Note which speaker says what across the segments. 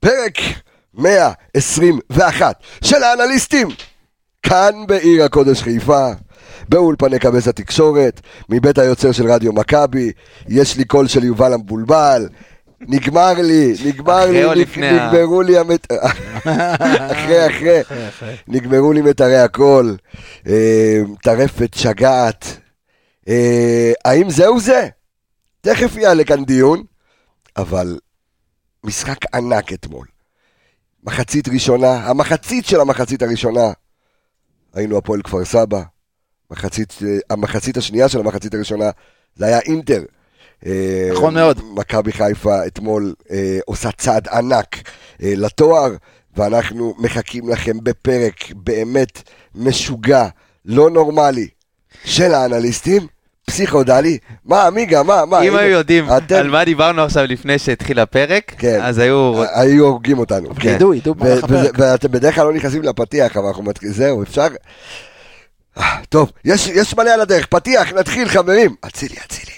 Speaker 1: פרק 121 של האנליסטים, כאן בעיר הקודש חיפה, באולפני קבס התקשורת, מבית היוצר של רדיו מכבי, יש לי קול של יובל המבולבל. נגמר לי, נגמר
Speaker 2: אחרי
Speaker 1: לי,
Speaker 2: או
Speaker 1: נג-
Speaker 2: לפני ה-
Speaker 1: נגמרו לי, המת- אחרי, אחרי, נגמרו לי מיתרי הקול, אה, טרפת שגעת, אה, האם זהו זה? תכף יעלה כאן דיון, אבל משחק ענק אתמול. מחצית ראשונה, המחצית של המחצית הראשונה, היינו הפועל כפר סבא. מחצית, אה, המחצית השנייה של המחצית הראשונה, זה היה אינטר. אה,
Speaker 2: נכון מאוד.
Speaker 1: מכבי חיפה אתמול אה, עושה צעד ענק אה, לתואר, ואנחנו מחכים לכם בפרק באמת משוגע, לא נורמלי, של האנליסטים. פסיכודלי? מה, עמיגה, מה, מה?
Speaker 2: אם היו יודעים
Speaker 1: אה, אתם-
Speaker 2: על מה דיברנו עכשיו לפני שהתחיל הפרק,
Speaker 1: כן.
Speaker 2: אז היו...
Speaker 1: היו הורגים אותנו.
Speaker 2: כן.
Speaker 3: ידעו, ידעו במהלך
Speaker 1: ו- וזה-
Speaker 3: הפרק.
Speaker 1: ואתם בדרך כלל לא נכנסים לפתיח, אבל אנחנו מתחילים, זהו, אפשר? אה, טוב, יש, יש מלא על הדרך, פתיח, נתחיל חברים. אצילי, אצילי.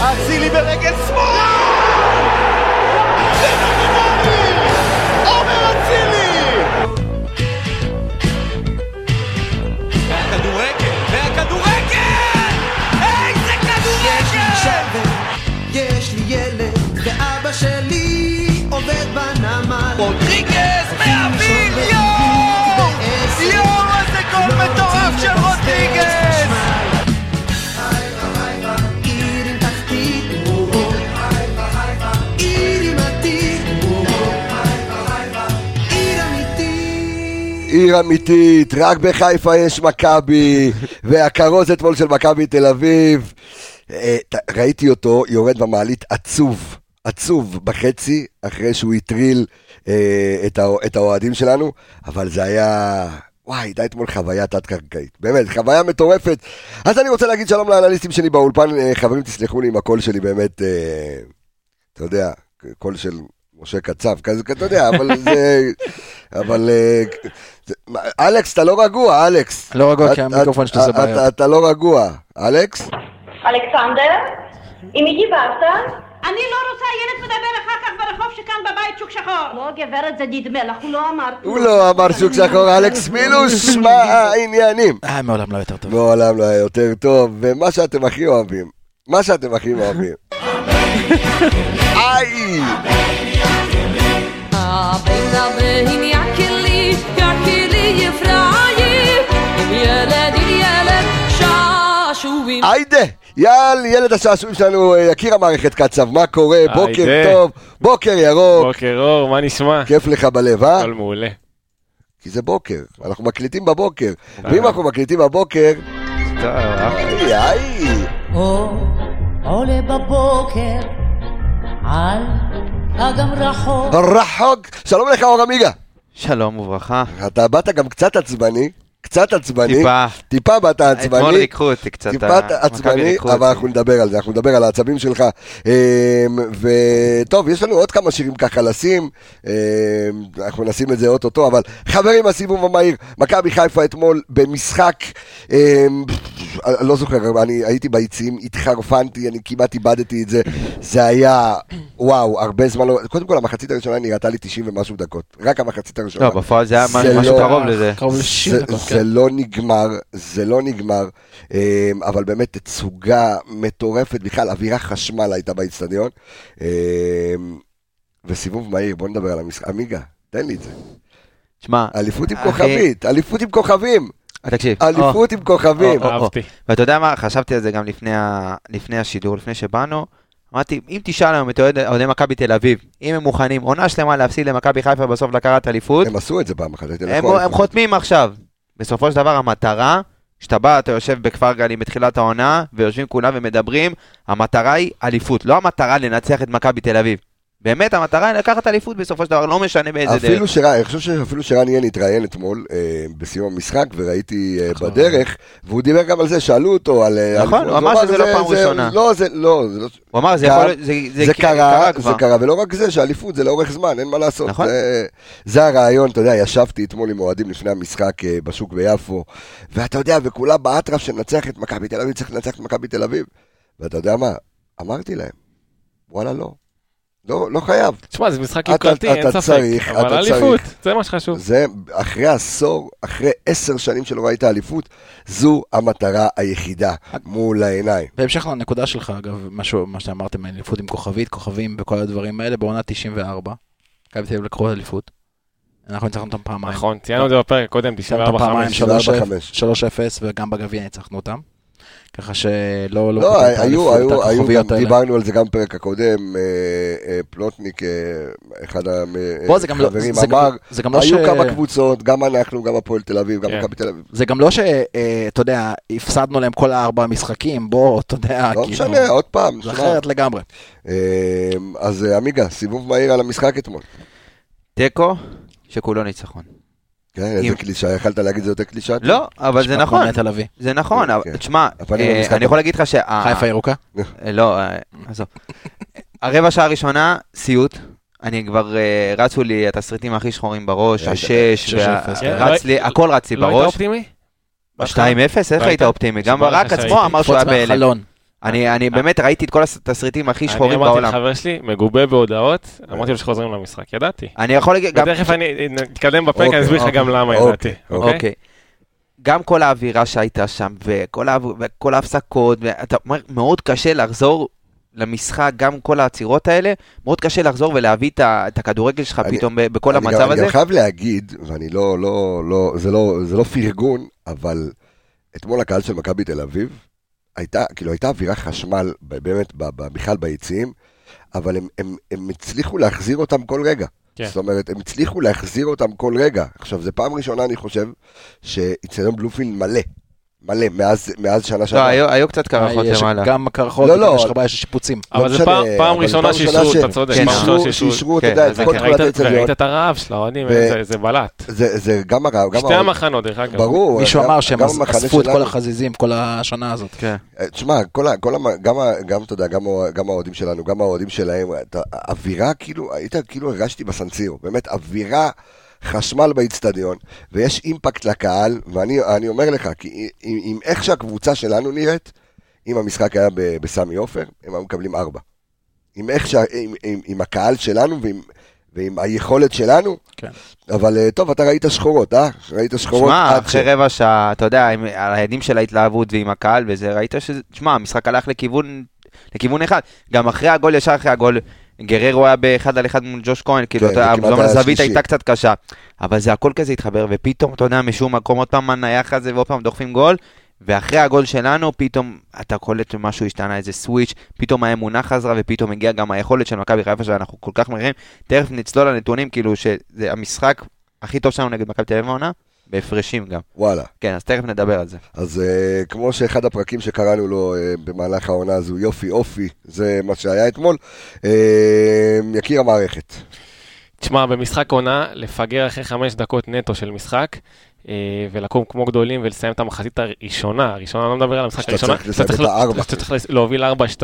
Speaker 4: אצילי ברגל שמאל! זה נומינלי! עומר אצילי! והכדורגל! והכדורגל! איזה כדורגל!
Speaker 5: יש לי ילד, ואבא שלי עובד בנמל.
Speaker 4: רודריגז מהביל! יואו! יואו, איזה גול מטורף של רודריגז!
Speaker 5: עיר עם תחתית, או-הו. עיר עם עתיד, או-הו. עיר אמיתית.
Speaker 1: עיר אמיתית, רק בחיפה יש מכבי, והכרוז אתמול של מכבי תל אביב. אה, ת- ראיתי אותו יורד במעלית עצוב, עצוב בחצי, אחרי שהוא הטריל אה, את האו- את האוהדים שלנו, אבל זה היה... וואי, הייתה אתמול חוויה תת-קרקעית, באמת, חוויה מטורפת. אז אני רוצה להגיד שלום לאנליסטים שלי באולפן, אה, חברים, תסלחו לי אם הקול שלי באמת, אה, אתה יודע, קול של משה קצב, כזה, אתה יודע, אבל זה... אבל... אה, זה- מה, אלכס, אתה לא רגוע, אלכס.
Speaker 3: לא רגוע,
Speaker 1: את-
Speaker 3: כי המיקרופון
Speaker 1: את-
Speaker 3: שלי זה
Speaker 1: את-
Speaker 3: בעיה.
Speaker 1: אתה לא רגוע, אלכס?
Speaker 6: אלכסנדר, עם מי דיברת?
Speaker 7: אני לא רוצה ילד מדבר אחר כך ברחוב שכאן בבית שוק שחור. לא, גברת, זה נדמה לך, הוא לא אמר.
Speaker 1: הוא לא אמר שוק שחור, אלכס מילוש, מה העניינים?
Speaker 3: אה, מעולם לא יותר טוב.
Speaker 1: מעולם לא היה יותר טוב, ומה שאתם הכי אוהבים, מה שאתם הכי אוהבים. איי!
Speaker 8: Abinda behin yakili, yakili yefraim Im yeled, il yeled, shashuim
Speaker 1: היידה! יאל, ילד השעשועים שלנו, אה, יקיר המערכת קצב, מה קורה? בוקר
Speaker 9: היידה.
Speaker 1: טוב, בוקר ירוק,
Speaker 9: בוקר אור, מה נשמע?
Speaker 1: כיף לך בלב, אה?
Speaker 9: הכל מעולה.
Speaker 1: כי זה בוקר, אנחנו מקליטים בבוקר,
Speaker 2: אה.
Speaker 1: ואם אנחנו מקליטים בבוקר, איי, איי!
Speaker 10: אור עולה בבוקר על אגם רחוק.
Speaker 1: רחוק. שלום לך אור עמיגה.
Speaker 2: שלום וברכה.
Speaker 1: אתה באת גם קצת עצבני, קצת עצבני.
Speaker 2: טיפה.
Speaker 1: טיפה באת עצבני.
Speaker 2: אתמול ריככו אותי קצת. אה,
Speaker 1: טיפה
Speaker 2: מכבי
Speaker 1: עצבני,
Speaker 2: ריככו אותי.
Speaker 1: אבל אנחנו נדבר על זה, אנחנו נדבר על העצבים שלך. אמ, וטוב, יש לנו עוד כמה שירים ככה לשים, אמ, אנחנו נשים את זה אוטוטו, אבל חברים, הסיבוב המהיר, מכבי חיפה אתמול במשחק, אמ, אני לא זוכר, אני הייתי ביציעים, התחרפנתי, אני כמעט איבדתי את זה, זה היה, וואו, הרבה זמן לא, קודם כל המחצית הראשונה נראתה לי 90 ומשהו דקות, רק המחצית הראשונה.
Speaker 2: לא, בפועל זה היה
Speaker 1: זה
Speaker 2: משהו- משהו
Speaker 1: לא-
Speaker 2: קרוב לזה.
Speaker 9: אה,
Speaker 3: קרוב לשישים
Speaker 1: זה-
Speaker 3: דקות.
Speaker 9: כן.
Speaker 1: זה לא נגמר, זה לא נגמר, אמ, אבל באמת תצוגה מטורפת, בכלל אווירה חשמל הייתה באיצטדיון. אמ, וסיבוב מהיר, בוא נדבר על המשחק. עמיגה, תן לי את זה.
Speaker 2: שמע,
Speaker 1: אליפות עם
Speaker 2: אחי.
Speaker 1: כוכבית,
Speaker 2: אה.
Speaker 1: אליפות עם כוכבים,
Speaker 2: תקשיב.
Speaker 1: אליפות עם כוכבים.
Speaker 2: או, או.
Speaker 9: אהבתי.
Speaker 2: ואתה יודע מה, חשבתי על זה גם לפני, ה... לפני השידור, לפני שבאנו. אמרתי, אם תשאל היום את אוהד- אוהדי מכבי תל אביב, אם הם מוכנים עונה שלמה להפסיד למכבי חיפה בסוף לקראת אליפות,
Speaker 1: הם עשו את זה נכון. פעם אחת. הייתי
Speaker 2: אה. הם,
Speaker 1: לקוח.
Speaker 2: הם חותמים עכשיו. בסופו של דבר המטרה, כשאתה בא, אתה יושב בכפר גלים בתחילת העונה, ויושבים כולם ומדברים, המטרה היא אליפות, לא המטרה לנצח את מכבי תל אביב. באמת, המטרה היא לקחת אליפות בסופו של דבר, לא משנה באיזה דרך.
Speaker 1: אפילו שרן, אני חושב שאפילו שרן יאן התראיין אתמול אה, בסיום המשחק, וראיתי אה, בדרך, והוא דיבר גם על זה, שאלו אותו על... אה,
Speaker 2: נכון,
Speaker 1: על-
Speaker 2: הוא אמר שזה לא
Speaker 1: זה-
Speaker 2: פעם
Speaker 1: זה-
Speaker 2: ראשונה.
Speaker 1: לא, זה לא, זה לא...
Speaker 2: הוא אמר, זה
Speaker 1: קרה-
Speaker 2: יכול... זה- כאילו
Speaker 1: זה קרה,
Speaker 2: כבר.
Speaker 1: זה קרה, ולא רק זה, שאליפות זה לאורך זמן, אין מה לעשות.
Speaker 2: נכון.
Speaker 1: זה- זה הרעיון, אתה יודע, ישבתי אתמול עם אוהדים לפני המשחק אה, בשוק ביפו, ואתה יודע, וכולם באטרף שננצח את מכבי תל אביב, צריך לנצח את מכבי תל אביב. ואתה יודע מה, אמרתי להם, וואלה, לא. לא, לא חייב.
Speaker 3: תשמע, זה משחק
Speaker 1: אתה-
Speaker 3: יוקרתי, אין
Speaker 1: אתה
Speaker 3: ספק.
Speaker 1: צריך,
Speaker 3: אבל
Speaker 1: אתה
Speaker 3: אליפות,
Speaker 1: צריך.
Speaker 3: זה מה שחשוב.
Speaker 1: זה אחרי עשור, אחרי עשר שנים שלא ראית אליפות, זו המטרה היחידה מול העיניים.
Speaker 9: בהמשך לנקודה שלך, אגב, משהו, מה שאמרתם, אליפות עם כוכבית, כוכבים וכל הדברים האלה, בעונה 94, מכבי תל אביב לקחו אליפות. אנחנו ניצחנו אותם פעמיים.
Speaker 3: נכון, ציינו את זה בפרק קודם,
Speaker 9: ניצחנו אותם
Speaker 3: 94-5.
Speaker 9: פעמיים,
Speaker 1: 94-5.
Speaker 9: 3-0, וגם בגביע ניצחנו אותם. ככה שלא...
Speaker 1: לא,
Speaker 9: פותחים את
Speaker 1: היו,
Speaker 9: האליפות,
Speaker 1: היו, היו,
Speaker 9: הכוכביות
Speaker 1: גם
Speaker 9: האלה.
Speaker 1: דיברנו על זה גם בפרק הקודם, אה, אה, פלוטניק, אה, אחד
Speaker 9: בוא, זה גם לא...
Speaker 1: החברים
Speaker 9: זה גם-
Speaker 1: אמר,
Speaker 9: זה גם לא ש...
Speaker 1: היו כמה קבוצות, גם אנחנו, גם הפועל תל אביב, גם
Speaker 3: כן.
Speaker 1: מכבי תל אביב.
Speaker 9: זה גם לא שאתה יודע, הפסדנו להם כל הארבע המשחקים, בוא, אתה יודע,
Speaker 1: לא
Speaker 9: כאילו,
Speaker 1: משנה, עוד פעם,
Speaker 9: זה
Speaker 1: שמע.
Speaker 9: אחרת לגמרי.
Speaker 1: אה, אז אה, עמיגה, סיבוב מהיר על המשחק אתמול.
Speaker 2: תיקו, שכולו ניצחון.
Speaker 1: כן, איזה
Speaker 2: אם-
Speaker 1: קלישה, יכלת להגיד זה יותר קלישה?
Speaker 2: לא, אבל זה
Speaker 9: משפט
Speaker 2: נכון,
Speaker 9: כמו נטע לביא.
Speaker 2: זה נכון, אבל
Speaker 1: כן.
Speaker 2: תשמע,
Speaker 1: אבל
Speaker 2: אה,
Speaker 1: במשחק-
Speaker 2: אני יכול להגיד לך שה...
Speaker 9: חיפה ירוקה?
Speaker 2: אה, לא, אה, עזוב. הרבע שעה הראשונה, סיוט. אני כבר, אה, רצו לי התסריטים הכי שחורים בראש,
Speaker 1: ראית,
Speaker 2: השש,
Speaker 9: שש
Speaker 2: וה-
Speaker 9: אפס,
Speaker 3: כן.
Speaker 2: רץ לי, הכל רץ לי
Speaker 3: לא היית
Speaker 2: בראש.
Speaker 3: אופטימי?
Speaker 2: 2-0, איך היית אופטימי? גם
Speaker 3: שמע לך
Speaker 2: ברק
Speaker 3: שהייתי.
Speaker 2: עצמו
Speaker 9: אה,
Speaker 2: אמר שהוא היה
Speaker 9: קפוץ
Speaker 2: בהלם.
Speaker 9: מהחלון.
Speaker 2: אני אני באמת ראיתי את כל התסריטים הכי
Speaker 3: אני
Speaker 2: שחורים
Speaker 3: אמרתי
Speaker 2: בעולם.
Speaker 3: לחבר שלי, מגובה בהודעות, אמרתי לו שחוזרים למשחק, ידעתי.
Speaker 2: אני יכול להגיד, גם-
Speaker 3: ותכף אני נתקדם בפרק,
Speaker 1: אוקיי,
Speaker 3: אני אסביר לך
Speaker 2: אוקיי,
Speaker 3: גם למה
Speaker 1: אוקיי,
Speaker 3: ידעתי. אוקיי?
Speaker 2: אוקיי. גם כל האווירה שהייתה שם, וכל האו- וכל ההפסקות, ואתה אומר, מאוד קשה לחזור למשחק, גם כל העצירות האלה, מאוד קשה לחזור ולהביא את ה- את הכדורגל שלך
Speaker 1: אני-
Speaker 2: פתאום ב- בכל
Speaker 1: אני גם,
Speaker 2: המצב
Speaker 1: אני
Speaker 2: הזה.
Speaker 1: גם חייב להגיד, ואני לא, לא, לא, זה לא, זה לא פרגון, אבל אתמול הקהל של מכבי תל אביב, הייתה, כאילו הייתה אווירה חשמל ב- באמת, ב, ב, בכלל ביציעים, אבל הם, הם, הם הצליחו להחזיר אותם כל רגע.
Speaker 3: כן.
Speaker 1: זאת אומרת, הם הצליחו להחזיר אותם כל רגע. עכשיו, זו פעם ראשונה, אני חושב, שאיצטדיון בלומפילד מלא. מלא, מאז, מאז שנה
Speaker 2: לא,
Speaker 1: שעברה.
Speaker 2: היו היו קצת קרחות
Speaker 9: אה, יש
Speaker 2: למעלה.
Speaker 9: גם קרחות,
Speaker 1: לא, לא.
Speaker 9: יש לך בעיה של שיפוצים.
Speaker 3: אבל
Speaker 1: משנה,
Speaker 3: זה פעם- פעם
Speaker 1: אבל
Speaker 3: ראשונה
Speaker 1: פעם
Speaker 3: שאישרו,
Speaker 1: ראשונה
Speaker 3: אתה צודק,
Speaker 2: כן,
Speaker 3: פעם
Speaker 1: שאישרו,
Speaker 3: ראשונה שאישרו.
Speaker 1: שאישרו, אתה
Speaker 2: כן,
Speaker 1: יודע, את
Speaker 2: זה
Speaker 1: כל
Speaker 2: כן.
Speaker 1: תכולת
Speaker 3: ראית-
Speaker 1: האיצטדיון.
Speaker 3: ראית את הרעב של האוהדים,
Speaker 1: ו-
Speaker 3: זה- זה בלט.
Speaker 1: זה זה גם הרעב, גם
Speaker 3: שתי
Speaker 1: הרעב.
Speaker 3: המחנות, דרך אגב.
Speaker 1: ברור.
Speaker 9: מישהו
Speaker 1: גם-
Speaker 9: אמר
Speaker 1: גם
Speaker 9: שהם
Speaker 1: המחנה
Speaker 9: אספו את
Speaker 1: שלנו.
Speaker 9: כל החזיזים כל השנה הזאת.
Speaker 2: כן.
Speaker 1: אה, תשמע, כל, ה- כל המ... גם, ה- גם, אתה יודע, גם, ה- גם האוהדים שלנו, גם האוהדים שלהם, אתה- האווירה כאילו, היית כאילו הרגשתי בסנסירו, באמת אווירה, חשמל באיצטדיון, ויש אימפקט לקהל, ואני אני אומר לך, כי עם, עם איך שהקבוצה שלנו נראית, אם המשחק היה ב- בסמי עופר, הם היו מקבלים ארבע. עם איך שה... עם, עם, עם הקהל שלנו ועם, ועם היכולת שלנו,
Speaker 9: כן.
Speaker 1: אבל אה, טוב, אתה ראית שחורות, אה? ראית שחורות
Speaker 2: שמע,
Speaker 1: עד ש...
Speaker 2: אחרי רבע שעה, אתה יודע, עם- על הידים של ההתלהבות ועם הקהל וזה, ראית שזה, שמע, המשחק הלך לכיוון, לכיוון אחד. גם אחרי הגול, ישר אחרי הגול, גררו היה באחד על אחד מול ג'וש כהן, כאילו,
Speaker 1: כן,
Speaker 2: אתה-
Speaker 1: וכמעט
Speaker 2: גם
Speaker 1: היה
Speaker 2: הזווית
Speaker 1: שלישי.
Speaker 2: הייתה קצת קשה. אבל זה הכל כזה התחבר, ופתאום, אתה יודע, משום מקום, עוד פעם מנייח הזה, ועוד פעם דוחפים גול. ואחרי הגול שלנו, פתאום אתה קולט שמשהו השתנה, איזה סוויץ', פתאום האמונה חזרה, ופתאום הגיעה גם היכולת של מכבי חיפה, שאנחנו כל כך מהירים. תכף נצלול לנתונים, כאילו, שזה המשחק הכי טוב שלנו נגד מכבי תל אביב העונה, בהפרשים גם.
Speaker 1: וואלה.
Speaker 2: כן, אז תכף נדבר על זה.
Speaker 1: אז uh, כמו שאחד הפרקים שקראנו לו uh, במהלך העונה הזו, יופי אופי, זה מה שהיה אתמול, uh, יקיר המערכת.
Speaker 3: תשמע, במשחק עונה, לפגר אחרי חמש דקות נטו של משחק, אה, ולקום כמו גדולים ולסיים את המחצית הראשונה, הראשונה, אני לא מדבר על המשחק
Speaker 1: שאתה
Speaker 3: הראשונה,
Speaker 1: צריך לסיים את הארבע.
Speaker 3: שאתה צריך להוביל 4-2,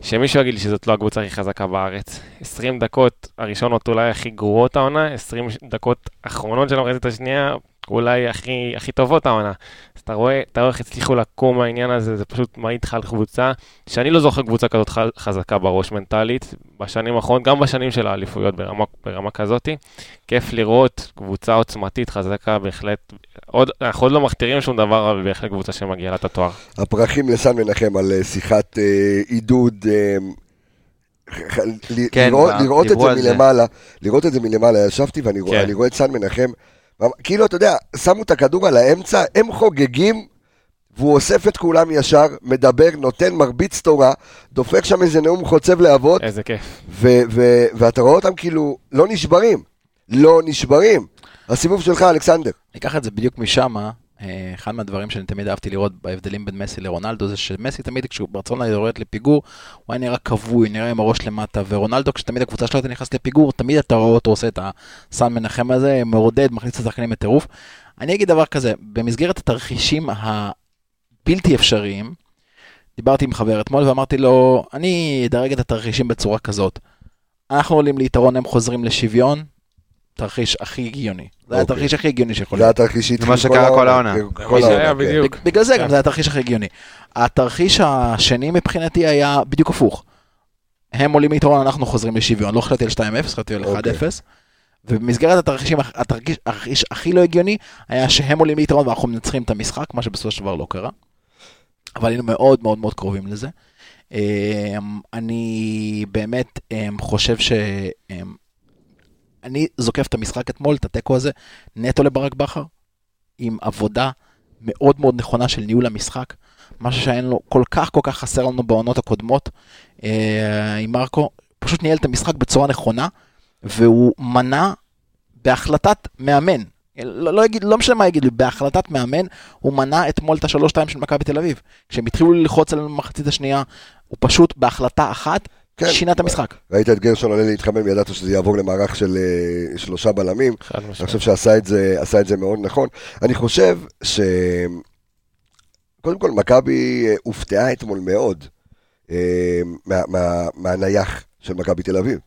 Speaker 3: שמישהו יגיד לי שזאת לא הקבוצה הכי חזקה בארץ. 20 דקות הראשונות אולי הכי גרועות העונה, 20 דקות אחרונות של המחצית השנייה, אולי הכי, הכי טובות העונה. אז אתה רואה, אתה רואה איך הצליחו לקום מהעניין הזה, זה פשוט מעיד לך על קבוצה, שאני לא זוכר קבוצה כזאת ח- חזקה בראש מנטלית, בשנים האחרונות, גם בשנים של האליפויות ברמה, ברמה כזאת. כיף לראות קבוצה עוצמתית, חזקה בהחלט. עוד, אנחנו עוד לא מכתירים שום דבר, אבל בהחלט קבוצה שמגיעה לה את התואר.
Speaker 1: הפרחים לסן מנחם על אה, שיחת אה, עידוד, אה, ח- ל-
Speaker 2: כן,
Speaker 1: לראות,
Speaker 2: מה,
Speaker 1: לראות את
Speaker 2: דיברו
Speaker 1: זה
Speaker 2: על זה.
Speaker 1: מלמעלה, לראות את זה מלמעלה, ישבתי ואני רואה,
Speaker 3: כן.
Speaker 1: אני רואה את סן מנחם, ואמר- כאילו, אתה יודע, שמו את הכדור על האמצע, הם חוגגים. והוא אוסף את כולם ישר, מדבר, נותן מרביץ תורה, דופק שם איזה נאום חוצב להבות,
Speaker 3: איזה כיף.
Speaker 1: ו- ו- ואתה רואה אותם כאילו לא נשברים, לא נשברים. הסיבוב שלך, אלכסנדר.
Speaker 9: אני אקח את זה בדיוק משם, אה, אחד מהדברים שאני תמיד אהבתי לראות בהבדלים בין מסי לרונלדו, זה שמסי תמיד כשהוא ברצון יורד לפיגור, הוא היה נראה כבוי, נראה עם הראש למטה, ורונלדו כשתמיד הקבוצה שלו הייתה נכנסת לפיגור, תמיד אתה רואה אותו עושה את הסן מנחם הזה, מרודד, מכניס את השחקנים לטירוף. אני אגיד דבר כזה, במסגרת התרחישים הבלתי אפשריים, דיברתי עם חבר אתמול ואמרתי לו, אני אדרג את התרחישים בצורה כזאת. אנחנו עולים ליתרון, הם חוזרים לשוויון, תרחיש הכי הגיוני. זה היה
Speaker 1: אוקיי.
Speaker 9: התרחיש הכי הגיוני שיכול
Speaker 1: זה
Speaker 9: להיות.
Speaker 1: התרחיש שהתחיל
Speaker 2: זה מה שקרה כל העונה.
Speaker 1: כן,
Speaker 3: מה
Speaker 1: כל
Speaker 3: שהיה
Speaker 1: העונה, כן.
Speaker 3: בדיוק.
Speaker 9: בגלל זה גם
Speaker 3: כן.
Speaker 9: זה היה התרחיש הכי הגיוני. התרחיש השני מבחינתי היה בדיוק הפוך. הם עולים ליתרון, אנחנו חוזרים לשוויון. לא חשבתי על 2-0, חשבתי על 1-0.
Speaker 1: אוקיי.
Speaker 9: ובמסגרת התרחישים, התרחיש התרחיש הכי לא הגיוני היה שהם עולים ליתרון ואנחנו מנצחים את המשחק, מה שבסופו של דבר לא קרה. אבל היינו מאוד מאוד מאוד קרובים לזה. אמ, אני באמת אמ, חושב ש... אמ, אני זוקף את המשחק אתמול, את התיקו הזה, נטו לברק בכר, עם עבודה מאוד מאוד נכונה של ניהול המשחק, משהו שהיה לו כל כך כל כך חסר לנו בעונות הקודמות אה, עם מרקו, פשוט ניהל את המשחק בצורה נכונה, והוא מנע בהחלטת מאמן. לא, לא, יגיד, לא משנה מה יגידו, בהחלטת מאמן הוא מנע אתמול את השלוש-שתיים של מכבי תל אביב. כשהם התחילו ללחוץ על המחצית השנייה, הוא פשוט בהחלטה אחת
Speaker 1: כן.
Speaker 9: שינה את המשחק.
Speaker 1: ראית את גרשון עולה להתחמם, ידעת שזה יעבור למערך של אה, שלושה בלמים.
Speaker 3: חד
Speaker 1: אני
Speaker 3: משמעית.
Speaker 1: חושב שעשה את זה, עשה את זה מאוד נכון. אני חושב ש... קודם כל, מכבי אה, הופתעה אתמול מאוד אה, מה- מה- מהנייח של מכבי תל אביב.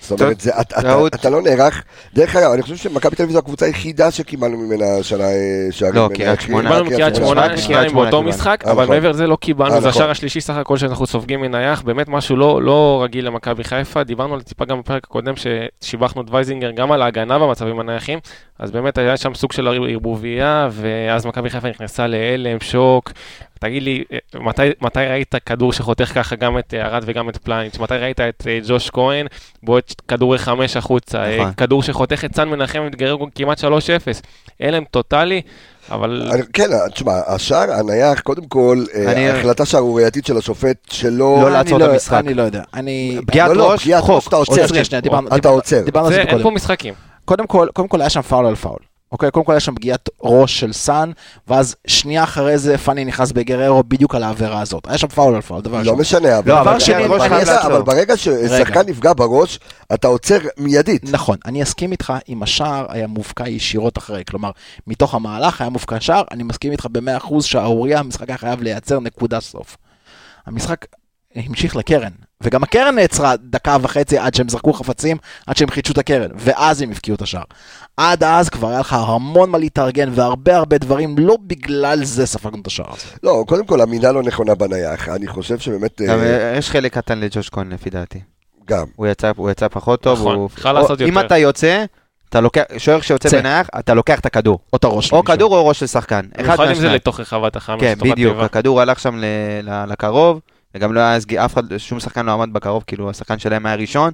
Speaker 1: זאת אומרת, זה, אתה, אתה,
Speaker 2: רעות.
Speaker 1: אתה לא נערך, דרך אגב, אני חושב שמכבי תל אביב זו הקבוצה היחידה שקיבלנו ממנה השנה אה, שערים.
Speaker 2: לא,
Speaker 1: מנייחים.
Speaker 2: קריית שמונה.
Speaker 3: קיבלנו
Speaker 1: כן,
Speaker 3: מקריית שמונה
Speaker 2: קריית שמונה
Speaker 3: שניים באותו
Speaker 2: קיבלנו.
Speaker 3: משחק,
Speaker 1: אה,
Speaker 3: אבל
Speaker 1: נכון.
Speaker 3: מעבר לזה לא
Speaker 1: אה,
Speaker 3: קיבלנו, זה
Speaker 1: נכון.
Speaker 3: השער השלישי סך הכל שאנחנו סופגים מנייח, באמת משהו לא- לא רגיל למכבי חיפה, דיברנו על זה טיפה גם בפרק הקודם ששיבחנו את וייזינגר גם על ההגנה והמצבים הנייחים, אז באמת היה שם סוג של ערבוביה, ואז מכבי חיפה נכנסה להלם, שוק. תגיד לי, אה, מתי, מתי ראית כדור שחותך ככה גם את אה, ארד וגם את פלניץ'? מתי ראית את אה, ג'וש כהן בועט ש- כדורי חמש החוצה? אה,
Speaker 2: נכון.
Speaker 3: כדור שחותך את סן מנחם ומתגרר כמעט 3-0. הלם טוטאלי, אבל...
Speaker 1: אני- כן, תשמע, השער הנייח, קודם כל, אה,
Speaker 2: אני-
Speaker 1: ההחלטה שערורייתית של השופט שלא...
Speaker 2: לא לעצור
Speaker 9: אני
Speaker 2: את המשחק.
Speaker 9: אני לא יודע. אני...
Speaker 2: פגיעת
Speaker 1: לא, לא,
Speaker 2: ראש,
Speaker 1: פגיעת ראש,
Speaker 2: חוק.
Speaker 1: אתה עוצר.
Speaker 9: עוצר, שנייה, שנייה, דיברנו-
Speaker 1: אתה
Speaker 9: דיברנו-
Speaker 1: עוצר.
Speaker 9: דיברנו על
Speaker 3: זה,
Speaker 9: זה
Speaker 3: אין
Speaker 9: קודם.
Speaker 3: פה משחקים.
Speaker 9: קודם כל, קודם כל היה שם פאול על פאול. אוקיי, קודם כל היה שם פגיעת ראש של סאן, ואז שנייה אחרי זה פאני נכנס בגררו בדיוק על העבירה הזאת. היה שם פאול על פאול, דבר
Speaker 1: לא
Speaker 9: ראשון.
Speaker 1: משנה, אבל...
Speaker 2: לא,
Speaker 9: אבל
Speaker 1: שני,
Speaker 9: פגיעת ראש
Speaker 1: אני
Speaker 9: חייב
Speaker 1: יודע,
Speaker 2: לעצור.
Speaker 1: אבל ברגע ששחקן נפגע בראש, אתה עוצר מיידית.
Speaker 9: נכון, אני אסכים איתך אם השער היה מובקע ישירות אחרי, כלומר, מתוך המהלך היה מובקע שער, אני מסכים איתך ב-100% שהאוריה, המשחק היה חייב לייצר נקודה סוף. המשחק המשיך לקרן, וגם הקרן נעצרה דקה וחצי עד שהם זרקו חפצים, עד שהם חידשו את הקרן, ואז הם הבקיעו את השער. עד אז כבר היה לך המון מה להתארגן, והרבה הרבה דברים, לא בגלל זה ספגנו את השער הזה.
Speaker 1: לא, קודם כל, המילה לא נכונה בנייח. אני חושב שבאמת... אה,
Speaker 2: גם, אה, יש חלק קטן לג'וש כהן לפי דעתי.
Speaker 1: גם.
Speaker 2: הוא יצא, הוא יצא פחות טוב.
Speaker 3: נכון,
Speaker 2: הוא...
Speaker 3: יכול לעשות
Speaker 2: או- אם
Speaker 3: יותר.
Speaker 2: אתה יוצא, אתה לוקח, שוער שיוצא
Speaker 9: צא.
Speaker 2: בנייח, אתה לוקח את הכדור.
Speaker 9: או את הראש. של
Speaker 2: או
Speaker 9: מישהו.
Speaker 2: כדור או ראש של שחקן. אחד
Speaker 3: במיוחד אם זה
Speaker 2: מהשניים.
Speaker 3: לתוך רחבת החמש,
Speaker 2: כן,
Speaker 3: לתוך
Speaker 2: בדיוק,
Speaker 3: התיבה.
Speaker 2: הכדור הלך שם ל- ל- לקרוב, וגם לא היה, אז אף אחד, שום שחקן לא עמד בקרוב, כאילו השחקן שלהם היה ראשון,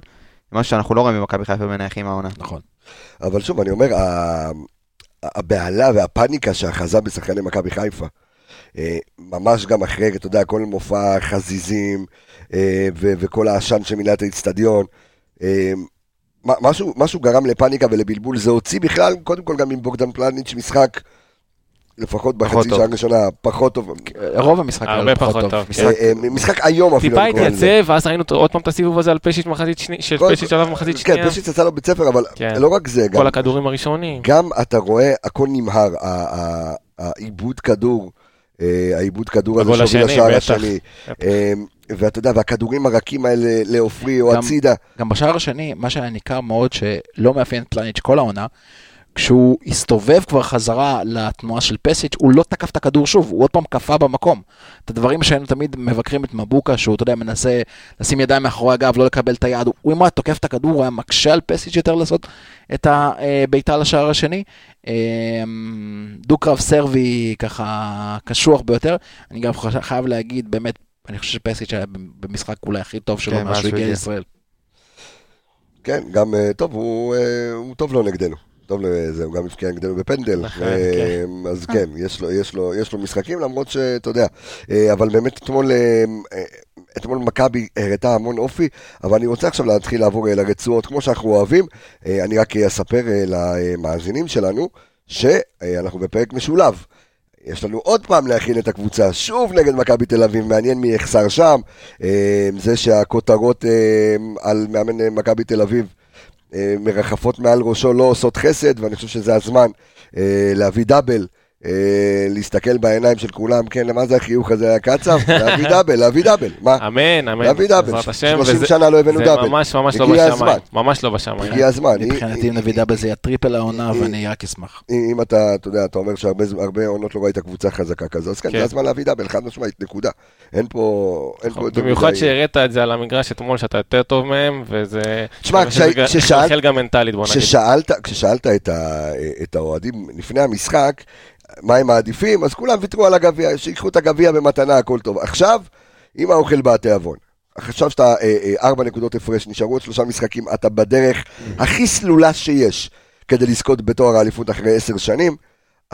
Speaker 2: משהו שאנחנו לא רואים במכבי חיפה בנייחים העונה.
Speaker 9: נכון.
Speaker 1: אבל שוב, אני אומר, ה- הבהלה והפאניקה שאחזה בשחקני מכבי חיפה, אה, ממש גם אחרי, אתה יודע, כל מופע חזיזים אה, ו- וכל העשן שמילא את האיצטדיון, אה, מה- משהו, משהו גרם לפאניקה ולבלבול, זה הוציא בכלל, קודם כל גם עם בוגדן פלניץ' משחק, לפחות בחצי
Speaker 2: טוב.
Speaker 1: שעה הראשונה, פחות טוב.
Speaker 9: רוב המשחק היה
Speaker 3: הרבה
Speaker 9: לא פחות
Speaker 3: פחות
Speaker 9: טוב.
Speaker 3: טוב.
Speaker 1: אה, אה, משחק איום אפילו.
Speaker 3: טיפה
Speaker 1: אני קורא לזה.
Speaker 3: התייצב, ואז ראינו אותו- עוד פעם את הסיבוב הזה על פשיץ' מחצית שני- של
Speaker 1: כל-
Speaker 3: פשיץ' עליו מחצית
Speaker 1: כן,
Speaker 3: שנייה.
Speaker 1: פשיץ יצא לו בית ספר, אבל
Speaker 3: כן.
Speaker 1: לא רק זה, גם
Speaker 3: כל הכדורים הראשונים.
Speaker 1: גם אתה רואה, הכל נמהר, ה- ה- העיבוד כדור, אה, העיבוד כדור הזה
Speaker 3: הגול
Speaker 1: שהוביל
Speaker 3: השני,
Speaker 1: לשער
Speaker 3: בטח.
Speaker 1: השני. אה, ואתה יודע, והכדורים הרכים האלה לעופרי או
Speaker 9: גם-
Speaker 1: הצידה,
Speaker 9: גם בשער השני, מה שהיה ניכר מאוד, שלא מאפיין את פלניץ' כל העונה, כשהוא הסתובב כבר חזרה לתנועה של פסיץ', הוא לא תקף את הכדור שוב, הוא עוד פעם קפא במקום. את הדברים שהיינו תמיד מבקרים את מבוקה, שהוא, אתה יודע, מנסה לשים ידיים מאחורי הגב, לא לקבל את היד, הוא אם הוא היה תוקף את הכדור, הוא היה מקשה על פסיץ' יותר לעשות את הבעיטה לשער השני. אה, דו-קרב סרבי ככה קשוח ביותר. אני גם חש- חייב להגיד, באמת, אני חושב שפסיץ' היה במשחק אולי הכי טוב שלו
Speaker 2: כן,
Speaker 9: מאז
Speaker 2: משהו
Speaker 9: שהוא הגיע
Speaker 2: הגיע.
Speaker 9: לישראל.
Speaker 1: כן, גם, אה, טוב, הוא אה, הוא טוב לו נגדנו. טוב לזה, הוא גם הבקיע נגדנו בפנדל.
Speaker 3: נכון,
Speaker 1: אה, אז כן, יש לו- יש לו- יש לו משחקים, למרות שאתה יודע. אה, אבל באמת אתמול, אה, אה, אתמול מכבי הראתה המון אופי, אבל אני רוצה עכשיו להתחיל לעבור אה, לרצועות כמו שאנחנו אוהבים. אה, אני רק אה, אספר אה, למאזינים שלנו שאנחנו אה, בפרק משולב. יש לנו עוד פעם להכין את הקבוצה, שוב נגד מכבי תל אביב, מעניין מי יחסר שם. אה, זה שהכותרות אה, על מאמן אה, מכבי תל אביב אה, מרחפות מעל ראשו לא עושות חסד, ואני חושב שזה הזמן אה, להביא דאבל. אה, להסתכל בעיניים של כולם, כן, למה זה החיוך הזה היה קצב? להביא דאבל, להביא דאבל, מה?
Speaker 3: אמן, אמן.
Speaker 1: להביא כן. דאבל,
Speaker 3: אה, בעזרת השם,
Speaker 1: 30
Speaker 3: וזה-
Speaker 1: שנה לא הבאנו דאבל.
Speaker 3: זה ממש ממש לא
Speaker 1: הגיע
Speaker 3: בשמיים.
Speaker 1: הזמן.
Speaker 3: ממש לא בשמיים.
Speaker 1: הגיע הזמן.
Speaker 9: מבחינתי אם נביא דאבל זה יהיה טריפל העונה
Speaker 1: היא-
Speaker 9: ואני רק אשמח.
Speaker 1: אם אתה, אתה יודע, אתה אומר שהרבה זמן- הרבה עונות לא ראית קבוצה חזקה כזו, אז כן,
Speaker 3: כן.
Speaker 1: זה הזמן להביא דאבל, חד משמעית, נקודה. אין פה... אין פה יותר
Speaker 3: נכון, במיוחד
Speaker 1: מדי-
Speaker 3: שהראית את זה על המגרש אתמול, שאתה יותר טוב מהם, וזה...
Speaker 1: תשמע,
Speaker 3: אני חושב שזה
Speaker 1: כשה-
Speaker 3: גם-
Speaker 1: כששאלת-
Speaker 3: מחלחל גם מנטלית, בוא נגיד.
Speaker 1: כששאלת, כששאלת את, ה, את האוהדים לפני המשחק, מה הם מעדיפים, אז כולם ויתרו על הגביע, שיקחו את הגביע במתנה, הכל טוב. עכשיו, אם האוכל בתיאבון. עכשיו שאתה אה, אה, ארבע נקודות הפרש, נשארו עוד שלושה משחקים, אתה בדרך הכי סלולה שיש כדי לזכות בתואר האליפות אחרי עשר שנים.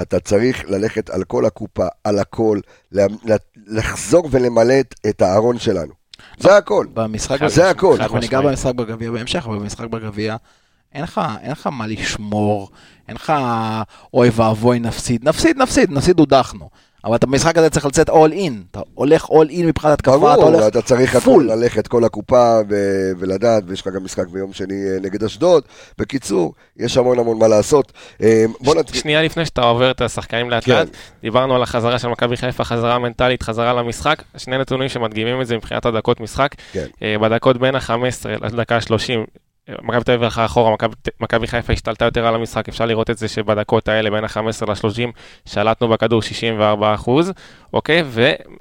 Speaker 1: אתה צריך ללכת על כל הקופה, על הכל, לה- לה- לחזור ולמלט את הארון שלנו. זה הכל.
Speaker 9: במשחק...
Speaker 1: זה הכל.
Speaker 9: אנחנו ניגע במשחק בגביע בהמשך, אבל במשחק בגביע אין לך, אין לך מה לשמור, אין לך אוי ואבוי נפסיד, נפסיד, נפסיד, נפסיד הודחנו. אבל אתה במשחק הזה צריך לצאת אול אין, אתה הולך אול אין מבחינת התקפה, אתה
Speaker 1: ברור,
Speaker 9: הולך
Speaker 1: אתה צריך הכל,
Speaker 9: פול.
Speaker 1: ללכת כל הקופה ו- ולדעת, ויש לך גם משחק ביום שני אה, נגד אשדוד. בקיצור, יש המון המון מה לעשות. אה, בוא נתחיל.
Speaker 3: שנייה לפני שאתה עובר את השחקנים לאט
Speaker 1: כן.
Speaker 3: לאט, דיברנו על החזרה של מכבי חיפה, חזרה מנטלית, חזרה למשחק, שני נתונים שמדגימים את זה מבחינת הדקות משחק.
Speaker 1: כן.
Speaker 3: אה, בדקות בין ה-15 לדקה ה-30, מכבי תל אביב הלכה אחורה, מכבי- מכבי חיפה השתלטה יותר על המשחק, אפשר לראות את זה שבדקות האלה בין ה-15 ל-30 שלטנו בכדור 64 אחוז, אוקיי?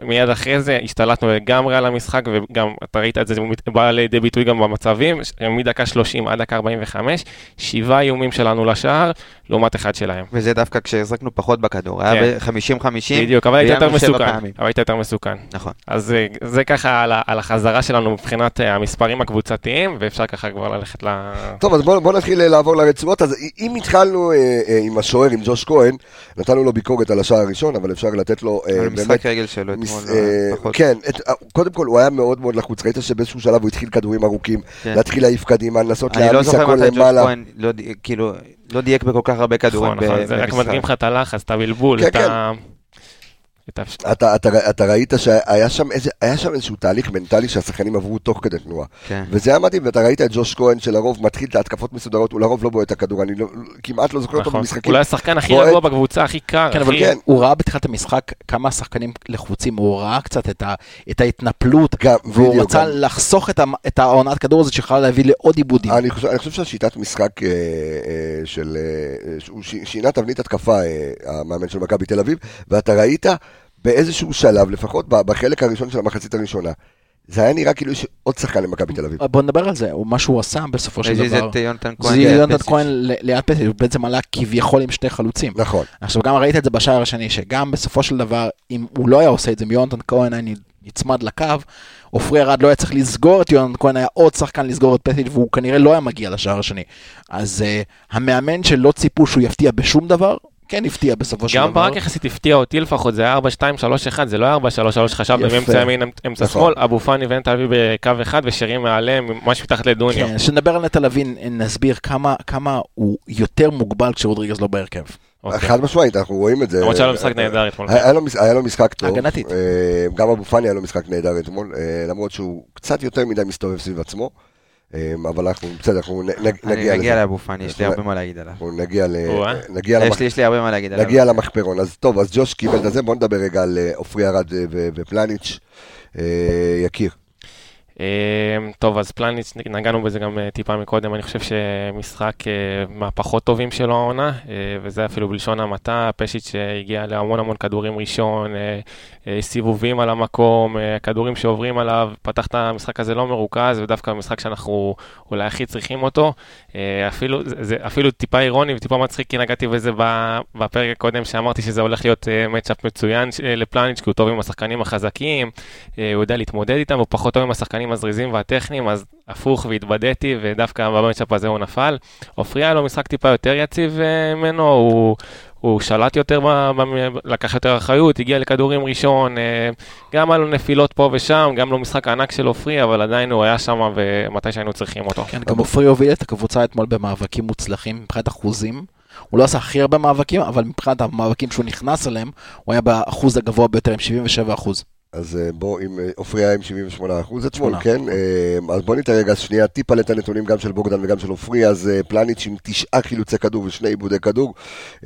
Speaker 3: ומיד אחרי זה השתלטנו לגמרי על המשחק, וגם אתה ראית את זה, זה מת- בא לידי ביטוי גם במצבים, ש- אה, מדקה 30 עד דקה 45, שבעה איומים שלנו לשער, לעומת אחד שלהם.
Speaker 2: וזה דווקא כשהחזקנו פחות בכדור, היה
Speaker 3: כן.
Speaker 2: ב-50-50.
Speaker 3: בדיוק, אבל היית יותר מסוכן,
Speaker 2: פעמים.
Speaker 3: אבל היית יותר מסוכן.
Speaker 2: נכון.
Speaker 3: אז אה, זה ככה על ה- על החזרה שלנו מבחינת אה, המספרים הקבוצתיים, ואפשר ככה כבר ללכת ל...
Speaker 1: טוב, אז בוא, בוא נתחיל אה, לעבור לרצועות. אז אה, אם התחלנו אה, אה, עם השוער, עם ג'וש כהן, נתנו לו ביקורת על השער הראשון, אבל אפשר לתת לו אה,
Speaker 2: אבל
Speaker 1: באמת...
Speaker 2: משחק רגל שלו
Speaker 1: מס-
Speaker 2: אתמול,
Speaker 1: אה,
Speaker 2: לא, פחות.
Speaker 1: כן, את- אה, קודם כל הוא היה מאוד מאוד לחוץ, ראית שבאיזשהו שלב הוא התחיל כדורים ארוכים,
Speaker 2: כן.
Speaker 1: להתחיל להעיף קדימה, לנסות
Speaker 2: אני לא
Speaker 1: להעמיס
Speaker 2: זוכר
Speaker 1: הכל
Speaker 2: מתי ג'וש
Speaker 1: למעלה.
Speaker 2: כהן לא די- כאילו, לא דייק בכל כך הרבה כדורים
Speaker 3: נכון, נכון, זה רק
Speaker 2: במשחק.
Speaker 3: מדגים לך את הלחץ, את הבלבול,
Speaker 1: כן,
Speaker 3: את ה... את ה-
Speaker 1: אתה, אתה, אתה ראית שהיה שם, איזה, היה שם איזשהו תהליך מנטלי שהשחקנים עברו תוך כדי תנועה.
Speaker 2: כן.
Speaker 1: וזה היה מדהים, ואתה ראית את ג'וש כהן שלרוב מתחיל את ההתקפות מסודרות, הוא לרוב לא בועט את הכדור, אני לא, כמעט לא זוכר אותו
Speaker 3: נכון.
Speaker 1: במשחקים.
Speaker 3: אולי השחקן הכי
Speaker 1: בועט-
Speaker 3: רגוע בקבוצה, הכי קר,
Speaker 9: כן, אבל
Speaker 3: הכי...
Speaker 1: כן.
Speaker 9: הוא ראה בתחילת המשחק כמה השחקנים לחוצים, הוא ראה קצת את, ה, את ההתנפלות,
Speaker 1: גם,
Speaker 9: והוא
Speaker 1: בדיוק,
Speaker 9: רצה
Speaker 1: גם.
Speaker 9: לחסוך את, ה, את העונת כדור הזאת שיכולה להביא לעוד עיבודים.
Speaker 1: אני חושב, אני חושב שהשיטת משחק אה, אה, של... אה, ש- הוא ש- שינה תבנית התקפה, אה, המאמן של מכבי תל אביב, ואתה ראית באיזשהו שלב, לפחות ב- בחלק הראשון של המחצית הראשונה, זה היה נראה כאילו יש עוד שחקן למכבי תל אביב.
Speaker 9: בוא נדבר על זה, הוא- מה שהוא עשה בסופו של
Speaker 2: הזיז
Speaker 9: דבר.
Speaker 2: את יונתן כהן.
Speaker 9: זה
Speaker 2: ליד
Speaker 9: יונתן
Speaker 2: פסיץ'.
Speaker 9: כהן ל- ליד פסל, הוא בעצם עלה כביכול עם שני חלוצים.
Speaker 1: נכון.
Speaker 9: עכשיו גם ראית את זה בשער השני, שגם בסופו של דבר, אם הוא לא היה עושה את זה, אם יונתן כהן היה נצמד לקו, עופרי ארד לא היה צריך לסגור את יונתן כהן, היה עוד שחקן לסגור את פסיץ' והוא כנראה לא היה מגיע לשער השני. אז uh, המאמן שלא ציפו שהוא יפתיע בשום דבר, כן הפתיע בסופו של דבר.
Speaker 3: גם ברק יחסית הפתיע אותי לפחות, זה היה 4, 2, 3, 1, זה לא היה 4, 3, 3, חשב
Speaker 9: יפה.
Speaker 3: באמצע ימין, אמצע
Speaker 1: נכון.
Speaker 3: שמאל, אבו פאני ונטע אביב בקו אחד ושירים מעליהם, ממש מתחת לדוניו.
Speaker 9: כן, כשנדבר על נטע לביא, נסביר כמה, כמה הוא יותר מוגבל כשרודריגז לא בהרכב.
Speaker 3: אוקיי.
Speaker 1: חד משמעית, אנחנו רואים את זה.
Speaker 3: למרות שהיה לו
Speaker 1: אה,
Speaker 3: משחק
Speaker 1: אה,
Speaker 3: נהדר אתמול.
Speaker 1: היה לו, מש- היה לו משחק טוב.
Speaker 9: הגנתית.
Speaker 1: אה, גם אבו פאני היה לו משחק נהדר אתמול, אה, למרות שהוא קצת יותר מדי מסתובב סביב עצמו. אה, אבל אנחנו, בסדר, אנחנו נ- נ- נגיע
Speaker 2: אני נגיע
Speaker 1: לזה.
Speaker 2: לאבו פאני, יש לי הרבה מה להגיד עליו.
Speaker 1: אנחנו נגיע ל-
Speaker 3: או-אה.
Speaker 1: נגיע למח-
Speaker 2: יש לי- יש לי הרבה מה להגיד עליו.
Speaker 1: נגיע למחפרון. אז טוב, אז ג'וש קיבל את זה, בואו נדבר רגע על אה, עופרי ארד אה, ו- ופלניץ'. אה, יקיר.
Speaker 3: אמ, טוב, אז פלניץ', נגענו בזה גם אה, טיפה מקודם, אני חושב שמשחק אה, מהפחות טובים שלו העונה, אה, וזה אפילו בלשון המעטה, פשיץ' אה, הגיע להמון המון כדורים ראשון, אה, אה, סיבובים על המקום, אה, כדורים שעוברים עליו, פתח את המשחק הזה לא מרוכז, ודווקא המשחק שאנחנו אולי הכי צריכים אותו, אה, אפילו, זה- זה אפילו טיפה אירוני וטיפה מצחיק, כי נגעתי בזה ב- בפרק הקודם, שאמרתי שזה הולך להיות אה, מצ'אפ מצוין אה, לפלניץ', כי הוא טוב עם השחקנים החזקים, אה, הוא יודע להתמודד איתם, הוא פחות טוב עם השחקנים הזריזים והטכניים, אז הפוך והתבדיתי, ודווקא במצ'אפ הזה הוא נפל. עופרי היה לו משחק טיפה יותר יציב אה, ממנו, הוא, הוא שלט יותר, ב, ב, לקח יותר אחריות, הגיע לכדורים ראשון, אה, גם היה לו נפילות פה ושם, גם לא משחק ענק של עופרי, אבל עדיין הוא היה שם ומתי שהיינו צריכים אותו.
Speaker 9: כן, גם עופרי הוביל את הקבוצה אתמול במאבקים מוצלחים מבחינת אחוזים. הוא לא עשה הכי הרבה מאבקים, אבל מבחינת המאבקים שהוא נכנס אליהם, הוא היה באחוז הגבוה ביותר עם 77 אחוז.
Speaker 1: אז אה, בוא, אם אה, עופרי היה עם 78 אחוז אתמול,
Speaker 9: שמונה.
Speaker 1: כן? אה, אז בוא נתרג אז שנייה טיפה את הנתונים גם של בוגדן וגם של עופרי, אז אה, פלניץ' עם תשעה חילוצי כדור ושני עיבודי כדור,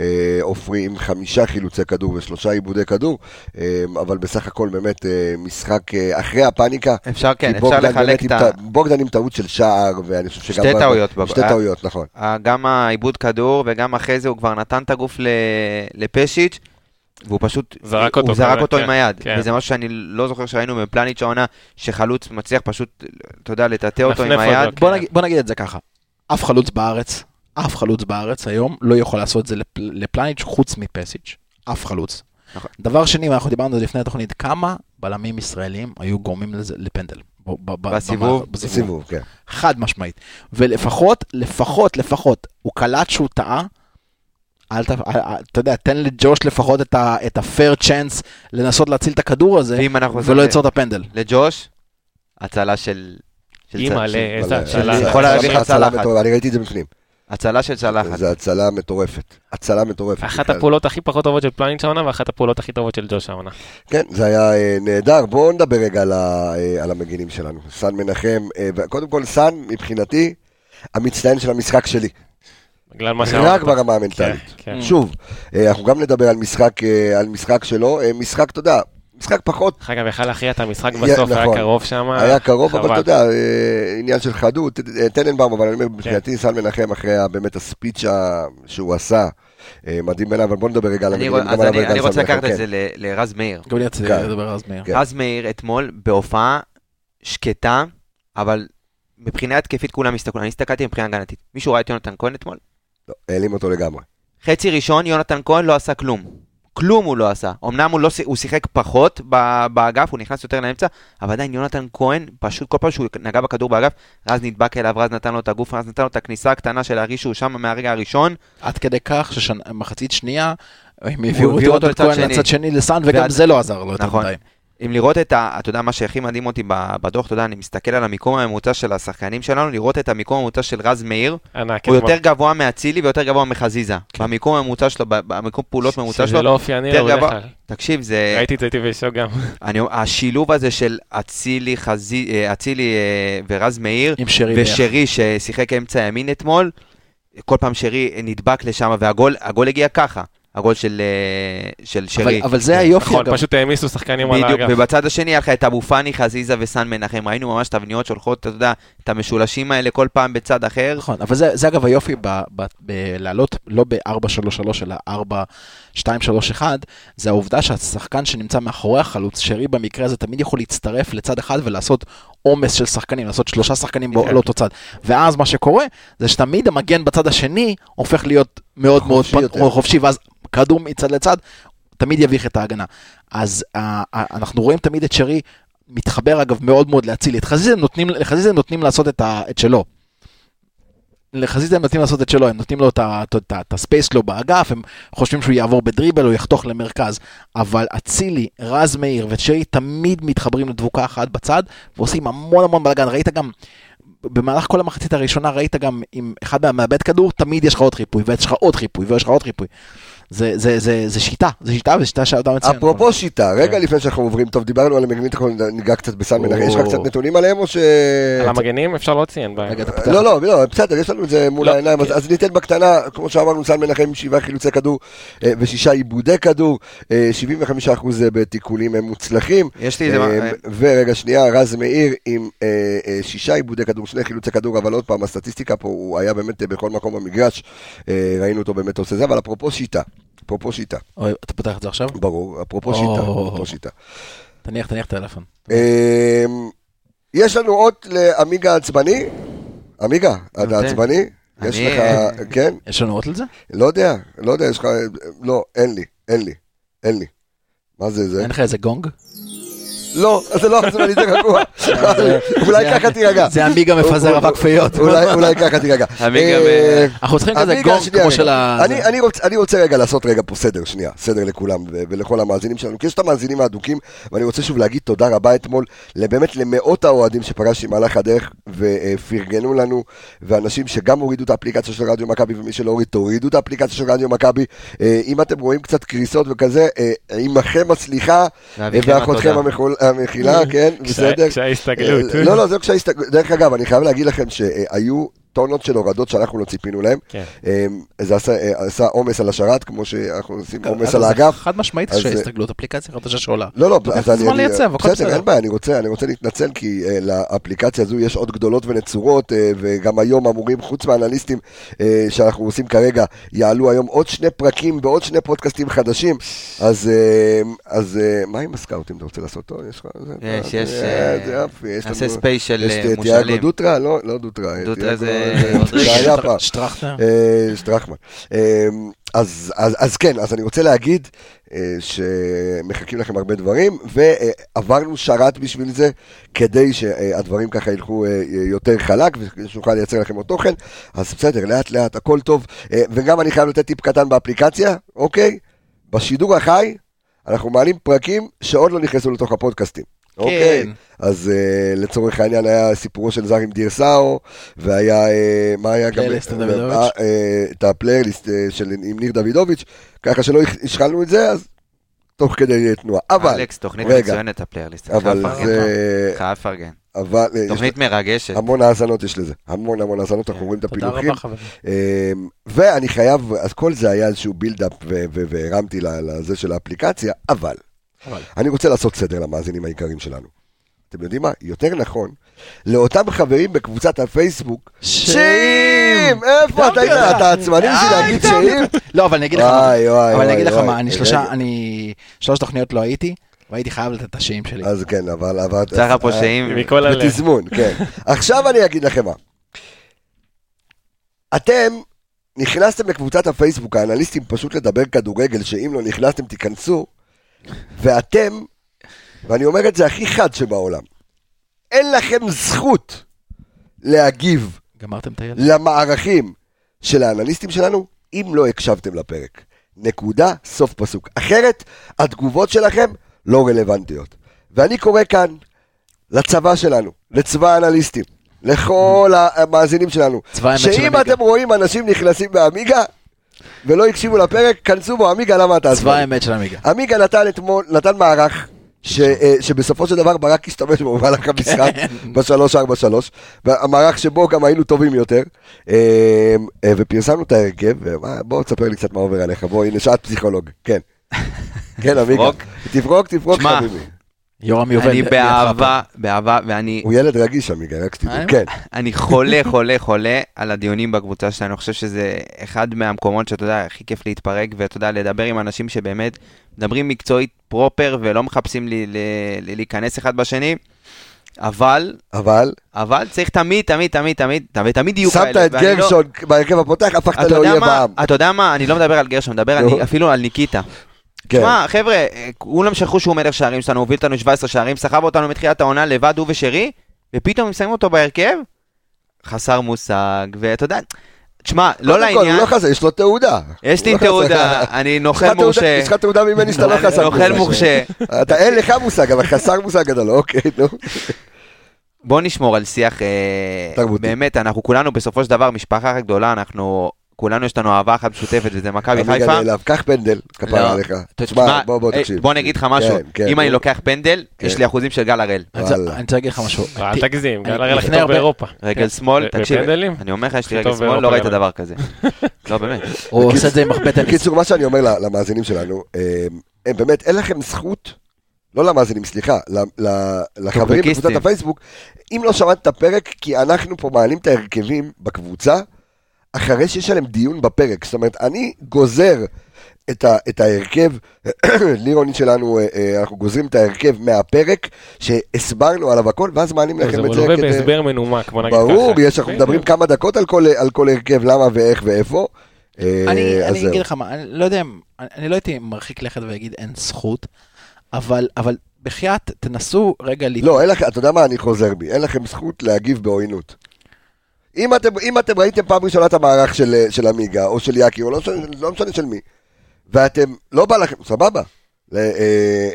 Speaker 1: אה, עופרי עם חמישה חילוצי כדור ושלושה עיבודי כדור, אה, אבל בסך הכל באמת אה, משחק אה, אחרי הפאניקה.
Speaker 2: אפשר, כן,
Speaker 1: כי
Speaker 2: אפשר
Speaker 1: בוגדן
Speaker 2: לחלק
Speaker 1: באמת עם
Speaker 2: את ה-
Speaker 1: טע- בוגדן עם טעות של שער, ואני חושב שגם...
Speaker 2: שתי
Speaker 1: ב-
Speaker 2: טעויות. בגול.
Speaker 1: שתי טעויות, נכון.
Speaker 2: אה, גם העיבוד כדור, וגם אחרי זה הוא כבר נתן את הגוף ל- לפשיץ', והוא פשוט,
Speaker 3: זרק
Speaker 2: הוא
Speaker 3: אותו,
Speaker 2: זרק
Speaker 3: באמת,
Speaker 2: אותו
Speaker 3: כן,
Speaker 2: עם היד.
Speaker 3: כן.
Speaker 2: וזה משהו שאני לא זוכר שראינו בפלניץ' העונה, שחלוץ מצליח פשוט, אתה יודע, לטאטא אותו עם
Speaker 3: נפנף אותו,
Speaker 2: היד.
Speaker 3: כן.
Speaker 9: בוא, נגיד, בוא נגיד את זה ככה, אף חלוץ בארץ, אף חלוץ בארץ היום לא יכול לעשות את זה לפ- לפלניץ' חוץ מפסיץ', אף חלוץ.
Speaker 2: נכון.
Speaker 9: דבר שני, ואנחנו דיברנו על זה לפני התוכנית, כמה בלמים ישראלים היו גורמים לזה, לפנדל. ב- ב- ב-
Speaker 2: בסיבוב?
Speaker 9: במערך-
Speaker 1: בסיבוב, כן.
Speaker 9: חד משמעית. ולפחות, לפחות, לפחות, הוא קלט שהוא טעה. אל ת... אל- אל- אתה יודע, תן לג'וש לפחות את, ה... את ה-fair chance לנסות להציל את הכדור הזה,
Speaker 2: ואם אנחנו
Speaker 9: ולא ליצור את הפנדל.
Speaker 2: לג'וש, הצלה של... של צ-
Speaker 3: אימא'לה,
Speaker 2: של-
Speaker 3: איזה
Speaker 1: אבל,
Speaker 3: הצלה.
Speaker 1: אה,
Speaker 2: יכול להביא לך
Speaker 1: הצלה
Speaker 2: צלחת.
Speaker 1: מטורפת, אני ראיתי את זה בפנים.
Speaker 2: הצלה של צלחת.
Speaker 1: זו הצלה מטורפת. הצלה מטורפת.
Speaker 3: אחת
Speaker 1: נקרא לזה.
Speaker 3: הפעולות הכי פחות טובות של פלניץ' העונה, ואחת הפעולות הכי טובות של ג'וש העונה.
Speaker 1: כן, זה היה אה, נהדר. בואו נדבר רגע על, ה, אה, על המגינים שלנו. סאן מנחם, אה, ו- קודם כל סאן, מבחינתי, המצטיין של המשחק שלי.
Speaker 3: בגלל מה שאמרת.
Speaker 1: רק ברמה
Speaker 3: כן,
Speaker 1: המנטלית.
Speaker 3: כן.
Speaker 1: שוב, אה, אנחנו גם נדבר על משחק, אה, על משחק שלו. אה, משחק, אתה יודע, משחק פחות
Speaker 3: אחר כך יכל להכריע את המשחק
Speaker 1: יא,
Speaker 3: בסוף, היה
Speaker 1: נכון.
Speaker 3: קרוב שם.
Speaker 1: היה קרוב, אבל
Speaker 3: חבל.
Speaker 1: אתה יודע, אה, עניין של חדות, אה, טננבאום, אבל אני
Speaker 2: כן.
Speaker 1: אומר, מבחינתי סל מנחם אחרי ה- באמת הספיץ' ה- שהוא עשה, אה, מדהים בעיניי, אבל בוא נדבר רגע על
Speaker 2: אני
Speaker 1: המגינים,
Speaker 2: רוא- אז
Speaker 1: גם על
Speaker 2: אני-
Speaker 1: המגן
Speaker 2: אני
Speaker 1: סל
Speaker 2: רוצה
Speaker 1: מנחם,
Speaker 2: לקחת
Speaker 1: כן.
Speaker 2: את זה ל- לרז מאיר.
Speaker 9: גם אני רציתי
Speaker 1: כן.
Speaker 9: לדבר אז מאיר.
Speaker 1: כן.
Speaker 2: רז מאיר אתמול בהופעה שקטה, אבל מבחינה התקפית כולם הסתכלו, אני הסתכלתי מבחינה הגנתית. מישהו ראה את יונתן כהן אתמול?
Speaker 1: לא, העלים אותו לגמרי.
Speaker 2: חצי ראשון, יונתן כהן לא עשה כלום. כלום הוא לא עשה. אמנם הוא, לא, ש- הוא שיחק פחות ב- באגף, הוא נכנס יותר לאמצע, אבל עדיין יונתן כהן, פשוט כל פעם שהוא נגע בכדור באגף, רז נדבק אליו, רז נתן לו את הגוף, רז נתן לו את הכניסה הקטנה של להרגיש שהוא שם מהרגע הראשון.
Speaker 9: עד כדי כך שמחצית שנייה, הם הביאו את
Speaker 2: הביא אותו לצד
Speaker 9: יונתן כהן
Speaker 2: שני.
Speaker 9: לצד שני לסאן, וגם
Speaker 2: ועד-
Speaker 9: זה לא עזר לו יותר
Speaker 2: נכון.
Speaker 9: מדי.
Speaker 2: אם לראות את ה... אתה יודע, מה שהכי מדהים אותי ב- בדוח, אתה יודע, אני מסתכל על המיקום הממוצע של השחקנים שלנו, לראות את המיקום הממוצע של רז מאיר,
Speaker 9: כן,
Speaker 3: ענק.
Speaker 2: הוא
Speaker 3: אתמול.
Speaker 2: יותר גבוה מאצילי ויותר גבוה מחזיזה. במיקום הממוצע שלו, ב- במיקום פעולות ממוצע
Speaker 3: שזה לא
Speaker 2: שלו,
Speaker 3: אופייני
Speaker 2: יותר
Speaker 3: לו בדרך
Speaker 2: גבוה.
Speaker 3: כלל.
Speaker 2: תקשיב, זה...
Speaker 3: ראיתי את זה, הייתי בשוק גם.
Speaker 2: אני, השילוב הזה של אצילי, חזי, אה, אצילי אה, ורז מאיר,
Speaker 9: עם שרי ביחד.
Speaker 2: ושרי ששיחק אמצע ימין אתמול, כל פעם שרי נדבק לשם, והגול הגול הגיע ככה, הגול של, אה, של שרי.
Speaker 9: אבל- אבל זה היופי,
Speaker 3: נכון,
Speaker 9: אגב.
Speaker 3: פשוט העמיסו שחקנים על
Speaker 2: בדיוק,
Speaker 3: האגף.
Speaker 2: ובצד השני היה לך את אבו פאני, חזיזה וסן מנחם, ראינו ממש תבניות שהולכות, אתה יודע, את המשולשים האלה כל פעם בצד אחר.
Speaker 9: נכון, אבל זה, זה אגב היופי ב, ב, ב, לעלות לא ב-4-3-3 אלא 4-2-3-1, זה העובדה שהשחקן שנמצא מאחורי החלוץ, שרי במקרה הזה תמיד יכול להצטרף לצד אחד ולעשות עומס של שחקנים, לעשות שלושה שחקנים בא-
Speaker 3: כן.
Speaker 9: לאותו צד. ואז מה שקורה זה שתמיד המגן בצד השני הופך להיות מאוד מאוד
Speaker 1: חופשי
Speaker 9: פת-
Speaker 1: יותר.
Speaker 9: חופשי, ואז כדור מצד לצד תמיד יביך את ההגנה. אז אה, אה, אנחנו רואים תמיד את שרי מתחבר אגב מאוד מאוד להציל. את חזיזה נותנים, לחזיזה נותנים לעשות את, ה, את שלו. לחזיזה הם נותנים לעשות את שלו, הם נותנים לו את ה- את ה- את ה- את הספייס שלו באגף, הם חושבים שהוא יעבור בדריבל או יחתוך למרכז. אבל אצילי, רז מאיר וצ'רי תמיד מתחברים לדבוקה אחת בצד, ועושים המון המון בלאגן. ראית גם, במהלך כל המחצית הראשונה ראית גם אם אחד מהם מאבד כדור, תמיד יש לך עוד חיפוי, ויש לך עוד חיפוי, ויש לך עוד חיפוי. זה, זה, זה, זה שיטה, זה שיטה וזו שיטה שאתה מציין.
Speaker 1: אפרופו שיטה, רגע לפני שאנחנו עוברים, טוב, דיברנו על המגנים, אנחנו ניגע קצת בסן מנחם, יש לך
Speaker 2: או.
Speaker 1: קצת נתונים עליהם או ש...
Speaker 3: על המגנים אפשר להוציא, אין בעיה.
Speaker 9: רגע, אתה פותח.
Speaker 1: לא, לא, לא, בסדר, יש לנו את זה מול
Speaker 3: לא,
Speaker 1: העיניים, אז- אז ניתן בקטנה, כמו שאמרנו, סן מנחם עם שבעה חילוצי כדור אה, ושישה עיבודי כדור, אה, 75% בתיקולים אה, מוצלחים.
Speaker 2: יש לי איזה... מה- אה,
Speaker 1: אמ, ורגע שנייה, רז מאיר עם אה, אה, שישה עיבודי כדור, שני חילוצי כדור, אבל עוד פעם, הסטטיסטיקה פה, הוא היה באמת אה, בכל מקום במגרש, אה, ראינו אותו באמת עושה זה, אבל אפרופו שיטה, אפרופו שיטה,
Speaker 9: אוי, אתה פותח את זה עכשיו?
Speaker 1: ברור, אפרופו
Speaker 9: או.
Speaker 1: שיטה, אפרופו שיטה.
Speaker 9: תניח, תניח את הטלפון.
Speaker 1: אמ, יש לנו אות לעמיגה העצבני, עמיגה,
Speaker 9: אוקיי.
Speaker 1: אתה
Speaker 2: נותן.
Speaker 1: עצבני? יש
Speaker 2: אני-
Speaker 1: לך, כן?
Speaker 9: יש לנו עוד על זה?
Speaker 1: לא יודע, לא יודע, יש לך, לא, אין לי, אין לי, אין לי. מה זה זה?
Speaker 9: אין לך איזה גונג?
Speaker 1: לא, אז זה לא עצבני, זה רגוע. אולי
Speaker 9: זה-
Speaker 1: ככה תירגע.
Speaker 9: זה עמיגה מפזר אבק פיות.
Speaker 1: אולי אולי ככה תירגע.
Speaker 9: עמיגה
Speaker 1: אה,
Speaker 9: ב- אנחנו צריכים כזה
Speaker 1: עמיגה,
Speaker 9: גונג
Speaker 1: שנייה,
Speaker 9: כמו
Speaker 1: רגע.
Speaker 9: של ה-
Speaker 1: אני- אני רוצ- אני רוצה רגע לעשות רגע פה סדר, שנייה, סדר לכולם ו- ולכל המאזינים שלנו, כי יש את המאזינים האדוקים, ואני רוצה שוב להגיד תודה רבה אתמול, באמת למאות האוהדים שפגשתי במהלך הדרך ופרגנו לנו, ואנשים שגם הורידו את האפליקציה של רדיו מכבי, ומי שלא הוריד, תורידו את האפליקציה של רדיו מכבי. אה, אם אתם רואים קצת קריסות וכזה, אה, עמכם הסליחה, אה,
Speaker 2: ואביכם
Speaker 1: ואחותכם
Speaker 2: התודה.
Speaker 1: המחול- המחילה, כן,
Speaker 3: קשיי-
Speaker 1: בסדר.
Speaker 3: קשיי הסתגלות.
Speaker 1: אה, לא, לא, זה לא קשיי הסתגלות. דרך אגב, אני חייב להגיד לכם שהיו טונות של הורדות שאנחנו לא ציפינו להן.
Speaker 3: כן.
Speaker 1: אה, זה עשה- אה, עשה עומס על השרת, כמו שאנחנו עושים עומס
Speaker 9: זה
Speaker 1: על האגף.
Speaker 9: חד משמעית
Speaker 1: אז, אה,
Speaker 9: שהסתגלות, אפליקציה חדשה שעולה.
Speaker 1: לא, לא,
Speaker 9: לוקח
Speaker 1: אז אני...
Speaker 9: זמן
Speaker 1: אני-
Speaker 9: לייצב, הכל
Speaker 1: בסדר,
Speaker 9: בסדר.
Speaker 1: אין בעיה, אני רוצה, אני רוצה להתנצל, כי אה, לאפליקציה הזו יש עוד גדולות ונצורות, אה, וגם היום אמורים, חוץ מהאנליסטים אה, שאנחנו עושים כרגע, יעלו היום עוד שני פרקים בעוד שני פודקאסטים חדשים. אז, אה, אז אה, מה עם הסקאוטים אתה רוצה לעשות? טוב, יש לך... זה-
Speaker 2: יש,
Speaker 1: אה,
Speaker 2: יש,
Speaker 1: זה
Speaker 2: אה,
Speaker 1: זה יפי, יש
Speaker 2: נעשה
Speaker 1: לנו-
Speaker 2: ספייס של,
Speaker 1: יש
Speaker 2: אה,
Speaker 1: את תיאגו
Speaker 2: מושאלים.
Speaker 1: דוטרה? לא, לא דוטרה. אה,
Speaker 2: דוטרה
Speaker 1: תיאגו-
Speaker 2: זה עוד
Speaker 1: זה
Speaker 2: רגע.
Speaker 1: היה פעם.
Speaker 9: שטרחנר.
Speaker 1: אה, שטרחמן. אה, אז, אז, אז כן, אז אני רוצה להגיד אה, שמחכים לכם הרבה דברים, ועברנו שרת בשביל זה, כדי שהדברים ככה ילכו אה, יותר חלק, ושנוכל לייצר לכם עוד תוכן, אז בסדר, לאט לאט, הכל טוב. אה, וגם אני חייב לתת טיפ קטן באפליקציה, אוקיי? בשידור החי, אנחנו מעלים פרקים שעוד לא נכנסו לתוך הפודקאסטים.
Speaker 9: כן.
Speaker 1: אוקיי, אז uh, לצורך העניין היה סיפורו של זר עם דיר סאו, והיה, uh, מה היה גם,
Speaker 9: פלייליסט עם
Speaker 1: אה,
Speaker 9: דוידוביץ'.
Speaker 1: אה, אה, את הפלייליסט אה, של עם ניר דוידוביץ', ככה שלא הכ- השחלנו את זה, אז תוך כדי תנועה. אבל,
Speaker 2: אלכס, תוכנית
Speaker 1: רגע.
Speaker 2: מצוינת, הפליירליסט.
Speaker 1: אבל
Speaker 2: חייב לפרגן
Speaker 1: זה-
Speaker 2: לך. חייב לפרגן.
Speaker 1: אבל, אה, יש
Speaker 2: תוכנית כן. מרגשת.
Speaker 1: המון האזנות יש לזה, המון המון האזנות, אנחנו רואים את
Speaker 9: תודה
Speaker 1: הפילוחים.
Speaker 9: רבה חברים.
Speaker 1: אמ, ואני חייב, אז כל זה היה איזשהו בילדאפ, ו- ו- והרמתי ל- לזה של האפליקציה, אבל
Speaker 9: אבל.
Speaker 1: אני רוצה לעשות סדר למאזינים היקרים שלנו. אתם יודעים מה? יותר נכון, לאותם חברים בקבוצת הפייסבוק, שאם! איפה אתה היית? אתה עצמני בשביל להגיד שאם?
Speaker 9: לא, אבל אני אגיד לך מה,
Speaker 1: וואי, וואי,
Speaker 9: אבל אני
Speaker 1: וואי,
Speaker 9: אגיד לך
Speaker 1: וואי.
Speaker 9: מה, אני שלושה,
Speaker 1: רגע.
Speaker 9: אני שלוש תוכניות לא הייתי, והייתי חייב לתת את השאים שלי.
Speaker 1: אז כן, אבל... אבל-
Speaker 2: צריך פה
Speaker 1: אה,
Speaker 2: שאם...
Speaker 3: מכל הלב.
Speaker 1: בתזמון, כן. עכשיו אני אגיד לכם מה. אתם נכנסתם לקבוצת הפייסבוק, האנליסטים פשוט לדבר כדורגל, שאם לא נכנסתם תיכנסו, ואתם, ואני אומר את זה הכי חד שבעולם, אין לכם זכות להגיב
Speaker 9: גמרתם את
Speaker 1: לא,
Speaker 9: הילד?
Speaker 1: למערכים של האנליסטים שלנו, אם לא הקשבתם לפרק. נקודה, סוף פסוק. אחרת, התגובות שלכם לא רלוונטיות. ואני קורא כאן לצבא שלנו, לצבא האנליסטים, לכל המאזינים שלנו,
Speaker 9: צבא האמת של
Speaker 1: שאם
Speaker 9: עמיגה.
Speaker 1: אתם רואים אנשים נכנסים בעמיגה ולא הקשיבו לפרק, כנסו בו, עמיגה, למה אתה
Speaker 9: צבא
Speaker 1: עצבני?
Speaker 9: האמת של עמיגה.
Speaker 1: עמיגה נתן אתמול, נתן מערך ש, אה, שבסופו של דבר ברק השתמש בו במהלך המשחק
Speaker 2: כן.
Speaker 1: ב-3-4-3, והמערך שבו גם היינו טובים יותר, אה, אה, ופרסמנו את ההרכב, ומה- בוא תספר לי קצת מה עובר עליך, בוא הנה שעת פסיכולוג, כן. כן עמיגה,
Speaker 2: תפרוק.
Speaker 1: תפרוק, תפרוק
Speaker 2: שמע,
Speaker 1: חביבי.
Speaker 9: יורם יובל.
Speaker 2: אני
Speaker 9: לידך
Speaker 2: באהבה, באהבה, ואני
Speaker 1: הוא ילד רגיש עמיגה, רק שתדעו,
Speaker 9: אה?
Speaker 1: כן.
Speaker 2: אני חולה, חולה, חולה על הדיונים בקבוצה שלנו. אני חושב שזה אחד מהמקומות שאתה יודע, הכי כיף להתפרק, ואתה יודע, לדבר עם אנשים שבאמת מדברים מקצועית פרופר, ולא מחפשים לי, ל, ל, להיכנס אחד בשני. אבל,
Speaker 1: אבל,
Speaker 2: אבל צריך תמיד, תמיד, תמיד, תמיד, תמיד, תמיד יהיו כאלה.
Speaker 1: שמת את
Speaker 2: ואני לא-
Speaker 1: גרשון לא בהרכב הפותח,
Speaker 2: אתה
Speaker 1: הפכת
Speaker 2: יודע
Speaker 1: לאויב
Speaker 2: מה?
Speaker 1: העם.
Speaker 2: אתה יודע מה? אני לא מדבר על גרשון, מדבר על-
Speaker 1: נו.
Speaker 2: אפילו על ניקיטה.
Speaker 1: כן.
Speaker 2: תשמע, חבר'ה, אה, כולם שכחו שהוא מלך שערים שלנו, הוביל אותנו 17 שערים, סחב אותנו מתחילת העונה לבד, הוא ושרי, ופתאום הם שמים אותו בהרכב, חסר מושג, ואתה יודע, תשמע, לא
Speaker 1: קודם כל, הוא
Speaker 2: לעניין,
Speaker 1: לא חסר, יש לו תעודה.
Speaker 2: יש לי
Speaker 1: הוא לא
Speaker 2: תעודה,
Speaker 1: חסר.
Speaker 2: אני
Speaker 1: יש לך
Speaker 2: נוכל
Speaker 1: תעודה-
Speaker 2: מורשה,
Speaker 1: יש לך תעודה ממני שאתה לא
Speaker 2: אני
Speaker 1: חסר.
Speaker 2: נוכל מורשה.
Speaker 1: אתה אין לך מושג, אבל חסר מושג אתה לא, אוקיי, נו.
Speaker 2: בואו נשמור על שיח, אה,
Speaker 1: תרבותי.
Speaker 2: באמת, אנחנו כולנו בסופו של דבר משפחה אחת גדולה, אנחנו, כולנו יש לנו אהבה אחת משותפת, וזה מכבי
Speaker 1: עמיגה
Speaker 2: חיפה.
Speaker 1: נעלב, קח פנדל, כפרה
Speaker 2: לא.
Speaker 1: עליך.
Speaker 2: תשמע,
Speaker 1: תשמע, בוא בוא
Speaker 2: אה,
Speaker 1: תקשיב.
Speaker 2: בוא אני אגיד לך משהו,
Speaker 1: כן, כן,
Speaker 2: אם
Speaker 1: בוא. כן.
Speaker 2: אני לא לוקח פנדל, יש לי אחוזים של גל הראל.
Speaker 9: אני רוצה-
Speaker 1: וואלה.
Speaker 9: אני רוצה להגיד לך משהו.
Speaker 3: אה, אל
Speaker 9: ת-
Speaker 3: תגזים,
Speaker 9: אני-
Speaker 3: גל הראל הכי
Speaker 9: לפני
Speaker 3: טוב
Speaker 9: הרבה-
Speaker 3: באירופה. כן.
Speaker 2: רגל שמאל, תקשיב,
Speaker 3: בפנדלים?
Speaker 2: אני אומר לך, יש לי
Speaker 3: הכי
Speaker 2: רגל
Speaker 3: טוב
Speaker 2: שמאל,
Speaker 3: באירופה
Speaker 2: לא ראית
Speaker 3: באמת.
Speaker 2: דבר כזה. לא, באמת.
Speaker 9: הוא עושה את זה עם מחבטן.
Speaker 1: בקיצור, מה שאני אומר ל- למאזינים שלנו, אה, הם באמת, אין לכם זכות, לא למאזינים, סליחה, ל- ל- לחברים
Speaker 2: טוקבקיסטים.
Speaker 1: בקבוצת הפייסבוק, אם לא שמעת את הפרק, כי אנחנו פה מעלים את ההרכבים בקבוצה, אחרי שיש עליהם דיון בפרק. זאת אומרת, אני גוזר את, ה, את ההרכב, לירוני שלנו, אה, אה, אנחנו גוזרים את ההרכב מהפרק, שהסברנו עליו הכל, ואז מעלים
Speaker 3: לא, זה
Speaker 1: לכם את זה
Speaker 3: מלווה בהסבר מנומק, בוא נגיד ככה.
Speaker 1: ברור, יש, אנחנו מדברים כמה דקות על כל- על כל הרכב, למה ואיך ואיפה. אה,
Speaker 9: אני
Speaker 1: אז
Speaker 9: אני
Speaker 1: זהו.
Speaker 9: אגיד לך מה, אני לא יודע, אם- אני אני לא הייתי מרחיק לכת ואגיד אין זכות, אבל, אבל בחייאת, תנסו רגע ל...
Speaker 1: לא, אין לכם, אתה יודע מה, אני חוזר בי, אין לכם זכות להגיב בעוינות. אם אתם, אם אתם ראיתם פעם ראשונה את המערך של, אה, של עמיגה, או של יאקי, או לא משנה, לא משנה של מי, ואתם, לא בא לכם, סבבה. ל- אה,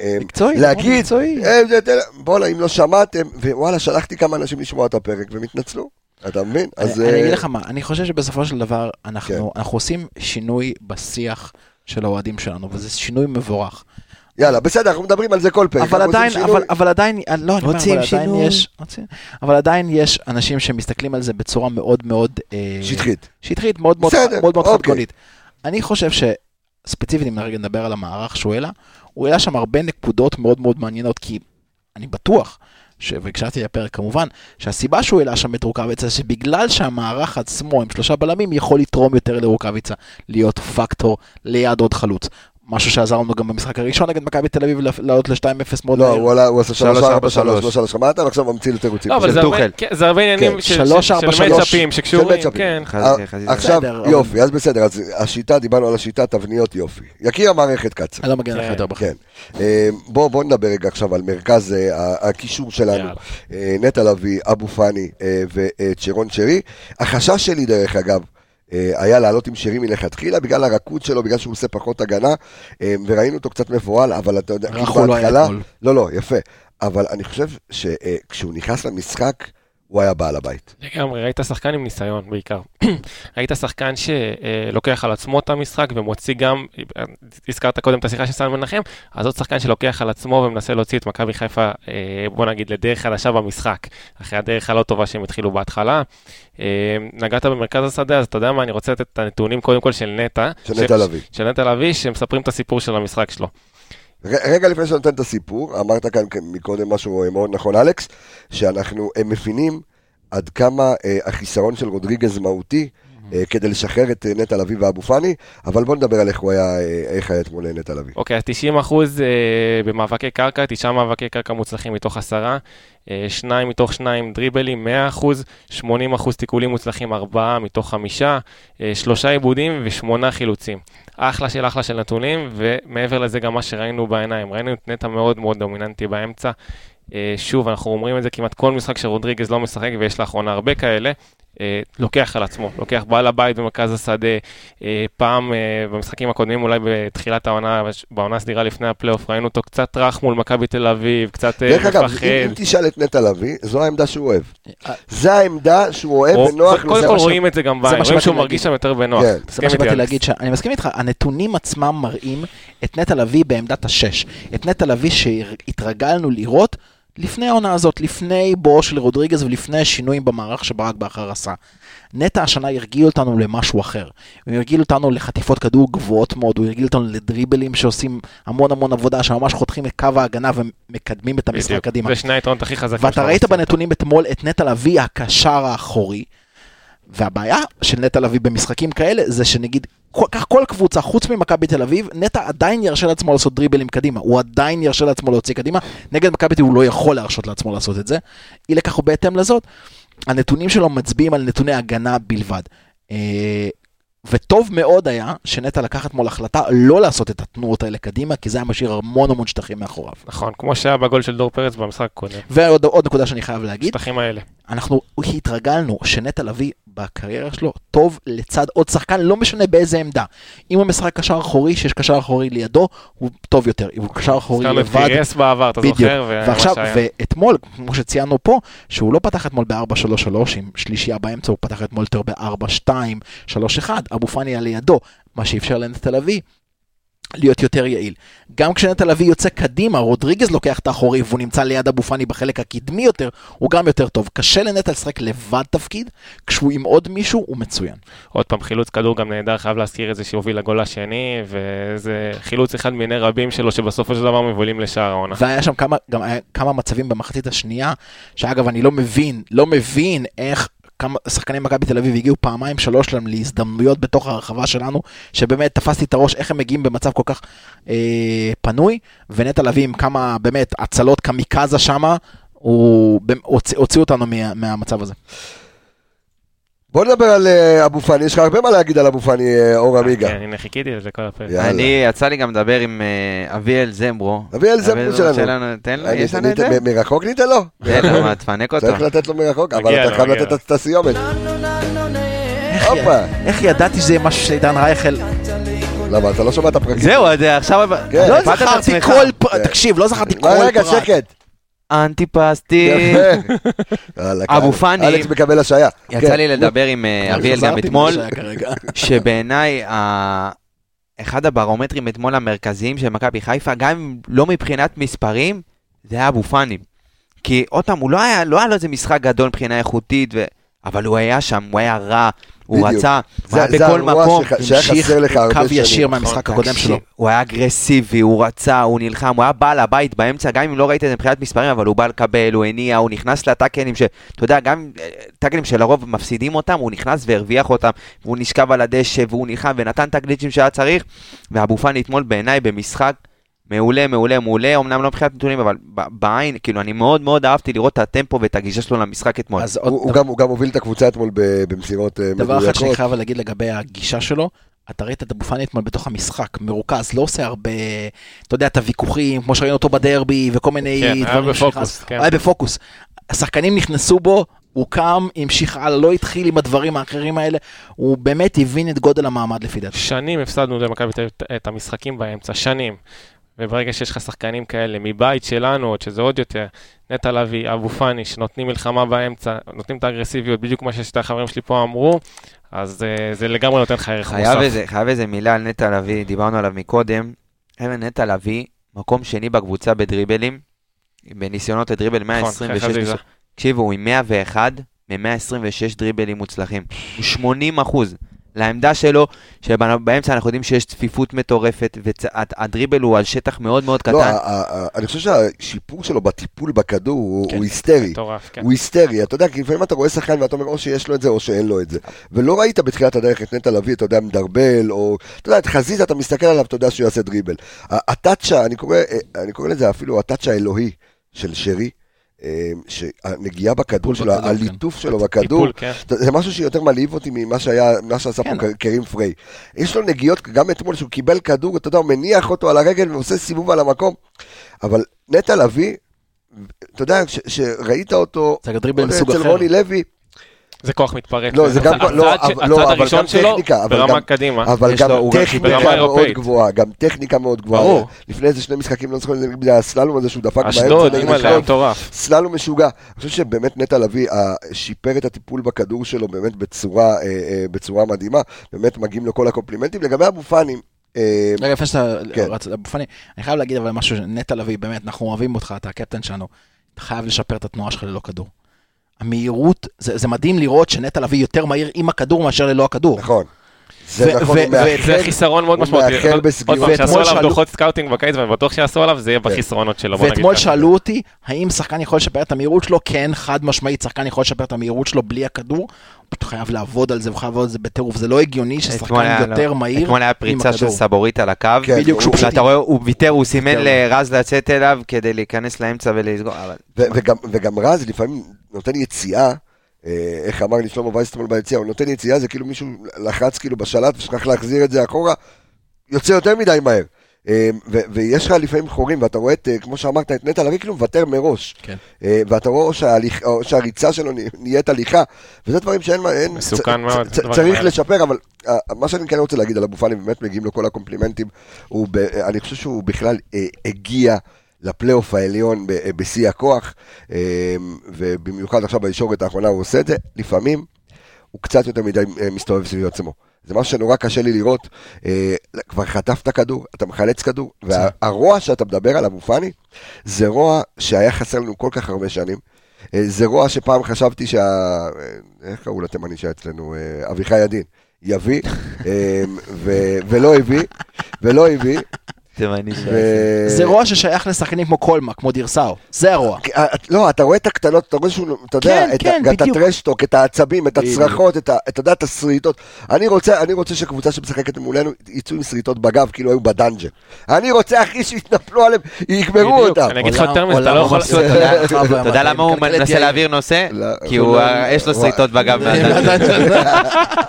Speaker 1: אה,
Speaker 9: מקצועי, מאוד
Speaker 1: להגיד,
Speaker 9: מקצועי.
Speaker 1: אה, זה- תל- בואנה, אם לא שמעתם, ווואלה, שלחתי כמה אנשים לשמוע את הפרק, והם התנצלו, אתה מבין? אז...
Speaker 9: אני,
Speaker 1: אה,
Speaker 9: אני אגיד לך מה, אני חושב שבסופו של דבר אנחנו,
Speaker 1: כן.
Speaker 9: אנחנו עושים שינוי בשיח של האוהדים שלנו, וזה שינוי מבורך.
Speaker 1: יאללה, בסדר, אנחנו מדברים על זה כל פרק.
Speaker 9: אבל
Speaker 1: אנחנו עושים
Speaker 9: עדיין,
Speaker 1: שינוי.
Speaker 9: אבל, אבל עדיין, אה, לא, אני אומר,
Speaker 1: רוצים
Speaker 9: אבל עדיין
Speaker 1: שינוי.
Speaker 9: יש, רוצים- אבל עדיין יש אנשים שמסתכלים על זה בצורה מאוד מאוד... אה,
Speaker 1: שטחית.
Speaker 9: שטחית, מאוד מאוד,
Speaker 1: בסדר,
Speaker 9: מאוד, מאוד
Speaker 1: אוקיי.
Speaker 9: חדגונית. אני חושב שספציפית, אם רגע נדבר על המערך שהוא העלה, הוא העלה שם הרבה נקודות מאוד מאוד מעניינות, כי אני בטוח, ש... והקשבתי לפרק כמובן, שהסיבה שהוא העלה שם את רוקאביצה, זה שבגלל שהמערך עצמו עם שלושה בלמים יכול לתרום יותר לרוקאביצה, להיות פקטור ליד עוד חלוץ. משהו שעזר לנו גם במשחק הראשון נגד מכבי תל אביב לעלות ל-2-0 מאוד
Speaker 1: לא,
Speaker 9: מהר.
Speaker 1: הוא עלה- הוא עשה 3 4 3
Speaker 2: 3-4-3.
Speaker 1: 3 3 מה אתה עכשיו ממציא לי תירוצים?
Speaker 3: לא, אבל זה הרבה-
Speaker 2: טוחל.
Speaker 3: כן, זה הרבה
Speaker 1: כן,
Speaker 3: עניינים של- של
Speaker 9: שלוש, ארבע,
Speaker 3: של
Speaker 9: שלוש.
Speaker 3: מצ'אפים שקשורים, כן.
Speaker 2: חזיזה,
Speaker 1: אה,
Speaker 2: חזיזה.
Speaker 1: עכשיו,
Speaker 9: בסדר, אבל-
Speaker 1: יופי, אז בסדר, אז השיטה, דיברנו על השיטה, תבניות יופי. יקיר המערכת קצר.
Speaker 9: אני לא מגן לך
Speaker 3: כן.
Speaker 9: יותר בכלל.
Speaker 1: כן. אה, בוא בוא נדבר רגע עכשיו על מרכז אה, ה- הקישור שלנו.
Speaker 3: יאללה.
Speaker 1: אה, נטע לביא, אבו פאני אה, וצ'רון שרי. החשש שלי, דרך אגב, אה, היה לעלות עם שרי מלכתחילה, בגלל הרכות שלו, בגלל שהוא עושה פחות הגנה, אה, וראינו אותו קצת מפועל, אבל אתה יודע,
Speaker 9: רך
Speaker 1: כאילו
Speaker 9: הוא לא היה
Speaker 1: בהתחלה-
Speaker 9: אתמול.
Speaker 1: לא, לא, יפה. אבל אני חושב שכשהוא נכנס למשחק, הוא היה בעל הבית.
Speaker 3: לגמרי, ראית שחקן עם ניסיון בעיקר. ראית שחקן שלוקח על עצמו את המשחק ומוציא גם, הזכרת קודם את השיחה של סן מנחם, אז עוד שחקן שלוקח על עצמו ומנסה להוציא את מכבי חיפה, אה, בוא נגיד, לדרך חדשה במשחק, אחרי הדרך הלא טובה שהם התחילו בהתחלה. אה, נגעת במרכז השדה, אז אתה יודע מה, אני רוצה לתת את הנתונים קודם כל של נטע.
Speaker 1: של
Speaker 3: ש-
Speaker 1: נטע לביא.
Speaker 3: של נטע לביא, שמספרים את הסיפור של המשחק שלו.
Speaker 1: ר- רגע לפני שנותן את הסיפור, אמרת כאן כ- מקודם משהו אה, מאוד נכון, אלכס, שאנחנו אה, מבינים עד כמה אה, החיסרון של רודריגז מהותי
Speaker 3: Mm-hmm.
Speaker 1: אה, כדי לשחרר את אה, נטע לביא ואבו פאני, אבל בוא נדבר על איך הוא היה, אה, איך היה אתמול אה, נטע לביא.
Speaker 3: אוקיי, אז 90 אחוז אה, במאבקי קרקע, תשעה מאבקי קרקע מוצלחים מתוך עשרה, אה, שניים מתוך שניים דריבלים, 100 אחוז, 80 אחוז תיקולים מוצלחים, ארבעה מתוך חמישה, אה, שלושה עיבודים ושמונה חילוצים. אחלה של אחלה של נתונים, ומעבר לזה גם מה שראינו בעיניים, ראינו את נטע מאוד מאוד דומיננטי באמצע. אה, שוב, אנחנו אומרים את זה כמעט כל משחק שרודריגז לא משחק, ויש לאחרונה הרבה כאלה. אה, לוקח על עצמו, לוקח בעל הבית במרכז השדה, אה, פעם אה, במשחקים הקודמים, אולי בתחילת העונה, בעונה הסדירה לפני הפלייאוף, ראינו אותו קצת רך מול מכבי תל אביב, קצת אה,
Speaker 1: דרך אגב,
Speaker 3: מפחד.
Speaker 1: אם אם תשאל את נטע לביא, זו העמדה שהוא אוהב.
Speaker 9: אה,
Speaker 1: זו העמדה שהוא אוהב
Speaker 3: רוא-
Speaker 1: ונוח אה, לו.
Speaker 3: קודם
Speaker 1: זה
Speaker 3: כל
Speaker 1: מה ש-
Speaker 3: רואים את זה גם
Speaker 9: מה
Speaker 3: בעין, רואים
Speaker 9: שבאתי
Speaker 3: שהוא
Speaker 9: להגיד.
Speaker 3: מרגיש שם יותר בנוח.
Speaker 1: כן, זה
Speaker 9: זה
Speaker 3: תסכים
Speaker 9: מה
Speaker 3: איתי,
Speaker 9: שבאתי
Speaker 3: אלכס.
Speaker 9: להגיד, שאני מסכים איתך, הנתונים עצמם מראים את נטע לביא בעמדת השש. את נטע לביא שהתרגלנו לראות לפני העונה הזאת, לפני בואו של רודריגז ולפני שינויים במערך שברק בכר עשה. נטע השנה הרגיל אותנו למשהו אחר. הוא הרגיל אותנו לחטיפות כדור גבוהות מאוד, הוא הרגיל אותנו לדריבלים שעושים המון המון עבודה, שממש חותכים את קו ההגנה ומקדמים את המשחק
Speaker 3: בדיוק.
Speaker 9: קדימה.
Speaker 3: זה שני היתרונות הכי חזקים.
Speaker 9: ואתה
Speaker 3: שאתה
Speaker 9: ראית
Speaker 3: עושה.
Speaker 9: בנתונים אתמול את נטע לביא הקשר האחורי. והבעיה של נטע לביא במשחקים כאלה זה שנגיד, כל כך כל קבוצה חוץ ממכבי תל אביב, נטע עדיין ירשה לעצמו לעשות דריבלים קדימה, הוא עדיין ירשה לעצמו להוציא קדימה, נגד מכבי תל אביב הוא לא יכול להרשות לעצמו לעשות את זה. אי לכך ובהתאם לזאת, הנתונים שלו מצביעים על נתוני הגנה בלבד. אה, וטוב מאוד היה שנטע לקח אתמול החלטה לא לעשות את התנועות האלה קדימה, כי זה היה משאיר המון המון שטחים מאחוריו.
Speaker 3: נכון, כמו שהיה בגול של דור פרץ במשחק הקודם.
Speaker 9: ועוד עוד נקודה שאני חייב להגיד,
Speaker 3: השטחים האלה.
Speaker 9: אנחנו התרגלנו שנטע לביא בקריירה שלו טוב לצד עוד שחקן, לא משנה באיזה עמדה. אם הוא משחק קשר אחורי, שיש קשר אחורי לידו, הוא טוב יותר. אם הוא קשר אחורי
Speaker 3: הזכרנו את
Speaker 9: לבד,
Speaker 3: פירס בעבר, אתה
Speaker 9: בדיוק.
Speaker 3: זוכר? ומה
Speaker 9: ועכשיו,
Speaker 3: שהיה.
Speaker 9: ואתמול, כמו שציינו פה, שהוא לא פתח אתמול ב-4-3-3 עם שלישייה באמצע, הוא פתח אתמול יותר ב-4-2-3-1, אבו פאני היה לידו, מה שאפשר לנטע לביא. להיות יותר יעיל. גם כשנטע לביא יוצא קדימה, רודריגז לוקח את האחורי והוא נמצא ליד אבו פאני בחלק הקדמי יותר, הוא גם יותר טוב. קשה לנטע לשחק לבד תפקיד, כשהוא עם עוד מישהו הוא מצוין.
Speaker 3: עוד פעם, חילוץ כדור גם נהדר, חייב להזכיר את זה שהוביל לגול השני, וזה חילוץ אחד מיני רבים שלו, שבסופו של דבר מובילים לשער העונה.
Speaker 9: והיה שם כמה, גם היה כמה מצבים במחצית השנייה, שאגב, אני לא מבין, לא מבין איך כמה שחקני מכבי תל אביב הגיעו פעמיים שלוש להם להזדמנויות בתוך הרחבה שלנו, שבאמת תפסתי את הראש איך הם מגיעים במצב כל כך אה, פנוי, ונטע לביא עם כמה באמת הצלות קמיקזה שמה, הוא במ- הוציא- הוציא אותנו מה, מהמצב הזה.
Speaker 1: בוא נדבר על אה, אבו פאני, יש לך הרבה מה להגיד על אבו פאני, אה, אור עמיגה.
Speaker 3: כן, הנה, חיכיתי לזה כל הפרק.
Speaker 1: יאללה.
Speaker 2: אני, יצא לי גם לדבר עם אה, אביאל זמרו.
Speaker 1: אביאל זמרו שלנו.
Speaker 2: תן לו,
Speaker 1: אני-
Speaker 2: יש לנו את
Speaker 1: ניתן-
Speaker 2: זה?
Speaker 1: מ- מרחוק ניתן לו?
Speaker 2: תן לו, מה, תפנק אותו.
Speaker 1: צריך לתת לו מרחוק,
Speaker 2: מגיע
Speaker 1: אבל אתה
Speaker 2: לו,
Speaker 1: חייב
Speaker 2: מגיע
Speaker 1: לתת
Speaker 2: לו.
Speaker 1: את הסיומת. הופה.
Speaker 9: איך ידעתי שזה משהו של עידן רייכל?
Speaker 1: למה, אתה לא שומע את הפרקים?
Speaker 2: זהו, אז אה, עכשיו...
Speaker 1: כן.
Speaker 9: לא
Speaker 2: הפלת את
Speaker 9: זכרתי
Speaker 2: עצמך.
Speaker 9: כל פרט, תקשיב, לא זכרתי כל
Speaker 1: מה,
Speaker 9: פרט.
Speaker 1: רגע, שקט.
Speaker 2: אנטיפסטי.
Speaker 1: יפה. וואלה,
Speaker 2: אה,
Speaker 1: כאלה.
Speaker 2: אבו פאני.
Speaker 1: אלכס מקבל השעיה.
Speaker 2: יצא
Speaker 1: כן.
Speaker 2: לי לדבר עם אה, אביאל גם
Speaker 9: חזרתי
Speaker 2: אתמול,
Speaker 9: ממה שהיה כרגע.
Speaker 2: שבעיניי ה- אחד הברומטרים אתמול המרכזיים של מכבי חיפה, גם אם לא מבחינת מספרים, זה היה אבו פאני. כי עוד פעם, הוא לא היה, לא היה לו איזה משחק גדול מבחינה איכותית, ו... אבל הוא היה שם, הוא היה רע, הוא
Speaker 1: בדיוק.
Speaker 2: רצה, הוא
Speaker 1: זה-
Speaker 2: היה
Speaker 1: זה
Speaker 2: בכל
Speaker 1: הרוע
Speaker 2: מקום.
Speaker 1: שח- שהיה
Speaker 9: המשיך
Speaker 1: חסר לך הרבה
Speaker 9: קו
Speaker 1: שנים.
Speaker 9: ישיר מהמשחק הקודם
Speaker 2: תקשיב,
Speaker 9: שלו.
Speaker 2: הוא היה אגרסיבי, הוא רצה, הוא נלחם, הוא היה בעל הבית באמצע, גם אם לא ראית את זה מבחינת מספרים, אבל הוא בא לקבל, הוא הניע, הוא נכנס לטאקלים, שאתה יודע, גם אה, טאקלים שלרוב מפסידים אותם, הוא נכנס והרוויח אותם, והוא נשכב על הדשא, והוא נלחם, ונתן את הגליצ'ים שהיה צריך, ואבו פאני אתמול בעיניי במשחק מעולה, מעולה, מעולה, אמנם לא מבחינת נתונים, אבל ב- בעין, כאילו, אני מאוד מאוד אהבתי לראות את הטמפו ואת הגישה שלו למשחק אתמול.
Speaker 9: אז
Speaker 1: הוא-
Speaker 9: עוד
Speaker 1: הוא גם- הוא גם הוביל את הקבוצה אתמול ב- במסירות אה,
Speaker 9: דבר אחד שאני
Speaker 1: מדויקות.
Speaker 9: חייב להגיד לגבי הגישה שלו, אתה ראית את אבו פאני אתמול בתוך המשחק, מרוכז, לא עושה הרבה, אתה יודע, את הוויכוחים, כמו שראינו אותו בדרבי, וכל מיני
Speaker 3: כן, היה
Speaker 9: דברים שהוא
Speaker 3: בפוקוס,
Speaker 9: נכנס.
Speaker 3: כן.
Speaker 9: היה בפוקוס. השחקנים נכנסו בו, הוא קם, המשיך הלאה, לא התחיל עם הדברים האחרים האלה, הוא באמת הבין את גודל המעמד לפי דעתי.
Speaker 3: שנים הפסדנו למכבי תל אביב את- את המשחקים באמצע, שנים. וברגע שיש לך שחקנים כאלה, מבית שלנו, עוד שזה עוד יותר, נטע לביא, אבו פאני, שנותנים מלחמה באמצע, נותנים את האגרסיביות, בדיוק מה ששתי החברים שלי פה אמרו, אז אה, זה לגמרי נותן לך ערך מוסף.
Speaker 2: חייב איזה, חייב איזה מילה על נטע לביא, דיברנו עליו מקודם. חבר'ה, נטע לביא, מקום שני בקבוצה בדריבלים, בניסיונות לדריבל
Speaker 3: נכון,
Speaker 2: 126.
Speaker 3: אחרי חזיזה.
Speaker 2: ניסיונות. תקשיבו, הוא עם 101 מ-126 דריבלים מוצלחים. הוא 80 אחוז. לעמדה שלו, שבאמצע אנחנו יודעים שיש צפיפות מטורפת, והדריבל הוא על שטח מאוד מאוד
Speaker 1: לא,
Speaker 2: קטן.
Speaker 1: ה- ה- ה- אני חושב שהשיפור שלו בטיפול בכדור הוא הוא היסטרי.
Speaker 3: מטורף, כן.
Speaker 1: הוא היסטרי, אתה יודע, כי לפעמים אתה רואה שחקן ואתה אומר או שיש לו את זה או שאין לו את זה. ולא ראית בתחילת הדרך את נטע לביא, אתה יודע, מדרבל, או... אתה יודע, את חזיזה, אתה מסתכל עליו, אתה יודע שהוא יעשה דריבל. ה- הטאצ'ה, אני קורא, אה, אני קורא לזה אפילו הטאצ'ה האלוהי של שרי, אה, שהנגיעה בכדור שלו,
Speaker 9: בכדור, כן.
Speaker 1: הליטוף שלו בכדור,
Speaker 3: טיפול, כן.
Speaker 1: אתה- זה משהו שיותר מלהיב אותי ממה שהיה, מה שעשה פה
Speaker 9: כן.
Speaker 1: ק- קרים פריי. יש לו נגיעות, גם אתמול שהוא קיבל כדור, אתה יודע, הוא מניח אותו על הרגל ועושה סיבוב על המקום. אבל נטע לביא, אתה יודע, ש- שראית אותו,
Speaker 9: זה דריבל
Speaker 1: עוד
Speaker 9: מסוג
Speaker 1: אצל
Speaker 9: אחר.
Speaker 1: רוני לוי,
Speaker 3: זה כוח מתפרק.
Speaker 1: לא, זה גם,
Speaker 3: הצעד-
Speaker 1: לא,
Speaker 3: הצעד ש-
Speaker 1: אבל- לא,
Speaker 3: הצעד
Speaker 1: אבל
Speaker 3: הראשון
Speaker 1: גם
Speaker 3: שלו
Speaker 1: טכניקה, אבל
Speaker 3: ברמה
Speaker 1: גם-
Speaker 3: קדימה.
Speaker 1: אבל
Speaker 2: יש
Speaker 1: גם
Speaker 2: לו- הוא גם
Speaker 3: ברמה
Speaker 1: טכניקה מאוד
Speaker 3: אירופאית.
Speaker 1: גבוהה,
Speaker 3: גבוהה.
Speaker 1: גם טכניקה מאוד גבוהה.
Speaker 3: ברור.
Speaker 1: לפני איזה שני משחקים, לא זוכר אם זה- אם זה הסללום הזה שהוא דפק באמצע.
Speaker 3: אשדוד,
Speaker 1: נגד
Speaker 3: אימא, זה היה
Speaker 1: אשדוד.
Speaker 3: מטורף.
Speaker 1: סללום משוגע. אני חושב שבאמת נטע לביא אה, שיפר את הטיפול בכדור שלו באמת בצורה, אה, אה, בצורה מדהימה. באמת מגיעים לו כל הקומפלימנטים. לגבי אבו פאני, אה,
Speaker 9: רגע, לפני שאתה
Speaker 1: כן.
Speaker 9: רץ לאבו פאני, אני חייב להגיד אבל משהו, נטע לביא, באמת, אנחנו אוהבים אותך, אתה הקפטן שלנו. אתה חייב לשפר את התנועה שלך ללא כדור. המהירות, זה, זה מדהים לראות שנטע לביא יותר מהיר עם הכדור מאשר ללא הכדור.
Speaker 1: נכון. זה
Speaker 9: ו-
Speaker 1: נכון,
Speaker 9: ו-
Speaker 1: הוא מאחר.
Speaker 3: זה חיסרון מאוד
Speaker 1: הוא
Speaker 3: משמעותי.
Speaker 1: מאחר
Speaker 3: עוד-
Speaker 1: בסגירות.
Speaker 3: עוד פעם, שעשו
Speaker 9: ואתמול
Speaker 3: עליו
Speaker 9: שאלו-
Speaker 3: דוחות סקאוטינג בקיץ, ואני בטוח שיעשו עליו, זה יהיה
Speaker 1: כן.
Speaker 3: בחסרונות שלו. בוא נגיד
Speaker 9: ואתמול
Speaker 3: ככה.
Speaker 9: שאלו אותי, האם שחקן יכול לשפר את המהירות שלו? כן, חד משמעית, שחקן יכול לשפר את המהירות שלו בלי הכדור. הוא פשוט חייב לעבוד על זה, הוא חייב לעבוד על זה בטירוף. זה לא הגיוני
Speaker 2: אתמול
Speaker 9: ששחקן
Speaker 2: היה-
Speaker 9: יותר
Speaker 2: לא,
Speaker 9: מהיר
Speaker 2: אתמול היה
Speaker 9: עם
Speaker 2: פריצה של
Speaker 9: הכדור.
Speaker 2: סבורית על הקו.
Speaker 1: כן,
Speaker 9: בדיוק, שהוא פשוט- כן.
Speaker 2: ואתה רואה, הוא ויתר, הוא סימן
Speaker 9: ויתר.
Speaker 2: לרז לצאת אליו כדי להיכנס לאמצע ולסגור. אבל-
Speaker 1: ו- וגם, וגם רז לפעמים נותן יציאה, אה, איך אמר לי שלמה וייס אתמול ביציאה, הוא נותן יציאה, זה כאילו מישהו לחץ כאילו בשלט ושכח להחזיר את זה אחורה, יוצא יותר מדי מהר. אה, ו- ויש לך לפעמים חורים, ואתה רואה, את, אה, כמו שאמרת, את נטע לביא כאילו מוותר מראש.
Speaker 9: כן.
Speaker 1: אה, ואתה רואה או, שההליך, או שהריצה שלו נ- נהיית הליכה, וזה דברים שאין מה... אין,
Speaker 3: מסוכן
Speaker 1: צ- צ-
Speaker 3: מאוד,
Speaker 1: צ-
Speaker 3: הדברים
Speaker 1: צריך
Speaker 3: האלה.
Speaker 1: לשפר, אבל אה, מה שאני כן רוצה להגיד על אבו פאני, באמת מגיעים לו כל הקומפלימנטים, הוא ב- אה, אני חושב שהוא בכלל אה, הגיע לפלייאוף העליון ב- אה, בשיא הכוח, אה, ובמיוחד עכשיו בישורת האחרונה הוא עושה את זה, לפעמים הוא קצת יותר מדי אה, מסתובב סביב עצמו. זה משהו שנורא קשה לי לראות, אה, כבר חטפת כדור, אתה מחלץ כדור, והרוע שאתה מדבר עליו, אבו פאני, זה רוע שהיה חסר לנו כל כך הרבה שנים. אה, זה רוע שפעם חשבתי שה... אה, איך קראו לתימני שהיה אצלנו? אה, אמ, אביחי עדין. יביא, אה, ו... ולא הביא, ולא הביא.
Speaker 2: תימני.
Speaker 1: ו-
Speaker 9: זה רוע ששייך לשחקנים כמו קולמה, כמו דירסאו. זה הרוע.
Speaker 1: לא, אתה רואה את הקטנות, אתה רואה שהוא, אתה יודע,
Speaker 9: כן,
Speaker 1: את ה-
Speaker 9: כן,
Speaker 1: גם את
Speaker 9: בדיוק.
Speaker 1: הטרשטוק, את העצבים, את
Speaker 9: בדיוק.
Speaker 1: הצרחות, את ה- אתה יודע, את השריטות. אני רוצה אני רוצה שקבוצה שמשחקת מולנו יצאו עם שריטות בגב, כאילו היו בדאנג'ה. אני רוצה, אחי, שיתנפלו עליהם, יגמרו
Speaker 3: בדיוק,
Speaker 1: אותם.
Speaker 3: אני אגיד לך
Speaker 9: עולם-
Speaker 3: יותר מזה, אתה
Speaker 9: עולם
Speaker 3: לא יכול...
Speaker 9: המבסוט,
Speaker 3: אתה-
Speaker 9: עולם
Speaker 2: אתה
Speaker 9: הרחב
Speaker 2: יודע- אתה יודע
Speaker 9: והמדהים.
Speaker 2: למה הוא
Speaker 9: כלכלת
Speaker 2: מנסה
Speaker 9: יעיל.
Speaker 2: להעביר נושא?
Speaker 1: לא,
Speaker 2: כי הוא,
Speaker 1: לא,
Speaker 2: אה, יש לו
Speaker 1: וואי.
Speaker 2: שריטות בגב מהדן.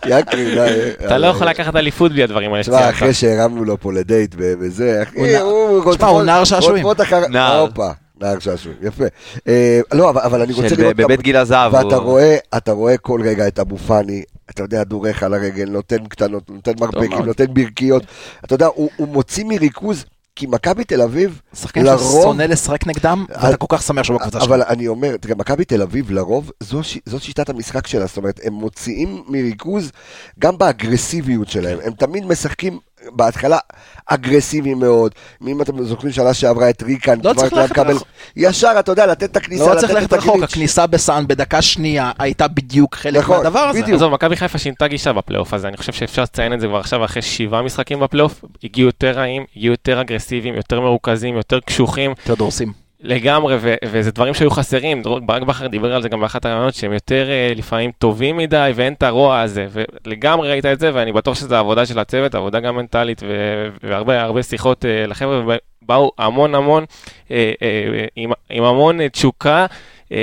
Speaker 1: יקי, די. אה,
Speaker 3: אתה לא יכול לקחת אליפות בלי הדברים האלה
Speaker 1: תשמע, אחרי
Speaker 3: שציינת.
Speaker 1: שהרמנו לו פה לדייט ו- וזה,
Speaker 9: הוא
Speaker 1: אחי,
Speaker 9: נע-
Speaker 1: הוא...
Speaker 9: תשמע, הוא נער שעשועים.
Speaker 1: רודפות אחר...
Speaker 2: נער.
Speaker 1: הופה, נער שעשועים, יפה. אה, לא, אבל- אבל אני רוצה
Speaker 2: של-
Speaker 1: לראות...
Speaker 2: בבית גיל הזהב.
Speaker 1: ואתה
Speaker 2: הוא-
Speaker 1: רואה, אתה רואה כל רגע את אבו פאני, אתה יודע, דורך על הרגל, נותן קטנות, נותן מרפקים,
Speaker 9: מאוד.
Speaker 1: נותן ברכיות. אתה יודע, הוא הוא מוציא מריכוז, כי מכבי תל אביב,
Speaker 9: שחקנים
Speaker 1: לרוב...
Speaker 9: ששונא לשחק נגדם, ואתה כל כך שמח שהוא לא בקבוצה שלך.
Speaker 1: אבל אני אומר, תראה, מכבי תל אביב לרוב, זו, ש- זאת שיטת המשחק שלה, זאת אומרת, הם מוציאים מריכוז גם באגרסיביות שלהם, הם תמיד משחקים בהתחלה אגרסיבי מאוד, אם אתם זוכרים שנה שעברה את ריקן,
Speaker 9: לא צריך
Speaker 1: כבר
Speaker 9: ללכת
Speaker 1: קבל-
Speaker 9: רחוק.
Speaker 1: ישר, אתה יודע, לתת את הכניסה,
Speaker 9: לא צריך
Speaker 1: לתת
Speaker 9: ללכת
Speaker 1: את
Speaker 9: רחוק,
Speaker 1: הגליץ'.
Speaker 9: הכניסה בסאן בדקה שנייה הייתה בדיוק חלק
Speaker 1: נכון,
Speaker 9: מהדבר הזה.
Speaker 1: בדיוק.
Speaker 3: עזוב, מכבי חיפה שינתה גישה בפלייאוף הזה, אני חושב שאפשר לציין את זה כבר עכשיו אחרי שבעה משחקים בפלייאוף, הגיעו יותר רעים, הגיעו יותר אגרסיביים, יותר מרוכזים, יותר קשוחים,
Speaker 9: יותר דורסים.
Speaker 3: לגמרי, ו- וזה דברים שהיו חסרים, דרור- ברק בכר דיבר על זה גם באחת הרעיונות, שהם יותר אה, לפעמים טובים מדי, ואין את הרוע הזה, ולגמרי ראית את זה, ואני בטוח שזו עבודה של הצוות, עבודה גם מנטלית, ו- והרבה הרבה שיחות אה, לחבר'ה, ובאו המון המון, אה, אה, אה, עם, עם המון אה, תשוקה, אה,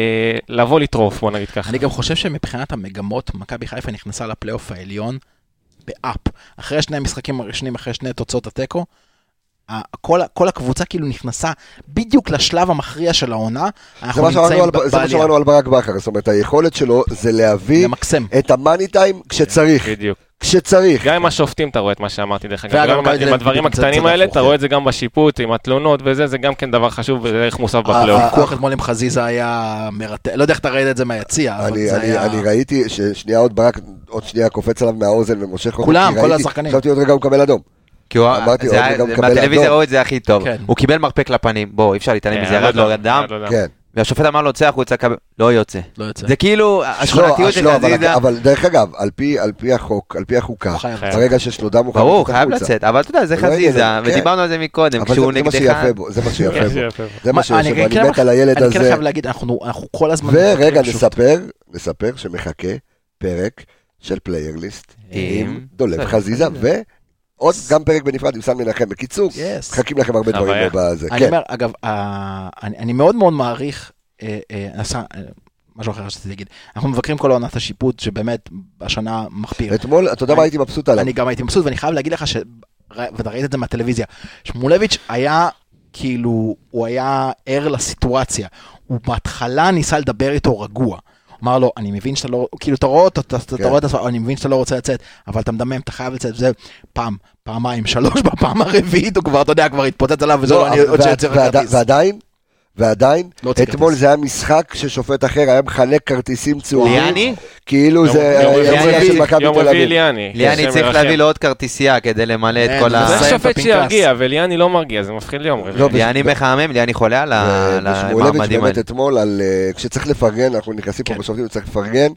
Speaker 3: לבוא לטרוף, בוא נגיד ככה.
Speaker 9: אני גם חושב שמבחינת המגמות, מכבי חיפה נכנסה לפלייאוף העליון באפ. אחרי שני המשחקים הראשונים, אחרי שני תוצאות התיקו, ה- כל, ה- כל הקבוצה כאילו נכנסה בדיוק לשלב המכריע של העונה.
Speaker 1: זה
Speaker 9: אנחנו
Speaker 1: מה שאמרנו
Speaker 9: נמצאים
Speaker 1: על-
Speaker 9: ב-
Speaker 1: זה מה
Speaker 9: בעלייה.
Speaker 1: שאמרנו על ברק בכר, זאת אומרת, היכולת שלו זה להביא
Speaker 9: למקסם.
Speaker 1: את המאני טיים כשצריך,
Speaker 3: בדיוק.
Speaker 1: כשצריך.
Speaker 3: גם עם השופטים אתה רואה את מה שאמרתי דרך אגב,
Speaker 9: ואגב,
Speaker 3: גם עם-
Speaker 9: מכבי תל
Speaker 3: עם
Speaker 9: אביב
Speaker 3: הדברים
Speaker 9: בדיוק
Speaker 3: הקטנים
Speaker 9: מצד
Speaker 3: האלה,
Speaker 9: הפוך,
Speaker 3: אתה
Speaker 9: כן.
Speaker 3: רואה את זה גם בשיפוט, עם התלונות וזה, זה גם כן דבר חשוב וזה ערך מוסף בפלייאוף.
Speaker 9: הוויכוח אתמול עם חזיזה היה מרתק, לא יודע איך אתה ראית את זה מהיציע, אבל
Speaker 1: אני,
Speaker 9: זה
Speaker 1: אני,
Speaker 9: היה...
Speaker 1: אני ראיתי ששנייה עוד ברק, עוד שנייה קופץ עליו מהאוזן ומושך אותו.
Speaker 9: כולם,
Speaker 1: כי
Speaker 9: כל
Speaker 1: ראיתי-
Speaker 9: השחקנים.
Speaker 1: חשבתי עוד רגע הוא מקבל אדום.
Speaker 2: כי הוא-
Speaker 1: אמרתי,
Speaker 2: זה
Speaker 1: עוד
Speaker 2: היה-
Speaker 1: גם מקבל
Speaker 2: מהטלוויזיה
Speaker 1: אדום.
Speaker 2: ראו את זה הכי טוב.
Speaker 9: כן.
Speaker 2: הוא קיבל מרפק לפנים, בוא, אי אפשר להתעלם מזה, ירד לו דם,
Speaker 1: כן.
Speaker 2: והשופט אמר לו, צא החוצה, קבל- לא יוצא.
Speaker 9: לא יוצא.
Speaker 2: זה כאילו,
Speaker 1: לא,
Speaker 2: השכונתיות של
Speaker 1: לא, אבל-
Speaker 2: חזיזה,
Speaker 1: אבל דרך אגב, על פי, על פי החוק, על פי החוקה,
Speaker 9: הוא חייב לצאת.
Speaker 1: ברגע שיש לו דם הוא חייב
Speaker 2: ברור,
Speaker 1: לצאת
Speaker 2: חייב
Speaker 1: החוצה.
Speaker 2: לצאת, אבל אתה יודע, זה
Speaker 1: לא ראיתי את
Speaker 2: חזיזה,
Speaker 1: זה, כן.
Speaker 2: ודיברנו על זה מקודם,
Speaker 1: אבל זה
Speaker 2: כשהוא
Speaker 1: זה מה
Speaker 2: נגדך,
Speaker 1: שיפה בו, זה מה שיפה בו. זה מה
Speaker 9: כן. מה-
Speaker 1: שיפה
Speaker 9: אני
Speaker 1: בו,
Speaker 9: כן
Speaker 1: אני מת
Speaker 9: לך-
Speaker 1: על הילד
Speaker 9: אני כן
Speaker 1: הזה.
Speaker 9: חייב להגיד, אנחנו אנחנו כל הזמן...
Speaker 1: ורגע,
Speaker 9: מחכים לשופט.
Speaker 1: נספר, נספר שמחכה פרק של פליירליסט עם
Speaker 2: עם
Speaker 1: דולב
Speaker 2: דולב
Speaker 1: חזיזה, ועוד גם פרק בנפרד עם סן מנחם. בקיצור,
Speaker 9: Yes.
Speaker 1: מחכים לכם הרבה דברים
Speaker 3: חוויה.
Speaker 1: בזה.
Speaker 9: אני
Speaker 1: כן.
Speaker 9: אומר, אגב, ה- אני אני מאוד מאוד מעריך, אה, אה, עשה- אה, משהו אחר שרציתי להגיד, אנחנו מבקרים כל עונת השיפוט, שבאמת השנה מחפיר.
Speaker 1: אתמול, אתה יודע מה
Speaker 9: אני-
Speaker 1: הייתי מבסוט עליו?
Speaker 9: אני גם הייתי מבסוט, ואני חייב להגיד לך, ש- ר- ואתה ראית את זה מהטלוויזיה, שמולביץ' היה, כאילו, הוא היה ער לסיטואציה. הוא בהתחלה ניסה לדבר איתו רגוע. הוא אמר לו, אני מבין שאתה לא, כאילו, אתה רואה אותו, אתה אתה- אתה
Speaker 1: כן.
Speaker 9: רואה את הספר, אני מבין שאתה לא רוצה לצאת, אבל אתה מדמם, אתה חייב לצאת, זה פעם, פעמיים, שלוש, בפעם הרביעית, הוא כבר, אתה יודע, כבר התפוצץ עליו, וזה לא, אני
Speaker 1: אבל-
Speaker 9: עוד
Speaker 1: ועד-
Speaker 9: שיוצר
Speaker 1: ועד-
Speaker 9: כרטיס.
Speaker 1: ועדיין, ועדיין,
Speaker 9: לא הוציא
Speaker 1: אתמול
Speaker 9: כרטיס.
Speaker 1: זה היה משחק ששופט אחר היה מחלק כרטיסים צהובים,
Speaker 2: ליאני?
Speaker 1: כאילו
Speaker 3: יום-
Speaker 1: זה
Speaker 3: יום
Speaker 1: היה
Speaker 2: רביעי-
Speaker 1: רביעי של מכבי
Speaker 3: יום
Speaker 1: תל
Speaker 3: רביעי
Speaker 1: אביב.
Speaker 3: ליאני.
Speaker 2: ליאני
Speaker 3: השם
Speaker 2: צריך
Speaker 3: ירחם.
Speaker 2: להביא לו עוד כרטיסיה כדי למלא את
Speaker 1: כן,
Speaker 9: אין,
Speaker 2: כל ה...
Speaker 9: זה
Speaker 3: צריך
Speaker 9: לסיים את
Speaker 3: שופט
Speaker 9: הפנקס.
Speaker 3: שירגיע, וליאני לא מרגיע, זה מפחיד לי יום רביעי.
Speaker 1: לא, וזה-
Speaker 2: ליאני מחמם, ליאני חולה על ה- על
Speaker 1: ושמואלביץ'
Speaker 2: המעמדים
Speaker 1: באמת
Speaker 2: האלה.
Speaker 1: אתמול, על, אה, כשצריך לפרגן, אנחנו נכנסים פה בשופטים, צריך לפרגן,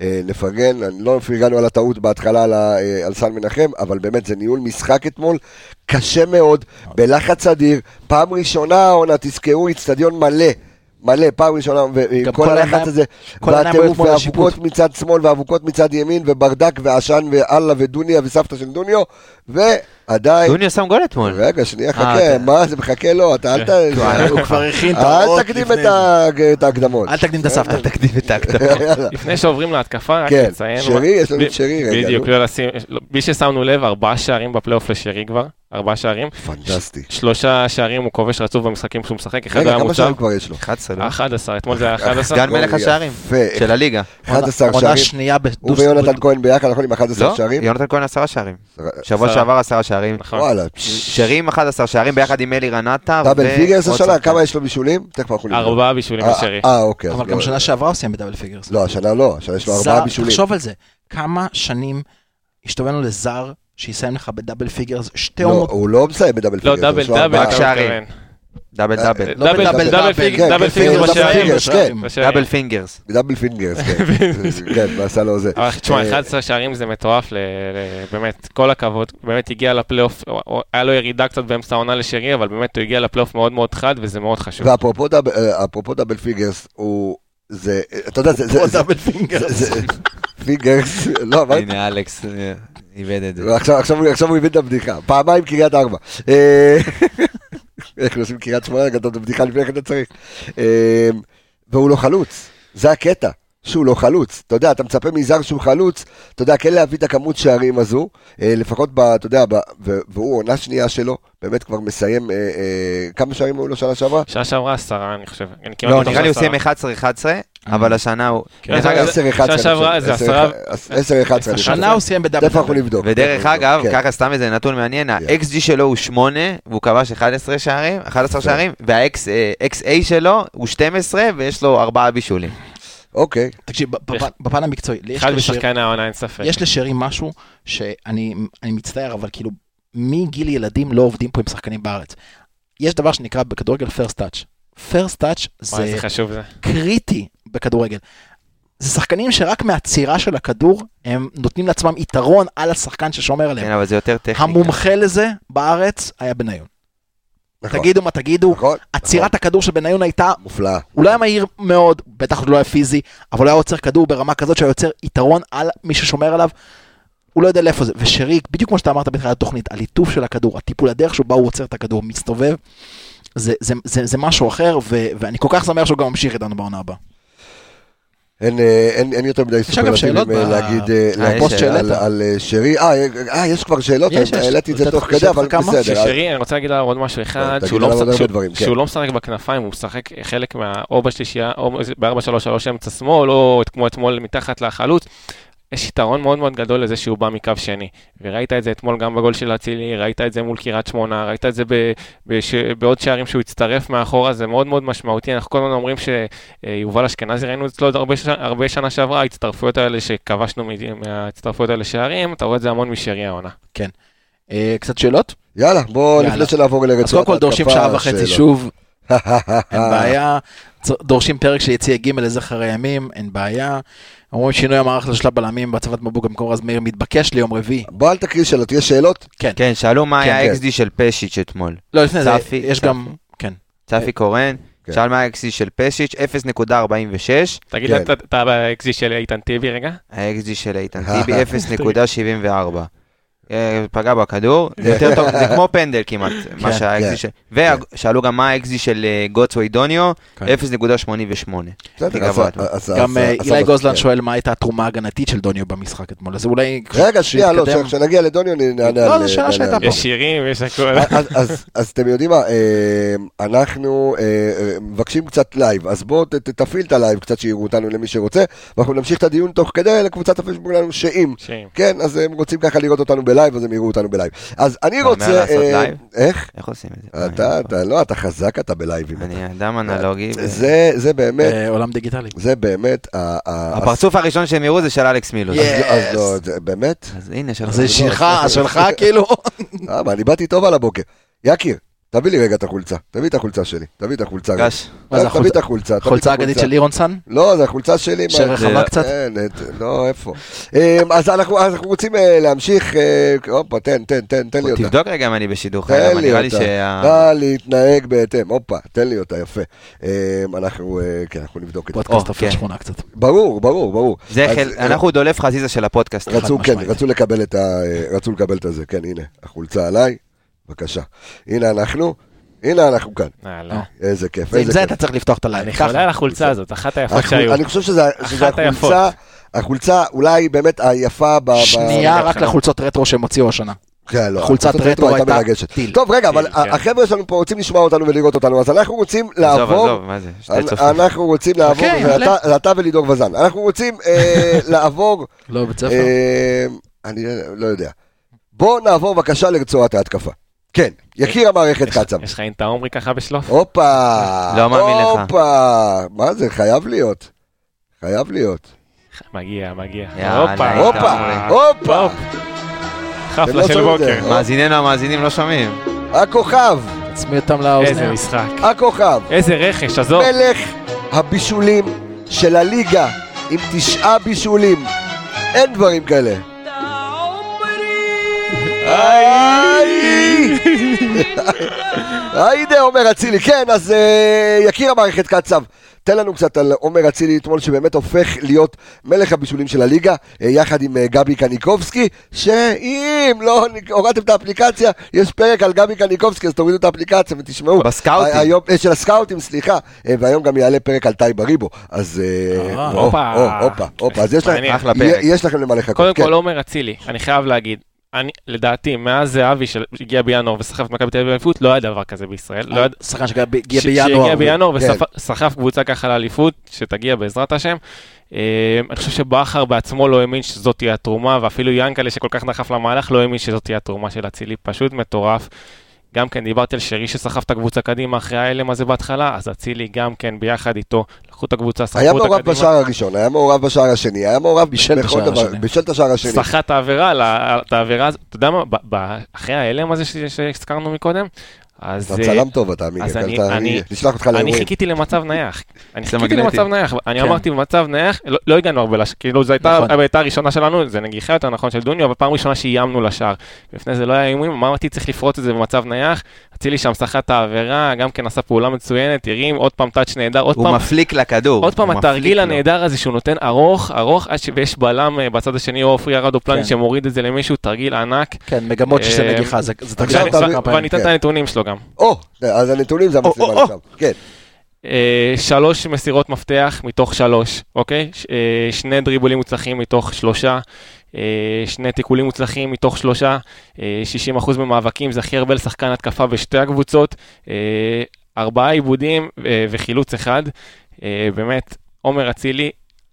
Speaker 1: אה, לפרגן, אני- לא פרגנו על הטעות בהתחלה על ה- אה, על סן מנחם, אבל באמת זה ניהול משחק אתמול, קשה מאוד, בלחץ אדיר, פעם ראשונה העונה, תזכרו, אצטדיון מלא. מלא, פעם ראשונה, ועם
Speaker 9: גם
Speaker 1: כל
Speaker 9: כל
Speaker 1: הלחץ
Speaker 9: העיניים-
Speaker 1: הזה,
Speaker 9: כל העיניים היו
Speaker 1: והטירוף,
Speaker 9: אתמול
Speaker 1: והאבוקות
Speaker 9: לשיפוט.
Speaker 1: מצד שמאל, והאבוקות מצד ימין, וברדק, ועשן, ואללה, ודוניה, וסבתא של דוניו, ועדיין...
Speaker 2: דוניו שם גול אתמול.
Speaker 1: רגע, שנייה, חכה,
Speaker 2: אתה-
Speaker 1: מה זה, מחכה לו, אתה אל ת...
Speaker 9: הוא כבר הכין את האות
Speaker 1: אל תקדים
Speaker 9: לפני
Speaker 1: את ה- את ההקדמות.
Speaker 9: אל תקדים את הסבתא.
Speaker 2: אל תקדים את ההקדמה.
Speaker 1: יאללה.
Speaker 3: לפני שעוברים להתקפה, רק
Speaker 1: כן,
Speaker 3: נציין...
Speaker 1: שרי, יש לנו
Speaker 3: ב-
Speaker 1: את שרי רגע.
Speaker 3: בדיוק,
Speaker 1: נו.
Speaker 3: לא לשים... לא, בלי ששמנו לב, ארבעה שערים בפלייאוף לשרי כבר, ארבעה שערים.
Speaker 1: פנטסטי.
Speaker 3: שלושה שערים הוא כובש רצוף במשחקים שהוא משחק, אחד
Speaker 1: רגע,
Speaker 3: היה
Speaker 1: כמה
Speaker 3: מוצב.
Speaker 1: שערים כבר יש לו?
Speaker 2: 11, לא?
Speaker 3: 11, אתמול זה היה 11.
Speaker 2: סגן מלך
Speaker 1: גול
Speaker 2: השערים
Speaker 1: יפה.
Speaker 2: של הליגה.
Speaker 1: 11
Speaker 9: עונה- עונה
Speaker 1: שערים.
Speaker 9: שנייה
Speaker 1: הוא
Speaker 9: בדו...
Speaker 1: ויונתן כהן ביחד, נכון? עם 11
Speaker 2: לא?
Speaker 1: שערים?
Speaker 2: יונתן כהן עשרה שערים. שבוע
Speaker 3: עשרה.
Speaker 2: שעבר עשרה שערים.
Speaker 3: נכון.
Speaker 1: וואלה.
Speaker 2: שרים 11 שערים ביחד עם אלי רנטה.
Speaker 1: דאבל
Speaker 2: ו-
Speaker 1: פיגרס
Speaker 2: עוד
Speaker 1: השנה,
Speaker 2: שחקן.
Speaker 1: כמה יש לו בישולים? תכף אנחנו נראה.
Speaker 3: ארבעה בישולים
Speaker 1: אה,
Speaker 3: לשרי.
Speaker 1: אה, אוקיי. אז
Speaker 9: אבל
Speaker 1: לא-
Speaker 9: גם שנה שעברה הוא סיים בדאבל פיגרס.
Speaker 1: לא, השנה לא, השנה יש לו ארבעה
Speaker 9: זר-
Speaker 1: בישולים.
Speaker 9: תחשוב על זה, כמה שנים השתובבנו לזר שיסיים לך בדאבל פיגרס, שתי
Speaker 1: לא,
Speaker 9: עונות,
Speaker 1: הוא לא מסיים בדאבל
Speaker 3: לא,
Speaker 1: פיגרס.
Speaker 3: דאבל
Speaker 1: יש לו
Speaker 3: דאבל,
Speaker 1: ארבעה.
Speaker 3: אתה
Speaker 2: שערים.
Speaker 3: מתכוון.
Speaker 2: דאבל
Speaker 1: אה,
Speaker 2: דאבל.
Speaker 3: לא דאבל- בדאבל דאבל פיג-
Speaker 1: כן, כן,
Speaker 3: דאבל פינגרס
Speaker 1: דאבל
Speaker 3: בשערים.
Speaker 1: פינגרס, כן.
Speaker 3: בשערים.
Speaker 2: דאבל פינגרס.
Speaker 1: דאבל פינגרס, כן. כן, ועשה לו זה.
Speaker 3: אבל תשמע,
Speaker 1: אה,
Speaker 3: 11 שערים זה מטורף, ל- ל- באמת, כל הכבוד. באמת הגיע לפלייאוף, הוא- היה לו ירידה קצת באמצע העונה לשרי, אבל באמת הוא הגיע לפלייאוף מאוד מאוד חד, וזה מאוד חשוב.
Speaker 1: ואפרופו דאב- אה, אפרופו דאבל פיגרס, הוא... זה... אתה יודע, זה... זה-
Speaker 9: פה דאבל
Speaker 1: זה-
Speaker 9: פינגרס.
Speaker 1: זה- פיגרס, לא, אבל...
Speaker 2: הנה אלכס אה, איבד את זה.
Speaker 1: עכשיו, עכשיו, הוא- עכשיו הוא הבין את הבדיחה, פעמיים קריית ארבע. אה, איך עושים קריית שמונה, גם את הבדיחה לפני כן אתה צריך. אה, והוא לא חלוץ, זה הקטע, שהוא לא חלוץ. אתה יודע, אתה מצפה מזר שהוא חלוץ, אתה יודע, כן להביא את הכמות שערים הזו, אה, לפחות, ב, אתה יודע, ב, ו, והוא עונה שנייה שלו, באמת כבר מסיים, אה, אה, כמה שערים היו לו שנה שעברה?
Speaker 3: שעה שעברה עשרה, אני חושב. אני כמעט
Speaker 2: לא, אה.
Speaker 3: בטוח
Speaker 2: נראה לי הוא
Speaker 3: שעשרה.
Speaker 2: סיים 11-11, אבל השנה הוא...
Speaker 3: כן, דרך אגב,
Speaker 1: 10-11,
Speaker 3: שעה שעברה זה עשרה-
Speaker 1: 10-11.
Speaker 9: השנה הוא סיים בדאבל
Speaker 1: תכף אנחנו
Speaker 9: דאבל.
Speaker 1: נבדוק.
Speaker 2: ודרך
Speaker 1: אנחנו
Speaker 2: אגב,
Speaker 1: נבדוק,
Speaker 9: אוקיי.
Speaker 1: כן.
Speaker 2: ככה סתם איזה נתון מעניין, ה-XG שלו הוא 8, והוא כבש 11 שערים, 11
Speaker 1: כן.
Speaker 2: שערים, וה-XA שלו הוא 12, ויש לו 4 בישולים.
Speaker 1: אוקיי.
Speaker 9: תקשיב, בפן- בפן המקצועי, לי יש
Speaker 3: אחד
Speaker 9: לשרי-
Speaker 3: משחקני העונה, אין ספק.
Speaker 9: יש לשרי משהו שאני אני מצטער, אבל כאילו, מגיל ילדים לא עובדים פה עם שחקנים בארץ. יש דבר שנקרא בכדורגל first touch. first touch
Speaker 3: וואי,
Speaker 9: זה
Speaker 3: איזה חשוב זה.
Speaker 9: קריטי בכדורגל. זה שחקנים שרק מהעצירה של הכדור, הם נותנים לעצמם יתרון על השחקן ששומר
Speaker 2: כן,
Speaker 9: עליהם.
Speaker 2: אבל זה יותר טכניקה.
Speaker 9: המומחה לזה בארץ היה בניון.
Speaker 1: נכון,
Speaker 9: תגידו מה תגידו,
Speaker 1: נכון,
Speaker 9: עצירת הכדור של בניון הייתה
Speaker 1: מופלאה.
Speaker 9: הוא לא היה מהיר מאוד, בטח הוא לא היה פיזי, אבל הוא היה עוצר כדור ברמה כזאת שהיה יוצר יתרון על מי ששומר עליו. הוא לא יודע לאיפה זה, ושריק, בדיוק כמו שאתה אמרת בתחילת התוכנית, הליטוף של הכדור, הטיפול הדרך שבה הוא עוצר את הכדור, מסתובב, זה, זה, זה, זה משהו אחר, ו, ואני כל כך שמח שהוא גם ממשיך איתנו בעונה הבאה.
Speaker 1: אין, אה, אין, אין יותר מדי
Speaker 9: יש אגב שאלות
Speaker 1: סופרלטיבים אה,
Speaker 9: ב-
Speaker 1: להגיד אה,
Speaker 2: אה, יש
Speaker 1: להגיד
Speaker 9: שאלות.
Speaker 1: על- על אה, שרי. אה, אה, אה, יש כבר שאלות,
Speaker 9: יש,
Speaker 1: אה,
Speaker 9: יש.
Speaker 1: העליתי את זה
Speaker 9: אתה
Speaker 1: תוך
Speaker 9: חושב
Speaker 1: כדי, אבל
Speaker 9: כמה?
Speaker 1: בסדר. אה,
Speaker 3: ששרי, אני רוצה להגיד עליו עוד משהו אחד,
Speaker 1: תגיד
Speaker 3: שהוא לא
Speaker 1: עליו עוד
Speaker 3: משחק-
Speaker 1: הרבה
Speaker 3: שהוא-
Speaker 1: דברים, כן.
Speaker 3: שהוא לא משחק בכנפיים, הוא משחק חלק מה... או בשלישייה, או ב-4-3-3 אמצע שמאל, או כמו אתמול מתחת לחלוץ. יש יתרון מאוד מאוד גדול לזה שהוא בא מקו שני. וראית את זה אתמול גם בגול של אצילי, ראית את זה מול קריית שמונה, ראית את זה ב, בש, בעוד שערים שהוא הצטרף מאחורה, זה מאוד מאוד משמעותי. אנחנו כל הזמן אומרים שיובל אשכנזי, ראינו את זה עוד הרבה, ש- הרבה שנה שעברה, ההצטרפויות האלה שכבשנו מ- מההצטרפויות האלה שערים, אתה רואה את זה המון משרי העונה.
Speaker 9: אה, קצת שאלות?
Speaker 1: יאללה, בואו
Speaker 9: יאללה.
Speaker 1: לפני שנעבור לרצועת
Speaker 9: אז קודם כל דורשים שעה וחצי שוב, אין
Speaker 1: בעיה.
Speaker 9: בעיה. צ- דורשים פרק של יציע ג' לזכר הימים, אין בעיה. אומרים שינוי המערך לשלב בלמים בהצבת מבוק במקום רז מאיר מתבקש ליום רביעי.
Speaker 1: בוא אל תקריא שאלות, יש שאלות?
Speaker 2: כן, שאלו מה
Speaker 1: כן,
Speaker 2: היה
Speaker 1: כן.
Speaker 2: ה-XD של פשיץ' אתמול.
Speaker 9: לא, לפני זה,
Speaker 2: צפי,
Speaker 9: יש
Speaker 2: צפי.
Speaker 9: גם... כן.
Speaker 2: צפי קורן,
Speaker 1: כן.
Speaker 2: שאל מה ה-XD של פשיץ', 0.46,
Speaker 3: תגיד,
Speaker 1: כן.
Speaker 3: אתה- אתה באקזיט של איתן טיבי רגע?
Speaker 2: ה-XG של איתן טיבי 0.74. אה, פגע בכדור, זה יותר טוב, זה כמו פנדל כמעט, מה
Speaker 1: כן. כן.
Speaker 2: שה-XG של... ושאלו גם מה ה-XG של אה, גוטסווי דוניו, 0.88.
Speaker 1: בסדר,
Speaker 2: גבוה
Speaker 1: עשה-
Speaker 2: אתמול.
Speaker 1: עשה-
Speaker 9: גם
Speaker 1: עשה-
Speaker 9: אה,
Speaker 1: עשה
Speaker 9: אילי
Speaker 1: בסדר.
Speaker 9: גוזלן
Speaker 1: כן.
Speaker 9: שואל מה הייתה התרומה ההגנתית של דוניו במשחק אתמול, אז אולי...
Speaker 1: רגע, שנייה, לא,
Speaker 9: שיתקדם.
Speaker 1: כשנגיע לדוניו נענה על...
Speaker 9: לא,
Speaker 1: אה,
Speaker 9: זו שאלה
Speaker 1: נענה
Speaker 9: שהייתה
Speaker 1: על-
Speaker 9: פה.
Speaker 3: יש שירים, יש הכול.
Speaker 1: אז, אז, אז אתם יודעים מה, אה, אנחנו אה, מבקשים קצת לייב, אז בואו ת- ת- תפעיל את הלייב קצת שיראו אותנו למי שרוצה, ואנחנו נמשיך את הדיון תוך כדי לקבוצת הפייסבוק שלנו, שאם,
Speaker 3: שירים.
Speaker 1: כן, אז הם רוצים ככה לראות אותנו בלייב, אז הם יראו אותנו בלייב. אז אני
Speaker 2: אתה אומר
Speaker 1: רוצה...
Speaker 2: לעשות
Speaker 1: אה,
Speaker 2: לייב?
Speaker 1: איך?
Speaker 2: איך עושים את זה?
Speaker 1: אתה, אתה, לא, אתה חזק, אתה בלייבים.
Speaker 2: אני אה, אדם אנלוגי. ו-
Speaker 1: זה, זה באמת,
Speaker 9: אה, עולם דיגיטלי.
Speaker 1: זה באמת, ה- ה-
Speaker 2: הפרצוף אה, הראשון שהם יראו זה של אלכס מילוס.
Speaker 1: אז- אז לא, זה באמת,
Speaker 2: אז הנה, שלום.
Speaker 9: זה שלך, שלך כאילו.
Speaker 1: לא, אה, מה, אני באתי טוב על הבוקר. יקיר, תביא לי רגע את החולצה, תביא את החולצה שלי, תביא את החולצה. רגע.
Speaker 2: גש.
Speaker 9: מה זה,
Speaker 1: לא, תביא את
Speaker 9: החולצה-
Speaker 1: החולצה. תביא את
Speaker 9: חולצה אגדית של לירון סאן?
Speaker 1: לא, זו החולצה שלי. מה-
Speaker 9: שרחבה
Speaker 1: זה-
Speaker 9: קצת?
Speaker 1: כן, את- לא, איפה. אמ, אז אנחנו אז אנחנו רוצים אה, להמשיך, אה, הופה, תן, תן, תן, תן לי אותה.
Speaker 2: תבדוק רגע אם אני בשידור חי,
Speaker 1: תן
Speaker 2: אבל נראה לי
Speaker 1: לי אותה. אה,
Speaker 2: שה...
Speaker 1: נא להתנהג בהתאם. הופה, תן לי אותה, יפה. אמ, אנחנו, אה, כן, לא, אנחנו נבדוק את זה.
Speaker 9: פודקאסט
Speaker 2: או,
Speaker 9: אופיר
Speaker 2: כן.
Speaker 9: שכונה קצת.
Speaker 1: ברור, ברור, ברור.
Speaker 2: זה
Speaker 1: אז,
Speaker 2: חל-
Speaker 1: אה,
Speaker 2: אנחנו דולף חזיזה של הפודקאסט.
Speaker 1: רצו,
Speaker 9: חד
Speaker 1: כן,
Speaker 9: משמעית.
Speaker 1: רצו לקבל את ה... אה, רצו לקבל את הזה, כן, הנה, החולצה עליי, בבקשה. הנה אנחנו, הנה אנחנו כאן.
Speaker 3: לא.
Speaker 1: איזה כיף,
Speaker 9: עם
Speaker 1: איזה
Speaker 9: זה
Speaker 1: כיף.
Speaker 9: אתה צריך לפתוח את הלילה.
Speaker 3: אני חולה על החולצה הזאת, אחת היפות
Speaker 1: החול-
Speaker 3: שהיו.
Speaker 1: אני חושב שזה שזה
Speaker 3: אחת היפות.
Speaker 1: החולצה, החולצה אולי באמת היפה ב... ב-
Speaker 9: שנייה רק
Speaker 1: נכון.
Speaker 3: עכשיו.
Speaker 9: לחולצות רטרו שהם הוציאו השנה.
Speaker 1: כן, לא,
Speaker 9: חולצת
Speaker 1: החולצת
Speaker 9: רטרו הייתה
Speaker 1: מרגשת.
Speaker 9: טיל.
Speaker 1: טוב, רגע, אבל
Speaker 3: טיל, כן.
Speaker 1: החבר'ה שלנו פה רוצים לשמוע אותנו ולראות אותנו, אז אנחנו רוצים
Speaker 2: עזוב,
Speaker 1: לעבור...
Speaker 2: עזוב, מה זה? שתי
Speaker 1: אנ-
Speaker 2: צופים.
Speaker 1: אנחנו רוצים לעבור,
Speaker 9: אוקיי,
Speaker 1: ואתה-
Speaker 9: מעולה.
Speaker 1: ואתה ולידור וזן, אנחנו רוצים אה, לעבור,
Speaker 9: לא, בית
Speaker 1: אה, אני לא יודע. בואו נעבור בבקשה לרצועת ההתקפה. כן, יקיר המערכת
Speaker 3: יש-
Speaker 1: קצב.
Speaker 3: יש לך אין את העומרי ככה בשלוף?
Speaker 1: הופה,
Speaker 2: לא מאמין לך.
Speaker 1: הופה, מה זה, חייב להיות. חייב להיות.
Speaker 3: מגיע, מגיע.
Speaker 2: יאללה,
Speaker 3: הופה,
Speaker 2: איתמר.
Speaker 1: הופה, הופה,
Speaker 3: הופ. חפלה
Speaker 1: לא
Speaker 3: של
Speaker 1: שומעים את
Speaker 3: בוקר.
Speaker 1: זה.
Speaker 2: מאזיננו המאזינים לא שומעים.
Speaker 1: הכוכב,
Speaker 9: צמי אותם לאוזניים.
Speaker 3: איזה משחק.
Speaker 1: הכוכב.
Speaker 3: איזה רכש, עזוב.
Speaker 1: מלך הבישולים של הליגה, עם תשעה בישולים. אין דברים כאלה. היי! היידה עומר אצילי, כן, אז אה, יקיר המערכת קצב, תן לנו קצת על עומר אצילי אתמול, שבאמת הופך להיות מלך הבישולים של הליגה, אה, יחד עם אה, גבי קניקובסקי, שאם לא הורדתם את האפליקציה, יש פרק על גבי קניקובסקי, אז תורידו את האפליקציה ותשמעו.
Speaker 2: בסקאוטים.
Speaker 1: ה- היום, אה, של הסקאוטים, סליחה, אה, והיום גם יעלה פרק על טייב בריבו, אז... אה,
Speaker 3: אה,
Speaker 1: או,
Speaker 3: הופה.
Speaker 1: או, הופה, הופה, אז יש לכם-
Speaker 3: מעניין.
Speaker 2: אחלה פרק.
Speaker 1: יש לכם למה לחכות.
Speaker 3: קודם
Speaker 1: כן.
Speaker 3: כל, לא- עומר אצילי, אני חייב להגיד, אני, לדעתי, מאז זהבי שהגיע בינואר וסחף את מכבי תל אביב לאליפות, לא היה דבר כזה בישראל.
Speaker 1: אה,
Speaker 3: לא היה-
Speaker 9: שחקן שהגיע ב- הגיע
Speaker 3: ש- שהגיע
Speaker 9: בינואר.
Speaker 3: בינואר
Speaker 1: כן.
Speaker 3: וסחף קבוצה ככה לאליפות, שתגיע בעזרת השם. אה, אני חושב שבכר בעצמו לא האמין שזאת תהיה התרומה, ואפילו ינקלה שכל כך דחף למהלך לא האמין שזאת תהיה התרומה של אצילי, פשוט מטורף. גם כן דיברתי על שרי שסחף את הקבוצה קדימה אחרי ההלם הזה בהתחלה, אז אצילי גם כן ביחד איתו, לקחו את הקבוצה, סחפו
Speaker 1: היה
Speaker 3: אותה
Speaker 1: מעורב
Speaker 3: קדימה.
Speaker 1: בשער הראשון, היה מעורב בשער השני, היה מעורב
Speaker 9: בישל את
Speaker 1: בכל
Speaker 9: השער
Speaker 1: דבר,
Speaker 9: השני.
Speaker 1: בישל את השער השני.
Speaker 3: סחט את העבירה, על ה- את העבירה הזאת, אתה יודע מה, ב- ב- אחרי ההלם הזה ש- שהזכרנו מקודם, אז...
Speaker 1: אתה
Speaker 3: אה,
Speaker 1: צלם טוב, אתה מיקי,
Speaker 3: אז אני-
Speaker 1: אתה-
Speaker 3: אני-
Speaker 1: נשלח אותך
Speaker 3: אני
Speaker 1: לאירועים.
Speaker 3: חיכיתי למצב נייח. אני
Speaker 2: זה
Speaker 3: חיכיתי
Speaker 2: מגנטי.
Speaker 3: למצב נייח, אני
Speaker 9: כן.
Speaker 3: אמרתי במצב נייח, לא- לא הגענו הרבה לשער, כאילו זו הייתה
Speaker 9: נכון.
Speaker 3: הבעיטה הראשונה שלנו, זה נגיחה יותר נכון של דוניו, אבל פעם ראשונה שאיימנו לשער. לפני זה לא היה איומים, אמרתי צריך לפרוץ את זה במצב נייח, אצילי שם סחט את העבירה, גם כן עשה פעולה מצוינת, הרים עוד פעם טאץ' נהדר, עוד
Speaker 2: הוא
Speaker 3: פעם
Speaker 2: מפליק לכדור.
Speaker 3: עוד פעם
Speaker 2: הוא
Speaker 3: התרגיל
Speaker 2: מפליק לו.
Speaker 3: הנהדר הזה שהוא נותן ארוך, ארוך, עד ש- ויש בלם אה, בצד השני, או עופרי ארד או פלני
Speaker 9: כן.
Speaker 3: שמוריד את זה למישהו, תרגיל ענק.
Speaker 9: כן, מגמות של
Speaker 3: אה,
Speaker 9: נגיחה, זה זה תרגיל
Speaker 1: עכשיו
Speaker 3: ואני-
Speaker 9: שאתה
Speaker 1: אתה-
Speaker 9: כמה
Speaker 3: ו-
Speaker 9: פעמים.
Speaker 3: ואני אתן את
Speaker 1: כן.
Speaker 3: הנתונים שלו גם.
Speaker 1: או, אה, אז הנתונים זה
Speaker 2: או, או,
Speaker 1: המצלמה
Speaker 2: או.
Speaker 1: לשם. כן,
Speaker 3: אה, שלוש מסירות מפתח מתוך שלוש, אוקיי? ש- אה, שני דריבולים מוצלחים מתוך שלושה, אה, שני תיקולים מוצלחים מתוך שלושה, אה, 60% במאבקים, זה הכי הרבה לשחקן התקפה בשתי הקבוצות, אה, ארבעה עיבודים אה, וחילוץ אחד, אה, באמת, עומר אצילי,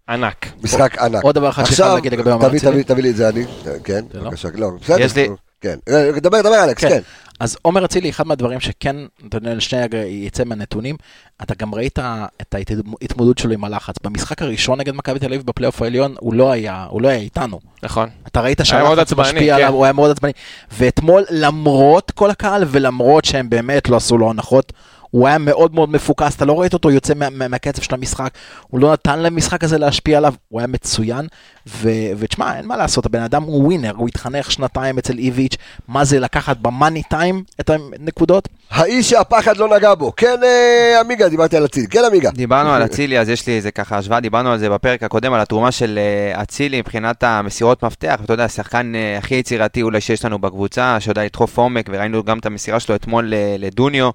Speaker 3: ענק.
Speaker 1: משחק ענק.
Speaker 9: עוד דבר אחד שחייב
Speaker 1: עכשיו,
Speaker 9: להגיד לגבי עומר
Speaker 1: תביא-
Speaker 9: אצילי.
Speaker 1: תביא- תביא לי את זה, אני. כן,
Speaker 9: זה לא?
Speaker 1: בבקשה. לא, בסדר.
Speaker 2: יש לי-
Speaker 1: כן. ר- דבר, דבר, אלכס,
Speaker 9: כן.
Speaker 1: כן.
Speaker 9: אז עומר אצילי, אחד מהדברים שכן, נתנאל שנייה רגע יצא מהנתונים, אתה גם ראית את ההתמודדות שלו עם הלחץ. במשחק הראשון נגד מכבי תל אביב בפלייאוף העליון, הוא לא היה, הוא לא היה איתנו.
Speaker 3: נכון.
Speaker 9: אתה ראית
Speaker 3: מאוד
Speaker 9: שהלחץ
Speaker 3: עצבני,
Speaker 9: משפיע
Speaker 3: כן.
Speaker 9: עליו, הוא היה מאוד עצבני. ואתמול, למרות כל הקהל, ולמרות שהם באמת לא עשו לו הנחות, הוא היה מאוד מאוד מפוקס, אתה לא ראית אותו יוצא מה, מה, מהקצב של המשחק, הוא לא נתן למשחק הזה להשפיע עליו, הוא היה מצוין, ו, ותשמע, אין מה לעשות, הבן אדם הוא ווינר, הוא התחנך שנתיים אצל איביץ', מה זה לקחת במאני טיים את הנקודות?
Speaker 1: האיש שהפחד לא נגע בו. כן, אה, עמיגה, דיברתי על הציל. כן, עמיגה.
Speaker 2: דיברנו על אצילי, אז יש לי איזה ככה השוואה, דיברנו על זה בפרק הקודם, על התרומה של אה, אצילי מבחינת המסירות מפתח, ואתה יודע, השחקן אה, הכי יצירתי אולי שיש לנו בקבוצה, שיודע לדחוף עומק, וראינו גם את המסירה שלו אתמול אה, לדוניו.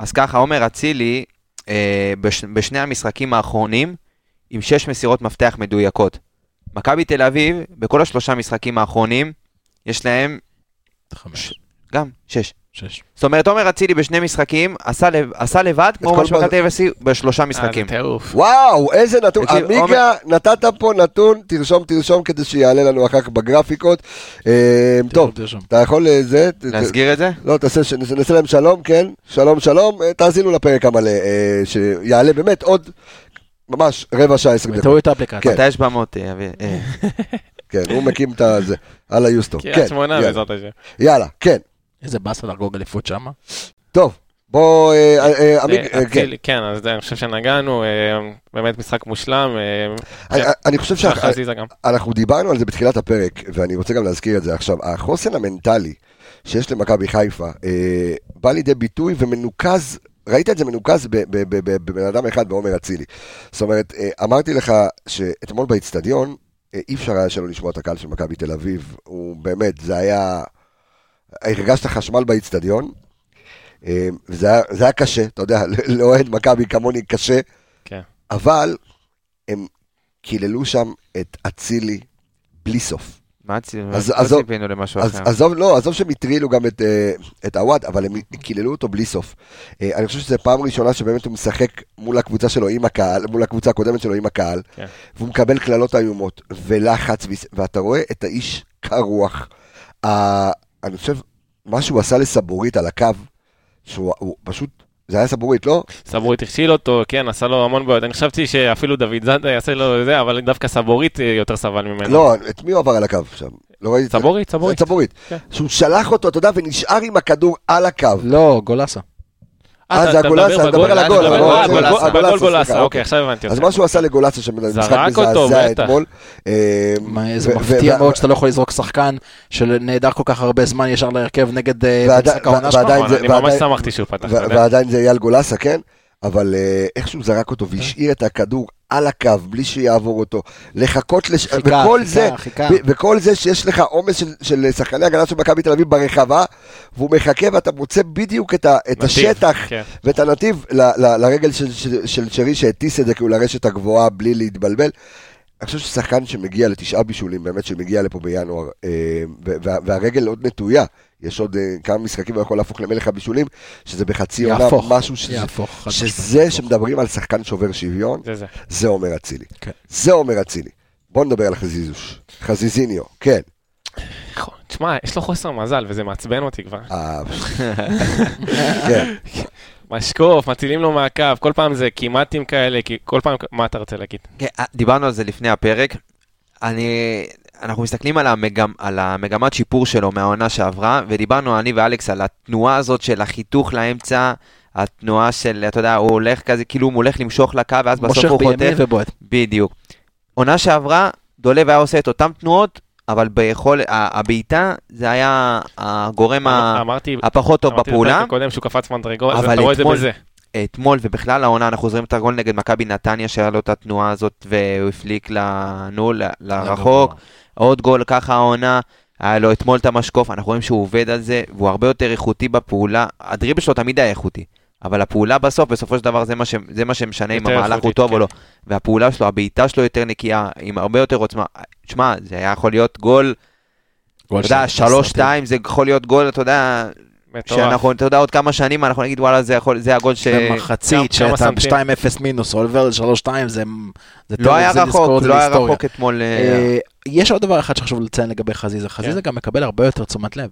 Speaker 2: אז ככה, עומר אצילי, אה, בש, בשני המשחקים האחרונים, עם שש מסירות מפתח מדויקות. מכבי תל אביב, בכל השלושה משחקים האחרונים, יש להם
Speaker 9: חמש,
Speaker 2: גם שש.
Speaker 9: שש.
Speaker 2: זאת אומרת, עומר אצילי בשני משחקים, עשה, לב, עשה לבד, כמו
Speaker 1: כל
Speaker 2: מה שמכבי
Speaker 1: בר-
Speaker 2: תל אביב עשו בשלושה משחקים.
Speaker 3: אה, זה טירוף.
Speaker 1: וואו, איזה נתון.
Speaker 2: תקשיב,
Speaker 1: עמיגה, נתת פה נתון, תרשום, תרשום, כדי שיעלה לנו אחר כך בגרפיקות. אה, טוב,
Speaker 9: תרשום.
Speaker 1: אתה יכול אה, זה? ת- ת-
Speaker 2: להסגיר את זה?
Speaker 1: לא, תעשה, ש- נעשה להם שלום, כן? שלום, שלום. אה, תאזינו לפרק המלא, אה, שיעלה באמת עוד ממש רבע שעה, עשרים דקות.
Speaker 9: תורידו את האפליקציה.
Speaker 1: כן.
Speaker 2: מתי יש במות, אה, אבי? אה,
Speaker 1: כן, הוא מקים את הזה, על היוסטון. כן,
Speaker 3: קריית שמונה
Speaker 1: יאללה.
Speaker 3: בעזרת השם.
Speaker 1: יאללה, כן.
Speaker 9: איזה באסה לחגוג אליפות שמה.
Speaker 1: טוב, בוא, אה, אה, אה, עמיג, אה, כן.
Speaker 3: אצילי, כן, אז זה, אני חושב שנגענו, אה, באמת משחק מושלם, אה,
Speaker 1: אני- אני חושב
Speaker 3: שחר
Speaker 1: שאנחנו
Speaker 3: עזיזה גם.
Speaker 1: דיברנו על זה בתחילת הפרק, ואני רוצה גם להזכיר את זה עכשיו. החוסן המנטלי שיש למכבי חיפה אה, בא לידי ביטוי ומנוקז, ראית את זה מנוקז ב- ב- ב- ב- בבן אדם אחד, בעומר אצילי. זאת אומרת, אה, אמרתי לך שאתמול באיצטדיון, אה, אי אפשר היה שלא לשמוע את הקהל של מכבי תל אביב. הוא באמת, זה היה... הרגשת חשמל באיצטדיון, אה, וזה היה- זה היה קשה, אתה יודע, לאוהד מכבי כמוני קשה.
Speaker 3: כן.
Speaker 1: אבל הם קיללו שם את אצילי בלי סוף.
Speaker 2: מה ציפינו?
Speaker 1: אז-
Speaker 2: לא
Speaker 1: אז-
Speaker 2: ציפינו למשהו
Speaker 1: אז
Speaker 3: כן.
Speaker 2: אחר.
Speaker 1: עזוב, לא, עזוב שהם הטרילו גם את, אה, את עווד, אבל הם קיללו אותו בלי סוף. אה, אני חושב שזו פעם ראשונה שבאמת הוא משחק מול הקבוצה שלו עם הקהל, מול הקבוצה הקודמת שלו עם הקהל,
Speaker 3: כן.
Speaker 1: והוא מקבל קללות איומות ולחץ, ויס- ואתה רואה את האיש קר רוח. ה- אני חושב, מה שהוא עשה לסבורית על הקו, שהוא הוא פשוט זה היה סבורית, לא?
Speaker 3: סבורית הכשיל אותו, כן, עשה לו המון בעיות. אני חשבתי שאפילו דוד זאדה יעשה לו זה, אבל דווקא סבורית אה, יותר סבל ממנו.
Speaker 1: לא, את מי הוא עבר על הקו שם? לא ראיתי. את זה.
Speaker 3: סבורית, סבורית.
Speaker 1: זה צבורית.
Speaker 3: כן.
Speaker 1: שהוא שלח אותו, אתה יודע, ונשאר עם הכדור על הקו.
Speaker 9: לא, גולסה.
Speaker 1: אה,
Speaker 3: אתה-
Speaker 1: זה
Speaker 3: אתה
Speaker 1: הגולסה,
Speaker 3: מדבר
Speaker 1: אתה מדבר על הגול,
Speaker 3: אה,
Speaker 1: על הגול,
Speaker 3: גולסה,
Speaker 1: גולסה,
Speaker 3: על
Speaker 1: גולסה,
Speaker 3: הגול גולסה,
Speaker 1: סליחה,
Speaker 3: אוקיי, עכשיו הבנתי
Speaker 1: אז
Speaker 3: אותך.
Speaker 1: מה שהוא עשה לגולסה שם, זה משחק
Speaker 3: זרק אותו,
Speaker 1: מזעזע
Speaker 3: בטח.
Speaker 1: אתמול. אה,
Speaker 9: מה, איזה
Speaker 1: ו-
Speaker 9: מפתיע
Speaker 1: ו-
Speaker 9: מאוד שאתה לא יכול לזרוק שחקן שנעדר כל כך הרבה זמן ישר להרכב נגד אה,
Speaker 1: ועדי-
Speaker 9: במשחק העונה
Speaker 1: ו-
Speaker 9: שלך.
Speaker 1: ועדיין
Speaker 3: נכון,
Speaker 1: זה-
Speaker 3: אני ממש
Speaker 1: ועדיין-
Speaker 3: שמחתי שהוא פתח, אתה
Speaker 1: ו-
Speaker 3: יודע.
Speaker 1: ועדיין זה אייל גולסה, כן? אבל אה, איך שהוא זרק אותו
Speaker 3: כן.
Speaker 1: והשאיר את הכדור על הקו בלי שיעבור אותו, לחכות, לש...
Speaker 9: חיכה,
Speaker 1: וכל
Speaker 9: חיכה,
Speaker 1: זה,
Speaker 9: חיכה.
Speaker 1: ו- וכל זה שיש לך עומס של, של שחקני הגנה של מכבי תל אביב ברחבה, והוא מחכה ואתה מוצא בדיוק את, ה- את
Speaker 3: נתיב,
Speaker 1: השטח
Speaker 3: כן.
Speaker 1: ואת הנתיב ל- ל- לרגל של, של, של שרי שהטיס את זה כאילו לרשת הגבוהה בלי להתבלבל. אני חושב ששחקן שמגיע לתשעה בישולים, באמת שמגיע לפה בינואר, אה, ו- וה- והרגל עוד נטויה, יש עוד אה, כמה משחקים הוא יכול להפוך למלך הבישולים, שזה בחצי עונה
Speaker 9: יהפוך,
Speaker 1: משהו שזה-
Speaker 9: יהפוך, חד
Speaker 1: שזה שמדברים על שחקן שובר שוויון,
Speaker 3: זה זה.
Speaker 1: זה אומר אצילי.
Speaker 9: כן.
Speaker 1: זה אומר אצילי. בוא נדבר על חזיזוש. חזיזיניו, כן.
Speaker 3: נכון. תשמע, יש לו חוסר מזל, וזה מעצבן אותי כבר.
Speaker 1: אה, כן.
Speaker 3: משקוף, מצילים לו מהקו, כל פעם זה כמעטים כאלה, כי- כל פעם, מה אתה רוצה להגיד?
Speaker 2: כן, דיברנו על זה לפני הפרק. אני, אנחנו מסתכלים על, המגמ, על המגמת שיפור שלו מהעונה שעברה, ודיברנו אני ואלכס על התנועה הזאת של החיתוך לאמצע, התנועה של, אתה יודע, הוא הולך כזה, כאילו הוא הולך למשוך לקו, ואז בסוף
Speaker 9: מושך
Speaker 2: הוא
Speaker 9: בימין
Speaker 2: חוטף.
Speaker 9: ובועט.
Speaker 2: בדיוק. עונה שעברה, דולב היה עושה את אותן תנועות, אבל ביכול, ה- הבעיטה זה היה הגורם ה-
Speaker 3: אמרתי,
Speaker 2: הפחות טוב
Speaker 3: אמרתי
Speaker 2: בפעולה.
Speaker 3: בפרק הקודם שהוא קפץ מדרגות, אז
Speaker 2: אבל
Speaker 3: אתה רואה את זה
Speaker 2: אתמול-
Speaker 3: בזה.
Speaker 2: אתמול ובכלל העונה, אנחנו זוכרים את הגול נגד מכבי נתניה, שהיה לו את התנועה הזאת והוא הפליק ל- נו, ל- לרחוק. עוד גול ככה העונה, היה לו אתמול את המשקוף, אנחנו רואים שהוא עובד על זה, והוא הרבה יותר איכותי בפעולה. הדריבל שלו תמיד היה איכותי, אבל הפעולה בסוף, בסופו של דבר זה מה, ש... זה מה שמשנה אם
Speaker 3: יותר
Speaker 2: המהלך הוא
Speaker 3: איכותית,
Speaker 2: טוב
Speaker 3: כן.
Speaker 2: או לא. והפעולה שלו, הבעיטה שלו יותר נקייה, עם הרבה יותר עוצמה. תשמע, זה היה יכול להיות גול, אתה יודע, 3-2, זה יכול להיות גול, אתה יודע,
Speaker 3: מטורף.
Speaker 2: שאנחנו, אתה יודע, עוד כמה שנים אנחנו נגיד, וואלה, זה, יכול, זה הגול ש...
Speaker 9: במחצית,
Speaker 3: שם
Speaker 9: שאתה
Speaker 3: שמתי.
Speaker 9: 2-0 מינוס, עובר ל-3-2, זה... זה
Speaker 2: לא
Speaker 9: טוב,
Speaker 2: היה
Speaker 9: זה לזכור את
Speaker 2: רחוק,
Speaker 9: זה
Speaker 2: לא היה
Speaker 9: להיסטוריה.
Speaker 2: רחוק אתמול. אה, כן.
Speaker 9: אה, יש עוד דבר אחד שחשוב לציין לגבי חזיזה, חזיזה גם מקבל הרבה יותר תשומת לב.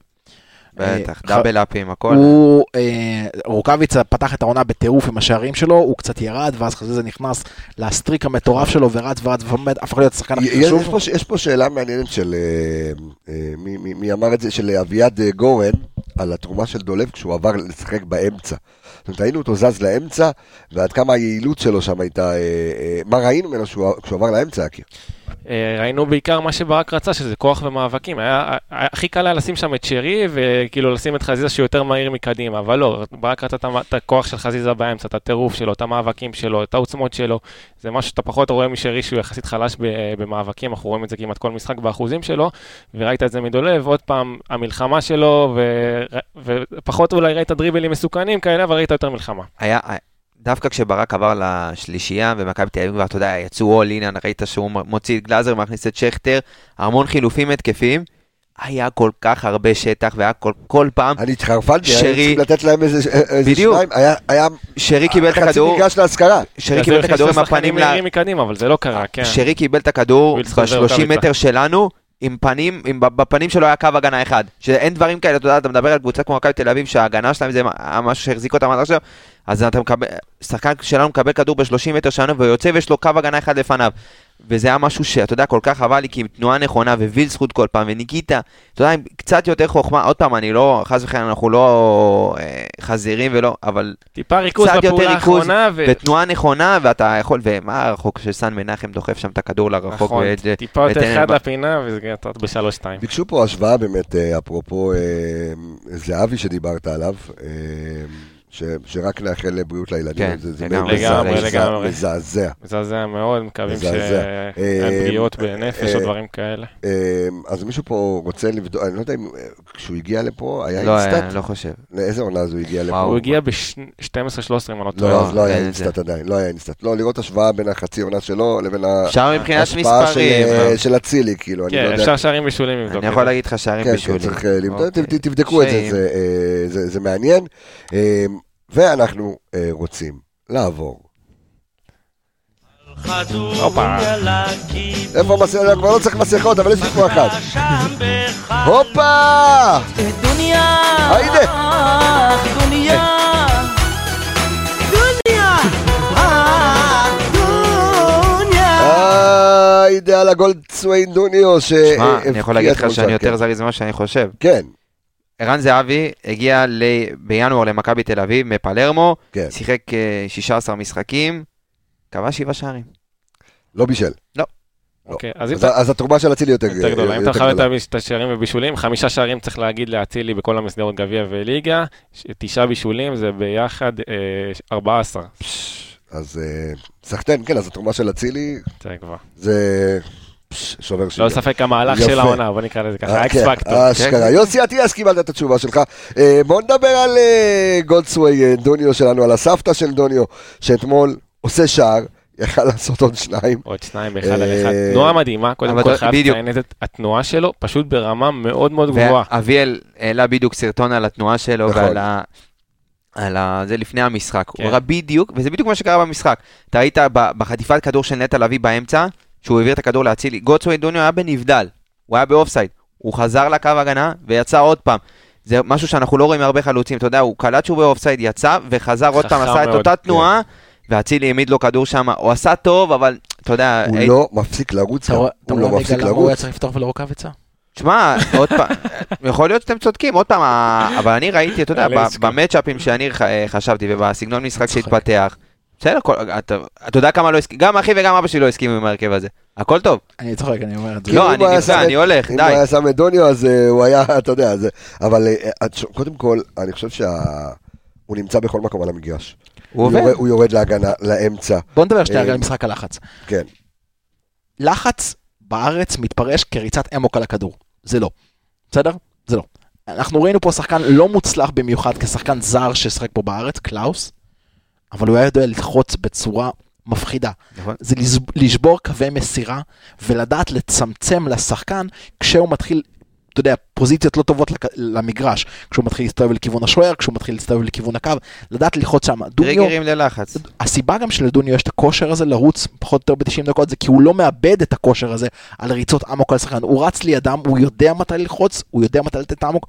Speaker 2: בטח,
Speaker 9: אה,
Speaker 2: דאבל אפים, הכל.
Speaker 9: הוא, אה, רוקאביצה פתח את העונה בטירוף עם השערים שלו, הוא קצת ירד, ואז חזיזה נכנס לסטריק המטורף שלו ורץ ורץ ועומד, הפך להיות השחקן הכי
Speaker 1: יש
Speaker 9: חשוב.
Speaker 1: פה- יש פה שאלה מעניינת של, אה, אה, מי- מי- מי אמר את זה? של אביעד אה, גורן, על התרומה של דולב כשהוא עבר לשחק באמצע. זאת אומרת, ראינו אותו זז לאמצע, ועד כמה היעילות שלו שם הייתה... אה, אה, מה ראינו ממנו שהוא- כשהוא עבר לאמצע, יקיר?
Speaker 3: אה, ראינו בעיקר מה שברק רצה, שזה כוח ומאבקים. היה- היה- הכי קל היה לשים שם את שרי, וכאילו לשים את חזיזה שהוא יותר מהיר מקדימה, אבל לא, ברק רצה את המ- את הכוח של חזיזה באמצע, את הטירוף שלו, את המאבקים שלו, את העוצמות שלו. זה משהו שאתה פחות רואה משרי, שהוא יחסית חלש ב- אה, במאבקים, אנחנו רואים את זה כמעט כל משחק באחוזים שלו, וראית את זה מדולב, עוד פעם, המלחמה שלו, ו- ופחות אולי ראית דריבלים מסוכנים כאלה, אבל ראית יותר מלחמה.
Speaker 2: היה, אה, דווקא כשברק עבר לשלישייה ומכבי תל אביב כבר, אתה יודע, יצאו all in, ראית שהוא מוציא את גלאזר, מכניס את שכטר, המון חילופים התקפיים. היה כל כך הרבה שטח, והיה כל, כל
Speaker 9: אה,
Speaker 2: פעם,
Speaker 1: אני התחרפנתי,
Speaker 2: שרי-
Speaker 1: היינו צריכים לתת להם איזה אה, איזה
Speaker 2: בדיוק.
Speaker 1: שניים. היה- היה
Speaker 2: שרי קיבל את
Speaker 1: חצי
Speaker 2: הכדור,
Speaker 1: מגרש להשכרה.
Speaker 2: שרי קיבל את
Speaker 3: אז זה
Speaker 2: הכדור עם
Speaker 3: הכניס לשחקנים
Speaker 2: הפנים, ל-
Speaker 3: מהירים מקדימה, אבל זה לא קרה, כן.
Speaker 2: שרי קיבל את הכדור
Speaker 3: ווילס חוזר
Speaker 2: ב-30
Speaker 3: לרוקאביצה.
Speaker 2: מטר שלנו, עם פנים, עם, בפנים שלו היה קו הגנה אחד. שאין דברים כאלה, אתה יודע, אתה מדבר על קבוצה כמו מכבי תל אביב, שההגנה שלהם זה מה- משהו שהחזיק אותם עד עכשיו, אז אתה מקבל, שחקן שלנו מקבל כדור ב-30 מטר שלנו, ויוצא ויש לו קו הגנה אחד לפניו. וזה היה משהו שאתה יודע, כל כך חבל לי, כי עם תנועה נכונה ווילסחוט כל פעם, וניקיטה, אתה יודע, עם קצת יותר חוכמה, עוד פעם, אני לא, חס וחלילה, אנחנו לא אה, חזירים ולא, אבל
Speaker 3: טיפה ריכוז
Speaker 2: קצת יותר
Speaker 3: בפעולה
Speaker 2: ריכוז,
Speaker 3: האחרונה, ו-
Speaker 2: בתנועה נכונה, ואתה יכול, ומה הרחוק שסן מנחם דוחף שם את הכדור לרחוק,
Speaker 3: נכון,
Speaker 2: ואת זה-
Speaker 3: טיפה יותר
Speaker 2: ואת-
Speaker 3: אחד לפינה, וזה אתה בשלוש-שתיים.
Speaker 1: ביקשו פה השוואה באמת, אה, אפרופו אה, זהבי שדיברת עליו, אה, ש- שרק נאחל לבריאות לילדים.
Speaker 2: כן,
Speaker 1: זה- זה
Speaker 2: לגמרי.
Speaker 1: מזעזע,
Speaker 3: לגמרי,
Speaker 1: מזעזע,
Speaker 3: לגמרי.
Speaker 1: מזעזע.
Speaker 3: מזעזע מאוד, מקווים
Speaker 1: מזעזע. אה,
Speaker 3: שאין פגיעות בנפש
Speaker 1: אה,
Speaker 3: או דברים כאלה.
Speaker 1: אה, אז מישהו פה רוצה לבדוק, אני לא יודע אם אה, כשהוא הגיע לפה, היה
Speaker 2: לא,
Speaker 1: אינסטאט?
Speaker 2: אה, לא חושב.
Speaker 1: לאיזה עונה אז הוא הגיע לפה?
Speaker 2: וואו.
Speaker 3: הוא הגיע ב-12-13, אם אני לא
Speaker 1: אה, לא,
Speaker 3: טועה.
Speaker 1: אז לא היה
Speaker 2: אין
Speaker 1: אינסטאט
Speaker 2: את
Speaker 1: עדיין, לא היה אינסטאט. לא, לראות השוואה בין החצי עונה שלו לבין ה-
Speaker 2: אפשר מבחינת
Speaker 1: אה, ההשפעה של,
Speaker 2: מספרים.
Speaker 1: אה,
Speaker 2: אבל-
Speaker 1: של אצילי, כאילו, אני לא
Speaker 3: כן,
Speaker 1: יודע.
Speaker 3: אפשר שערים בישולים לבדוק.
Speaker 2: אני
Speaker 3: את
Speaker 2: יכול
Speaker 3: זה.
Speaker 2: להגיד לך שערים
Speaker 1: כן, כן,
Speaker 2: בישולים.
Speaker 1: צריך אה, לבדוק, ת-
Speaker 2: אוקיי.
Speaker 1: ת- תבדקו את זה,
Speaker 2: שאם-
Speaker 1: זה, אה, זה- זה מעניין. אה, ואנחנו אה, רוצים לעבור.
Speaker 3: הופה,
Speaker 1: איפה המסכות? כבר לא צריך מסכות, אבל יש לי פה אחת. הופה!
Speaker 10: דוניה,
Speaker 1: היידה.
Speaker 10: דוניה,
Speaker 1: יודע על הגולדסוויין דוניו ש...
Speaker 2: שמע,
Speaker 1: אה,
Speaker 2: אני יכול
Speaker 1: הבקיע
Speaker 2: להגיד
Speaker 1: אתמול
Speaker 2: לך שאני
Speaker 1: שם,
Speaker 2: יותר
Speaker 1: כן.
Speaker 2: זריז ממה שאני חושב.
Speaker 1: כן.
Speaker 2: ערן זהבי הגיע ל- בינואר למכבי תל אביב מפלרמו,
Speaker 1: כן.
Speaker 2: שיחק אה, 16 משחקים, כבש שבעה שערים.
Speaker 1: לא בישל.
Speaker 2: לא.
Speaker 3: אוקיי,
Speaker 1: אז,
Speaker 3: אז אם
Speaker 1: אז, התרומה של אצילי יותר,
Speaker 3: יותר גדולה. אם אתה
Speaker 1: לא, אה, יותר
Speaker 3: מחבר את
Speaker 1: גדולה.
Speaker 3: הביש- את השערים ובישולים, חמישה שערים צריך להגיד לאצילי בכל המסגרות גביע וליגה, ש- תשעה בישולים זה ביחד אה, 14.
Speaker 1: אז אה, סחטיין, כן, אז התרומה של אצילי
Speaker 3: זה כבר. לא
Speaker 1: זה פש,
Speaker 2: לא
Speaker 1: שובר שוויון.
Speaker 3: ספק המהלך של
Speaker 1: יפה.
Speaker 3: העונה, בוא נקרא לזה ככה,
Speaker 1: אה, כן,
Speaker 3: האקס-פקטור.
Speaker 1: אשכרה.
Speaker 3: כן.
Speaker 1: יוסי אטיאס קיבלת את התשובה שלך. אה, בוא נדבר על אה, גולדסווי אה, דוניו שלנו, על הסבתא של דוניו, שאתמול עושה שער, יכל לעשות עוד שניים.
Speaker 3: עוד שניים באחד על
Speaker 1: אה,
Speaker 3: אחד. תנועה מדהימה, קודם
Speaker 2: אבל
Speaker 3: כל
Speaker 2: אתה-
Speaker 3: חייב
Speaker 2: בדיוק.
Speaker 3: לציין את זה, התנועה שלו, פשוט ברמה מאוד מאוד גבוהה.
Speaker 2: ואביאל העלה בדיוק סרטון על התנועה שלו
Speaker 1: נכון.
Speaker 2: ועל ה... על ה... זה לפני המשחק.
Speaker 3: כן.
Speaker 2: הוא ראה בדיוק, וזה בדיוק מה שקרה במשחק. אתה ראית ב- בחטיפת כדור של נטע לביא באמצע, שהוא העביר את הכדור לאצילי. גוטסווי דוניו היה בנבדל, הוא היה באופסייד. הוא חזר לקו הגנה ויצא עוד פעם. זה משהו שאנחנו לא רואים מהרבה חלוצים, אתה יודע, הוא קלט שהוא באופסייד, יצא וחזר עוד פעם,
Speaker 3: חכם
Speaker 2: עשה את
Speaker 3: מאוד, כן.
Speaker 2: אותה תנועה, ואצילי העמיד לו כדור שם. הוא עשה טוב, אבל אתה יודע...
Speaker 1: הוא
Speaker 2: אי-
Speaker 1: לא מפסיק לרוץ,
Speaker 9: אתה
Speaker 1: גם.
Speaker 9: רואה- אתה
Speaker 1: הוא
Speaker 9: רואה
Speaker 1: לא
Speaker 9: רגע
Speaker 1: מפסיק
Speaker 9: למה הוא היה
Speaker 1: לרוץ.
Speaker 9: צריך לפתוח ולרוקאביצה?
Speaker 2: תשמע, עוד פעם, יכול להיות שאתם צודקים, עוד פעם, ה- אבל אני ראיתי, אתה יודע,
Speaker 3: יאללה,
Speaker 2: ב-
Speaker 3: עסקה.
Speaker 2: במצ'אפים שאני ח- אה, חשבתי ובסגנון משחק
Speaker 9: צוחק.
Speaker 2: שהתפתח, בסדר, כל- אתה אתה יודע כמה לא הסכים, גם אחי וגם אבא שלי לא הסכימו עם ההרכב הזה, הכל טוב.
Speaker 9: אני צוחק, אני אומר את זה.
Speaker 1: כי אם
Speaker 2: לא, אני
Speaker 1: כן, הוא היה
Speaker 2: נפגע,
Speaker 1: שם
Speaker 2: אני
Speaker 1: את-
Speaker 2: הולך,
Speaker 1: אם
Speaker 2: די.
Speaker 1: הוא היה שם את דוניו, אז אה, הוא היה, אתה יודע, זה... אבל אה, את ש- קודם כל, אני חושב שה... הוא נמצא בכל מקום על המגרש.
Speaker 2: הוא עובד.
Speaker 1: יורד- הוא יורד להגנה, לאמצע.
Speaker 9: בוא נדבר שנייה
Speaker 1: אה,
Speaker 9: רגע על משחק הלחץ.
Speaker 1: כן.
Speaker 9: לחץ בארץ מתפרש כריצת אמוק על הכדור. זה לא. בסדר? זה לא. אנחנו ראינו פה שחקן לא מוצלח במיוחד כשחקן זר ששחק פה בארץ, קלאוס, אבל הוא היה יודע ללחוץ בצורה מפחידה.
Speaker 2: נכון.
Speaker 9: זה לז- לשבור קווי מסירה ולדעת לצמצם לשחקן כשהוא מתחיל, אתה יודע, פוזיציות לא טובות לק- למגרש. כשהוא מתחיל להסתובב לכיוון השוער, כשהוא מתחיל להסתובב לכיוון הקו, לדעת ללחוץ שם. דוניו,
Speaker 2: טריגרים ללחץ.
Speaker 9: הסיבה גם שלדוניו יש את הכושר הזה לרוץ פחות או יותר ב-90 דקות זה כי הוא לא מאבד את הכושר הזה על ריצות אמוק על שחקן. הוא רץ לידם, הוא יודע מתי ללחוץ, הוא יודע מתי לתת אמוק.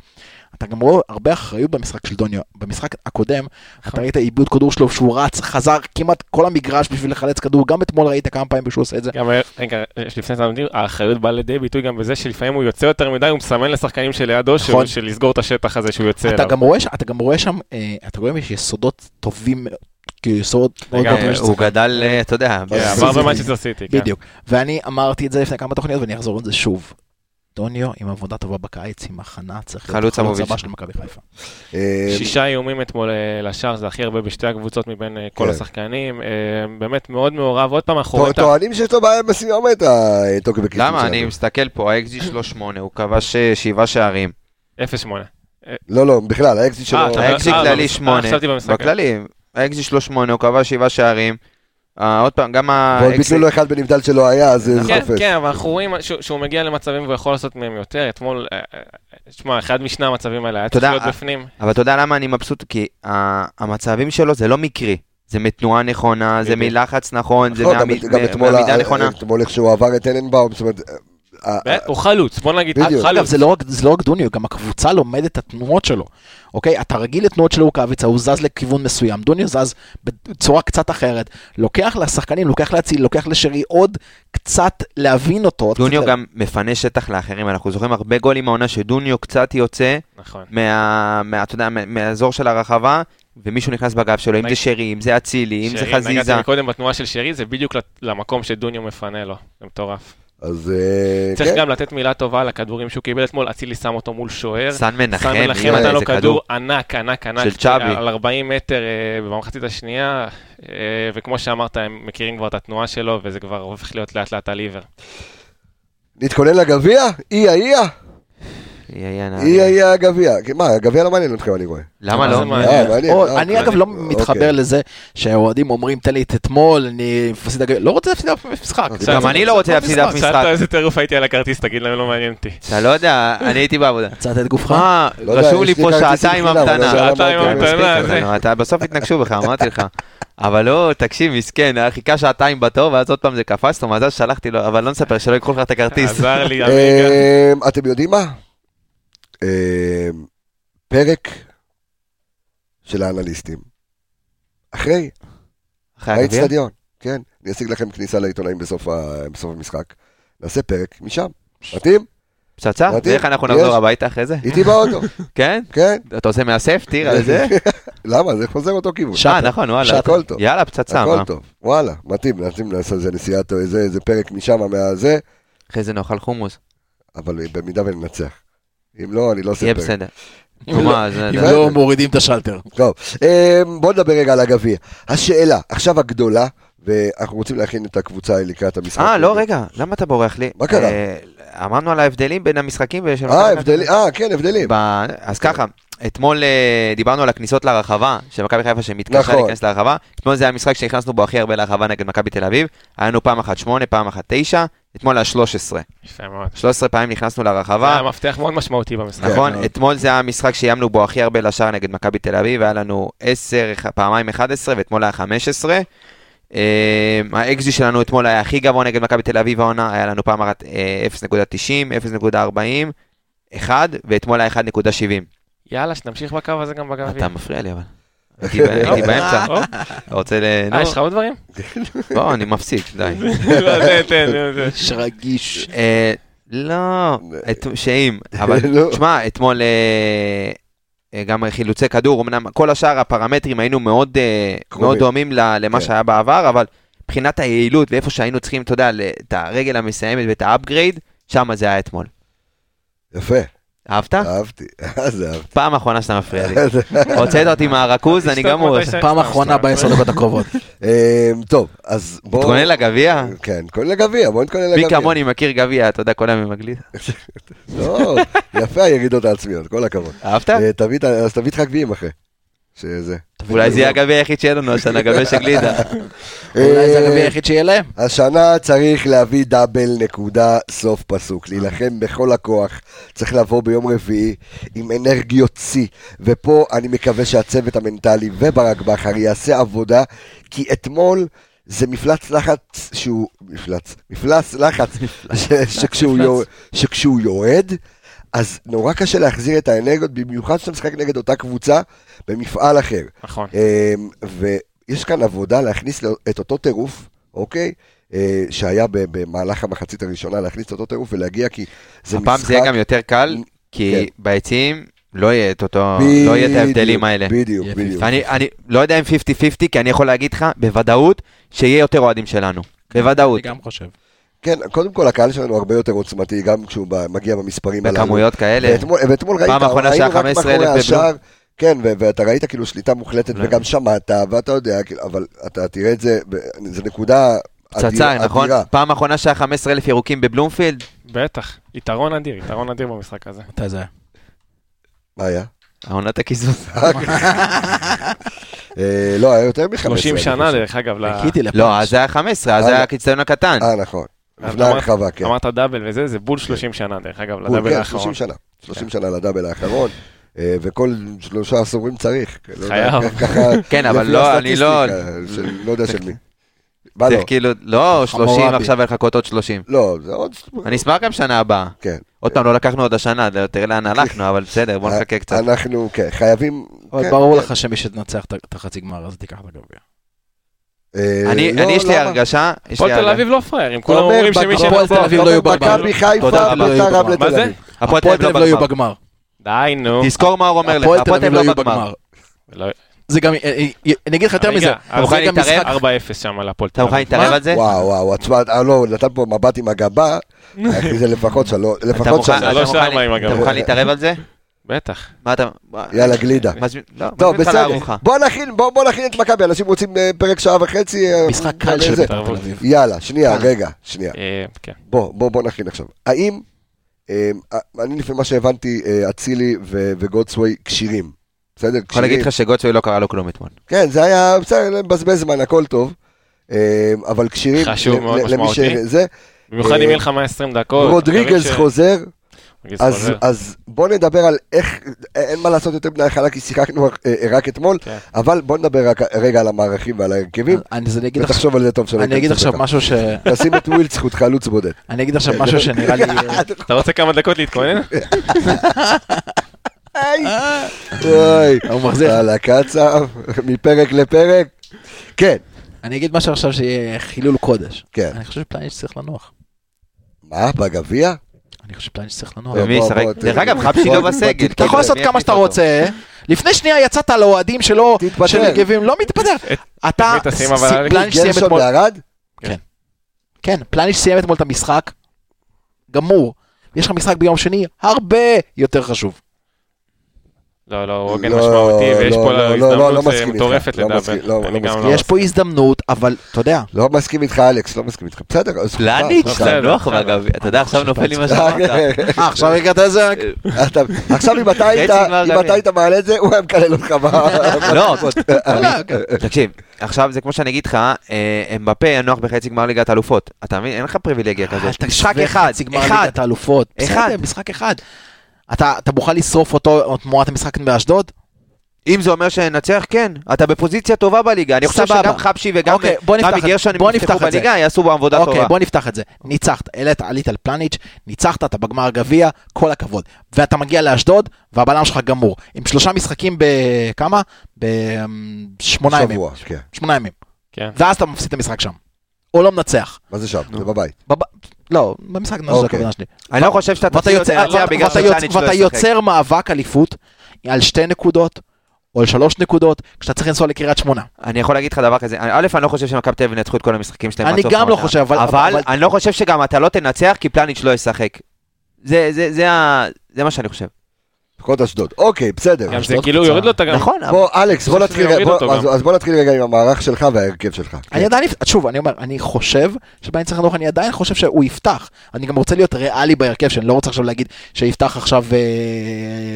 Speaker 9: אתה גם רואה הרבה אחריות במשחק של דוניו. במשחק הקודם,
Speaker 2: נכון.
Speaker 9: אתה ראית עיבוד כדור שלו שהוא רץ, חזר כמעט כל המגרש בשביל לחלץ כדור, גם אתמול ראית כמה פעמים שהוא עושה את זה.
Speaker 3: גם, אה, רגע, לפני שאתה מדבר, האחריות באה לידי ביטוי גם בזה שלפעמים הוא יוצא יותר מדי, הוא מסמן לשחקנים שלידו, שהוא-
Speaker 9: נכון.
Speaker 3: של לסגור את השטח הזה שהוא יוצא
Speaker 9: אתה
Speaker 3: אליו.
Speaker 9: גם רואה ש- אתה גם רואה שם, אה, אתה רואה שיש יסודות טובים, מאוד, כאילו יסודות מאוד
Speaker 3: גם
Speaker 9: מאוד
Speaker 2: אה,
Speaker 9: טובים. של
Speaker 2: הוא
Speaker 9: שחקן.
Speaker 2: גדל, אה, אתה יודע,
Speaker 3: כן,
Speaker 1: אז-
Speaker 3: עבר במאצ'סטר סיטי, כן.
Speaker 9: בדיוק. ואני אמרתי את זה לפני כמה תוכניות ואני אחזור על זה שוב. דוניו עם עבודה טובה בקיץ, עם הכנה, צריך להיות
Speaker 2: חלוץ
Speaker 9: החלוץ
Speaker 2: המוביל.
Speaker 9: הבא של מכבי חיפה.
Speaker 1: אה,
Speaker 3: שישה איומים אתמול אה, לשער, זה הכי הרבה בשתי הקבוצות מבין אה, כל
Speaker 1: כן.
Speaker 3: השחקנים. אה, באמת מאוד מעורב, עוד פעם אנחנו רואים את ה-
Speaker 1: טוענים שיש לו בעיה אה, עם הסיומת, הטוקבקיסטים
Speaker 2: למה? אני מסתכל פה, האקזי שלו שמונה, הוא כבש אה, שבעה שערים.
Speaker 3: 0-8.
Speaker 1: לא, לא, בכלל, האקזיט שלו...
Speaker 3: אה, אתה אומר-
Speaker 2: האקזי
Speaker 3: אה,
Speaker 2: כללי
Speaker 3: במשחק.
Speaker 2: שמונה,
Speaker 3: אה, חשבתי במשחק.
Speaker 2: בכללי, האקזי שלו שמונה, הוא כבש שבעה שערים. אה, עוד פעם, גם
Speaker 1: ועוד
Speaker 2: האקזי...
Speaker 1: ביטלו לו אחד בנבדל שלא היה, אז זה
Speaker 3: כן,
Speaker 1: חופש.
Speaker 3: כן, אבל אנחנו רואים שהוא- שהוא מגיע למצבים והוא יכול לעשות מהם יותר. אתמול, אה, אה, שמע, אחד משני המצבים האלה היה צריך
Speaker 2: תודה,
Speaker 3: להיות
Speaker 2: אה,
Speaker 3: בפנים.
Speaker 2: אבל אתה יודע למה אני מבסוט? כי ה- המצבים שלו זה לא מקרי. זה מתנועה נכונה, זה
Speaker 3: בדיוק.
Speaker 2: מלחץ נכון, זה
Speaker 1: לא,
Speaker 2: מהמ-
Speaker 1: גם- גם
Speaker 2: מה-
Speaker 1: אתמול
Speaker 2: מהמידה
Speaker 1: ה- אה,
Speaker 2: נכונה.
Speaker 1: אתמול איך שהוא עבר את אלנבאום, זאת אומרת... אה, אה,
Speaker 3: באמת? הוא חלוץ, בוא נגיד,
Speaker 1: בדיוק.
Speaker 9: אגב,
Speaker 3: חלוץ.
Speaker 9: זה לא רק- זה לא רק דוניו, גם הקבוצה לומדת את התנועות שלו. אוקיי? אתה רגיל לתנועות של רוקאביצה, הוא זז לכיוון מסוים, דוניו זז בצורה קצת אחרת. לוקח לשחקנים, לוקח להציל, לוקח לשרי עוד קצת להבין אותו. עוד
Speaker 2: דוניו
Speaker 1: אה,
Speaker 9: קצת
Speaker 2: גם מפנה שטח לאחרים, אנחנו זוכרים הרבה גולים העונה שדוניו קצת יוצא
Speaker 3: נכון.
Speaker 2: מה- מה- אתה יודע, מה- מהאזור של הרחבה, ומישהו נכנס בגב שלו, אם
Speaker 3: נג-
Speaker 2: זה שרי, אם זה אצילי, אם זה
Speaker 3: שרי, נגעתי
Speaker 2: חזיזה.
Speaker 3: קודם בתנועה של שרי, זה בדיוק לת- למקום שדוניו מפנה לו. זה מטורף.
Speaker 1: אז אה,
Speaker 3: צריך
Speaker 1: כן,
Speaker 3: גם לתת מילה טובה על הכדורים שהוא קיבל אתמול, אצילי שם אותו מול שוער.
Speaker 2: סן מנחם,
Speaker 3: סן מנחם
Speaker 2: יואי,
Speaker 3: נתן לו
Speaker 2: איזה
Speaker 3: כדור ענק, ענק, ענק.
Speaker 2: של צ'אבי.
Speaker 3: על 40 מטר אה, במחצית השנייה, אה, וכמו שאמרת, הם מכירים כבר את התנועה שלו, וזה כבר הופך להיות לאט לאט על עיוור.
Speaker 1: נתכונן לגביע? איה,
Speaker 2: אה,
Speaker 1: איה?
Speaker 2: יהיה, יהיה, נעלה.
Speaker 1: איה, איה הגביע. כי מה, הגביע לא מעניין אתכם, אני רואה.
Speaker 2: למה
Speaker 3: מה
Speaker 2: לא?
Speaker 3: זה מעניין?
Speaker 1: אה, מעניין,
Speaker 9: או-
Speaker 1: אה,
Speaker 9: אני
Speaker 1: אוקיי.
Speaker 9: אגב לא
Speaker 1: אוקיי.
Speaker 9: מתחבר לזה שהאוהדים אומרים תן לי את אתמול, אני מפסיד הגביע, לא רוצה להפסיד אף משחק.
Speaker 1: אוקיי.
Speaker 2: גם אני לא רוצה להפסיד אף משחק.
Speaker 3: שאלת איזה טירוף הייתי על הכרטיס, תגיד להם, לא מעניין אותי.
Speaker 2: אתה לא יודע, אני הייתי בעבודה.
Speaker 9: יצאת את גופך.
Speaker 2: מה,
Speaker 1: אה, לא יודע,
Speaker 2: רשום
Speaker 1: יש
Speaker 2: לי פה
Speaker 1: כרטיסים
Speaker 2: שעתיים
Speaker 1: חינם, אני לא
Speaker 2: המתנה.
Speaker 1: יודע למה
Speaker 3: שעתיים
Speaker 1: אתם-
Speaker 3: המתנה.
Speaker 2: מספיק,
Speaker 3: זה-
Speaker 2: נו, אתה בסוף התנגשו בך, אמרתי לך. אבל לא, תקשיב, מסכן, היה חיכה שעתיים בתור, ואז עוד פעם זה קפץ לו, מזל ששלחתי לו, אבל לא נספר, שלא ייקחו לך את הכרטיס.
Speaker 9: אה,
Speaker 3: עזר לי, אמיגה.
Speaker 1: אמ, אתם יודעים מה? אמ, פרק של האנליסטים. אחרי,
Speaker 2: אחרי הגביע?
Speaker 1: באיצטדיון, כן. אני אשיג לכם כניסה לעיתונאים בסוף ה- בסוף המשחק. נעשה פרק משם. מתאים?
Speaker 2: פצצה?
Speaker 1: מתאים?
Speaker 2: ואיך אנחנו נחזור
Speaker 1: יש.
Speaker 2: הביתה אחרי זה?
Speaker 1: איתי באוטו.
Speaker 2: כן?
Speaker 1: כן.
Speaker 2: אתה עושה מהסף, טיר על זה?
Speaker 1: למה? זה חוזר אותו כיוון.
Speaker 2: אה, נכון, וואלה.
Speaker 1: הכל טוב.
Speaker 2: יאללה, פצצה,
Speaker 1: הכל
Speaker 2: מה?
Speaker 1: טוב. וואלה, מתאים, מתאים לעשות איזה נסיעה, טוב, איזה איזה פרק משם, מהזה,
Speaker 2: אחרי זה נאכל חומוס.
Speaker 1: אבל במידה וננצח. אם לא, אני לא עושה
Speaker 2: יהיה
Speaker 1: פרק.
Speaker 2: בסדר.
Speaker 9: אם
Speaker 2: נו,
Speaker 9: לא-
Speaker 2: מה, זה-
Speaker 9: אם
Speaker 2: זה-
Speaker 9: לא מורידים את השלטר.
Speaker 1: טוב, אמ, בוא נדבר רגע על הגביע. השאלה, עכשיו הגדולה, ואנחנו רוצים להכין את הקבוצה לקראת המשחק.
Speaker 2: אה, לא, רגע, למה אתה בורח לי?
Speaker 1: מה קרה?
Speaker 2: אה, אמרנו על ההבדלים בין המשחקים. ויש לנו-
Speaker 1: אה, הבדלים, אה, כן, הבדלים.
Speaker 2: ב... אז ככה, אתמול אה, דיברנו על הכניסות לרחבה של מכבי חיפה שמתקשה
Speaker 1: נכון.
Speaker 2: להיכנס לרחבה. אתמול זה היה המשחק שנכנסנו בו הכי הרבה לרחבה נגד מכבי תל אביב. היה לנו פעם אחת שמונה, פעם אחת תשע, אתמול היה 13.
Speaker 3: יפה מאוד.
Speaker 2: 13 פעמים נכנסנו
Speaker 3: זה
Speaker 2: לרחבה.
Speaker 3: היה מפתח מאוד משמעותי במשחק.
Speaker 2: נכון,
Speaker 1: כן, מאוד.
Speaker 2: אתמול זה היה המשחק שאיימנו בו הכי הרבה לשער נגד מכבי תל אביב, היה לנו 10, אח- פעמיים 11 ואתמול היה 15. אמ, האקזי שלנו אתמול היה הכי גבוה נגד מכבי תל אביב העונה, היה לנו פעם אחת אה, 0.90, 0.40, 1, ואתמול היה 1.70.
Speaker 3: יאללה, שנמשיך בקו הזה גם בגביע.
Speaker 2: אתה מפריע לי אבל. הייתי ב- הייתי באמצע.
Speaker 3: אה,
Speaker 2: אתה רוצה ל...
Speaker 3: אה, יש לך עוד דברים?
Speaker 2: נו, בוא, אני מפסיק, די.
Speaker 3: לא, תן, תן, תן.
Speaker 9: איש רגיש.
Speaker 2: אה, לא, את- שאם,
Speaker 1: לא.
Speaker 2: אבל תשמע, אתמול אה, אה, גם חילוצי כדור, אמנם כל השאר הפרמטרים היינו מאוד אה,
Speaker 1: קרובים.
Speaker 2: מאוד דומים ל- למה
Speaker 1: כן.
Speaker 2: שהיה בעבר, אבל מבחינת היעילות ואיפה שהיינו צריכים, אתה יודע, ל- את הרגל המסיימת ואת האפגרייד, שם זה היה אתמול.
Speaker 1: יפה,
Speaker 2: אהבת?
Speaker 1: אהבתי. אז אהבתי.
Speaker 2: פעם אחרונה שאתה מפריע לי. הוצאת אותי מהרכוז, אני
Speaker 3: תשתוק
Speaker 2: גמור.
Speaker 3: מתי ש-
Speaker 9: פעם אחרונה בעשר דקות הקרובות.
Speaker 1: אמ, טוב, אז בואו...
Speaker 2: תתכונן לגביע?
Speaker 1: כן, תתכונן לגביע, בואו נתכונן
Speaker 2: מי
Speaker 1: לגביע.
Speaker 2: כמוני מכיר גביע, אתה יודע, כל היום עם הגלידה.
Speaker 1: טוב, לא, יפה הירידות העצמיות, כל הכבוד.
Speaker 2: אהבת?
Speaker 1: אה, תביא את ה- אז תביא איתך גביעים אחרי. שזה.
Speaker 2: אולי זה יהיה הגביע היחיד שיהיה לנו השנה, גביע של גלידה.
Speaker 9: אולי זה
Speaker 1: אה,
Speaker 9: הגביע היחיד שיהיה להם.
Speaker 1: השנה צריך להביא דאבל נקודה סוף פסוק, להילחם בכל הכוח, צריך לבוא ביום רביעי עם אנרגיות שיא, ופה אני מקווה שהצוות המנטלי וברק בכר יעשה עבודה, כי אתמול זה מפלץ לחץ שהוא, מפלץ, מפלס לחץ, ש- שכשהוא יור- שכשהוא יורד, אז נורא קשה להחזיר את האנרגיות, במיוחד כשאתה משחק נגד אותה קבוצה במפעל אחר.
Speaker 3: נכון.
Speaker 1: אמ, ויש כאן עבודה להכניס לו- את אותו טירוף, אוקיי? אה, שהיה ב- במהלך המחצית הראשונה, להכניס את אותו טירוף ולהגיע, כי זה משחק...
Speaker 2: הפעם זה יהיה גם יותר קל,
Speaker 1: כן.
Speaker 2: כי ביציעים לא יהיה את אותו, לא יהיה את ההבדלים
Speaker 1: בדיוק,
Speaker 2: האלה.
Speaker 1: בדיוק,
Speaker 9: יהיה
Speaker 1: בדיוק.
Speaker 2: אני, אני לא יודע אם 50-50, כי אני יכול להגיד לך בוודאות שיהיה יותר אוהדים שלנו. בוודאות.
Speaker 9: אני גם חושב.
Speaker 1: כן, קודם כל הקהל שלנו הרבה יותר עוצמתי, גם כשהוא ב- מגיע במספרים הללו.
Speaker 2: בכמויות כאלה.
Speaker 1: ואתמול, ואתמול ראית,
Speaker 2: האחרונה
Speaker 1: ראינו
Speaker 2: שהיה
Speaker 1: רק
Speaker 2: 15,000
Speaker 1: מאחורי
Speaker 2: בבלום.
Speaker 1: השער, כן, ו- ואתה ראית כאילו שליטה מוחלטת,
Speaker 2: אולי.
Speaker 1: וגם שמעת, ואתה יודע, כאילו, אבל אתה תראה את זה, ב- זה נקודה
Speaker 2: פצצה,
Speaker 1: אדיר-
Speaker 2: נכון?
Speaker 1: אדירה.
Speaker 2: פעם אחרונה שהיה 15,000 ירוקים בבלומפילד,
Speaker 3: בטח. יתרון אדיר, יתרון אדיר במשחק הזה.
Speaker 9: מתי זה היה?
Speaker 1: מה היה?
Speaker 2: עונת הקיזוז.
Speaker 1: אה, לא, היה יותר מ-15.
Speaker 3: 30 שנה, דרך אגב, ל-
Speaker 9: חיכיתי לפאנץ'.
Speaker 2: לא, אז זה היה 15, אז זה
Speaker 1: אה,
Speaker 2: היה הקיצון הקטן.
Speaker 1: אה, נכון.
Speaker 3: אז
Speaker 1: לפני
Speaker 3: אמרת-
Speaker 1: הרחבה, כן.
Speaker 3: אמרת דאבל וזה, זה בול 30 שנה, דרך אגב,
Speaker 1: בול,
Speaker 3: לדאבל
Speaker 1: כן,
Speaker 3: האחרון.
Speaker 1: 30 שנה. 30 שנה לדאבל האחרון, אה, וכל שלושה עשורים צריך. לא יודע,
Speaker 3: חייב.
Speaker 1: ככה,
Speaker 2: כן, אבל
Speaker 1: לפי
Speaker 2: לא, אני לא-
Speaker 1: הסטטיסטיקה של- לא יודע של מי. מה לא?
Speaker 2: צריך כאילו, לא, 30
Speaker 9: חמורבי.
Speaker 2: עכשיו ולחכות עוד 30.
Speaker 1: לא, זה עוד...
Speaker 2: אני אשמח גם שנה הבאה.
Speaker 1: כן. אה,
Speaker 2: עוד פעם, לא לקחנו עוד השנה, תראה לאן הלכנו, אבל בסדר, בוא נחכה קצת.
Speaker 1: אנחנו, כן, חייבים...
Speaker 9: אבל
Speaker 1: כן,
Speaker 9: ברור
Speaker 1: כן.
Speaker 9: לך שמי שתנצח את- את החצי גמר, אז תיקח את הגביע.
Speaker 1: אה,
Speaker 2: אני,
Speaker 1: לא,
Speaker 2: אני יש לי
Speaker 1: למה?
Speaker 2: הרגשה, יש לי
Speaker 3: הפועל תל
Speaker 2: הרגשה,
Speaker 3: אביב לא פריירים,
Speaker 1: אתה
Speaker 3: כולם
Speaker 1: אומר,
Speaker 3: אומרים שמי
Speaker 1: בק-
Speaker 3: ש...
Speaker 9: הפועל תל אביב לא יהיו
Speaker 1: אתה אומר,
Speaker 9: בגמר.
Speaker 1: מכבי חיפה,
Speaker 2: תודה רבה.
Speaker 1: ביתר רב
Speaker 3: מה
Speaker 1: לתל
Speaker 3: זה?
Speaker 1: אביב.
Speaker 2: הפועל תל אביב לא
Speaker 9: יהיו
Speaker 2: בגמר.
Speaker 9: בגמר.
Speaker 3: די, נו.
Speaker 2: תזכור מה הוא אומר לך,
Speaker 9: הפועל תל אביב לא יהיו בגמר.
Speaker 3: לא-
Speaker 9: זה גם, אה, אה, אני אגיד לך יותר
Speaker 3: רגע,
Speaker 9: מזה,
Speaker 3: אתה
Speaker 9: זה
Speaker 2: מוכן
Speaker 9: גם
Speaker 2: להתערב?
Speaker 9: משחק
Speaker 3: 4-0 שם על הפועל תל
Speaker 2: אתה מוכן
Speaker 3: אביב.
Speaker 2: להתערב
Speaker 9: מה?
Speaker 2: על זה?
Speaker 1: וואו, וואו, עצמא, אה, לא, הוא נתן פה מבט עם הגבה, אחי, זה לפחות שלוש,
Speaker 2: אתה
Speaker 1: לפחות
Speaker 2: מוכן-
Speaker 1: שלוש.
Speaker 2: אתה לא
Speaker 3: שלוש
Speaker 2: מוכן-
Speaker 3: ארבע עם
Speaker 2: אתה
Speaker 3: הגב.
Speaker 2: מוכן להתערב על זה?
Speaker 3: בטח.
Speaker 2: מה אתה...
Speaker 1: יאללה, גלידה.
Speaker 2: מזמין- לא,
Speaker 1: טוב,
Speaker 2: מזמין אותך
Speaker 1: בסדר.
Speaker 2: לארוחה.
Speaker 1: בוא נכין, בוא, בוא נכין את מכבי, אנשים רוצים אה, פרק שעה וחצי. אה,
Speaker 9: משחק קל של
Speaker 1: זה.
Speaker 9: בית"ר תל אביב.
Speaker 1: יאללה, שנייה, רגע, שנייה.
Speaker 3: אה, כן.
Speaker 1: בוא, בוא, בוא נכין עכשיו. האם, אה, אני לפי מה שהבנתי, אה, אצילי ו- וגודסווי כשירים. בסדר,
Speaker 2: יכול להגיד
Speaker 1: כשירים.
Speaker 2: לך שגוטסווי לא קרה לו כלום אתמול.
Speaker 1: כן, זה היה, בסדר, לבזבז זמן, הכל טוב. אה, אבל כשירים.
Speaker 3: חשוב
Speaker 1: ל-
Speaker 3: מאוד,
Speaker 1: ל- למי ש-
Speaker 3: משמעותי.
Speaker 1: זה.
Speaker 3: במיוחד אם יהיה לך 120 דקות.
Speaker 1: רודריגז
Speaker 3: מקווים ש-
Speaker 1: חוזר,
Speaker 3: רודריגז
Speaker 1: אז,
Speaker 3: חוזר.
Speaker 1: אז בוא נדבר על איך, אה, אין מה לעשות יותר בני החלה, כי שיחקנו אה, רק אתמול,
Speaker 3: כן.
Speaker 1: אבל בוא נדבר רק- רגע על המערכים ועל ההרכבים,
Speaker 9: אני אז אה, אני אגיד עכשיו-
Speaker 1: ותחשוב על זה טוב שלא
Speaker 9: אני אגיד
Speaker 1: ייכנסו
Speaker 9: עכשיו
Speaker 1: בכך.
Speaker 9: משהו ש...
Speaker 1: תשים את ווילץ חוט חלוץ בודד.
Speaker 9: אני אגיד עכשיו
Speaker 1: אה,
Speaker 9: משהו שנראה לי...
Speaker 3: אתה רוצה כמה דקות להתכונן?
Speaker 1: אוי,
Speaker 9: הוא מחזיר.
Speaker 1: על הקצב, מפרק לפרק. כן,
Speaker 9: אני אגיד משהו עכשיו שיהיה חילול קודש.
Speaker 1: כן.
Speaker 9: אני חושב שפלניץ' צריך לנוח.
Speaker 1: מה, בגביע?
Speaker 9: אני חושב שאני שצריך לנוע.
Speaker 2: ומי ישחק? דרך אגב, חבשי לא בסגל.
Speaker 9: אתה יכול לעשות כמה שאתה רוצה. לפני שנייה יצאת לאוהדים שלו, של יגבים, לא מתפטר. אתה,
Speaker 3: מי תשים אבל על
Speaker 9: פלניש סיים
Speaker 1: גרשון
Speaker 9: אתמול,
Speaker 1: ירד?
Speaker 9: כן, פלניש סיים אתמול את המשחק, גמור. יש לך משחק ביום שני, הרבה יותר חשוב.
Speaker 3: לא, לא, הוא הוגן
Speaker 1: לא,
Speaker 3: משמעותי, ויש
Speaker 1: לא,
Speaker 3: פה
Speaker 1: לא, לא, לא, לא
Speaker 3: הזדמנות אה,
Speaker 1: מסכים איתך.
Speaker 3: מטורפת
Speaker 1: לא
Speaker 3: לדבר.
Speaker 1: מסכים, לא,
Speaker 3: אני
Speaker 1: לא
Speaker 3: גם
Speaker 1: מסכים.
Speaker 3: לא
Speaker 9: יש פה הזדמנות, אבל אתה יודע,
Speaker 1: לא מסכים איתך, אלכס, לא מסכים איתך. בסדר, זכותך.
Speaker 2: פלניץ',
Speaker 1: זכותך.
Speaker 2: זה
Speaker 9: לא?
Speaker 2: נוח בגביע. אתה יודע, עכשיו נופל לי מה שאמרת.
Speaker 9: אה, עכשיו הגעת לזה,
Speaker 1: אתה- עכשיו, אם אתה היית-
Speaker 2: חצי גמר
Speaker 1: אם אתה
Speaker 2: גביע.
Speaker 1: היית מעלה את זה, הוא היה מקלל אותך. ב-
Speaker 2: לא, תקשיב, עכשיו זה כמו שאני אגיד לך, אה, אמבפה ינוח בחצי גמר ליגת אלופות. אתה מבין? אין לך פריבילגיה כזאת.
Speaker 9: אתה
Speaker 2: משחק
Speaker 9: שווה
Speaker 2: אחד,
Speaker 9: חצי גמר
Speaker 2: אחד.
Speaker 9: ליגת האלופות,
Speaker 2: אחד.
Speaker 9: בסדר, משחק אחד. אתה אתה מוכן לשרוף אותו תמורת המשחק באשדוד?
Speaker 2: אם זה אומר שננצח, כן. אתה בפוזיציה טובה בליגה. אני חושב
Speaker 9: סבבה.
Speaker 2: שגם חבשי וגם
Speaker 9: אוקיי, בוא נפתח
Speaker 2: רמי
Speaker 9: את זה.
Speaker 2: גרשון,
Speaker 9: בוא
Speaker 2: אם יפתחו
Speaker 9: נפתח את זה.
Speaker 2: בליגה, יעשו בעבודה
Speaker 9: אוקיי,
Speaker 2: טובה.
Speaker 9: בוא נפתח את זה. ניצחת, העלית, עלית על פלניץ', ניצחת, אתה בגמר גביע, כל הכבוד. ואתה מגיע לאשדוד, והבלם שלך גמור. עם שלושה משחקים בכמה? בשמונה ימים.
Speaker 1: שבוע, כן.
Speaker 9: אמ, שמונה ימים.
Speaker 3: כן.
Speaker 9: ואז אתה מפסיד את המשחק שם. או לא מנצח.
Speaker 1: מה זה שם? זה בבית.
Speaker 9: בב... לא, במשחק נגד
Speaker 1: אוקיי.
Speaker 9: הכוונה שלי.
Speaker 2: אני לא חושב שאתה
Speaker 9: ואתה
Speaker 2: תפסיד את
Speaker 9: יוצר-
Speaker 2: הנצח
Speaker 9: ואתה-
Speaker 2: בגלל
Speaker 9: ואתה
Speaker 2: שפלניץ'
Speaker 9: יוצ-
Speaker 2: לא
Speaker 9: ואתה
Speaker 2: ישחק.
Speaker 9: יוצר מאבק אליפות על שתי נקודות, או על שלוש נקודות, כשאתה צריך לנסוע לקריית שמונה.
Speaker 2: אני יכול להגיד לך דבר כזה, אני- א', אני לא חושב שמכבי תל אביב ינצחו את כל המשחקים שלהם.
Speaker 9: אני
Speaker 2: עד סוף
Speaker 9: גם לא
Speaker 2: העונה.
Speaker 9: חושב, אבל-
Speaker 2: אבל
Speaker 9: אבל-
Speaker 2: אני לא חושב שגם אתה לא תנצח כי פלניץ' לא ישחק. זה- זה- זה ה- זה מה שאני חושב.
Speaker 1: פחות אשדוד. אוקיי, בסדר.
Speaker 3: גם זה
Speaker 9: אשדוד
Speaker 3: כאילו
Speaker 9: קבוצה.
Speaker 3: יורד לו את הגב.
Speaker 2: נכון, אבל-
Speaker 1: בוא, אלכס, בוא
Speaker 3: אני חושב שזה
Speaker 1: נתחיל רגע-
Speaker 3: יוריד אותו
Speaker 1: בוא- אז-
Speaker 3: גם.
Speaker 1: אז בוא נתחיל רגע עם המערך שלך וההרכב שלך.
Speaker 9: אני עדיין, שוב, אני אומר, אני חושב שבני צריך לנוח, אני עדיין חושב שהוא יפתח. אני גם רוצה להיות ריאלי בהרכב שאני לא רוצה עכשיו להגיד שיפתח עכשיו, אה,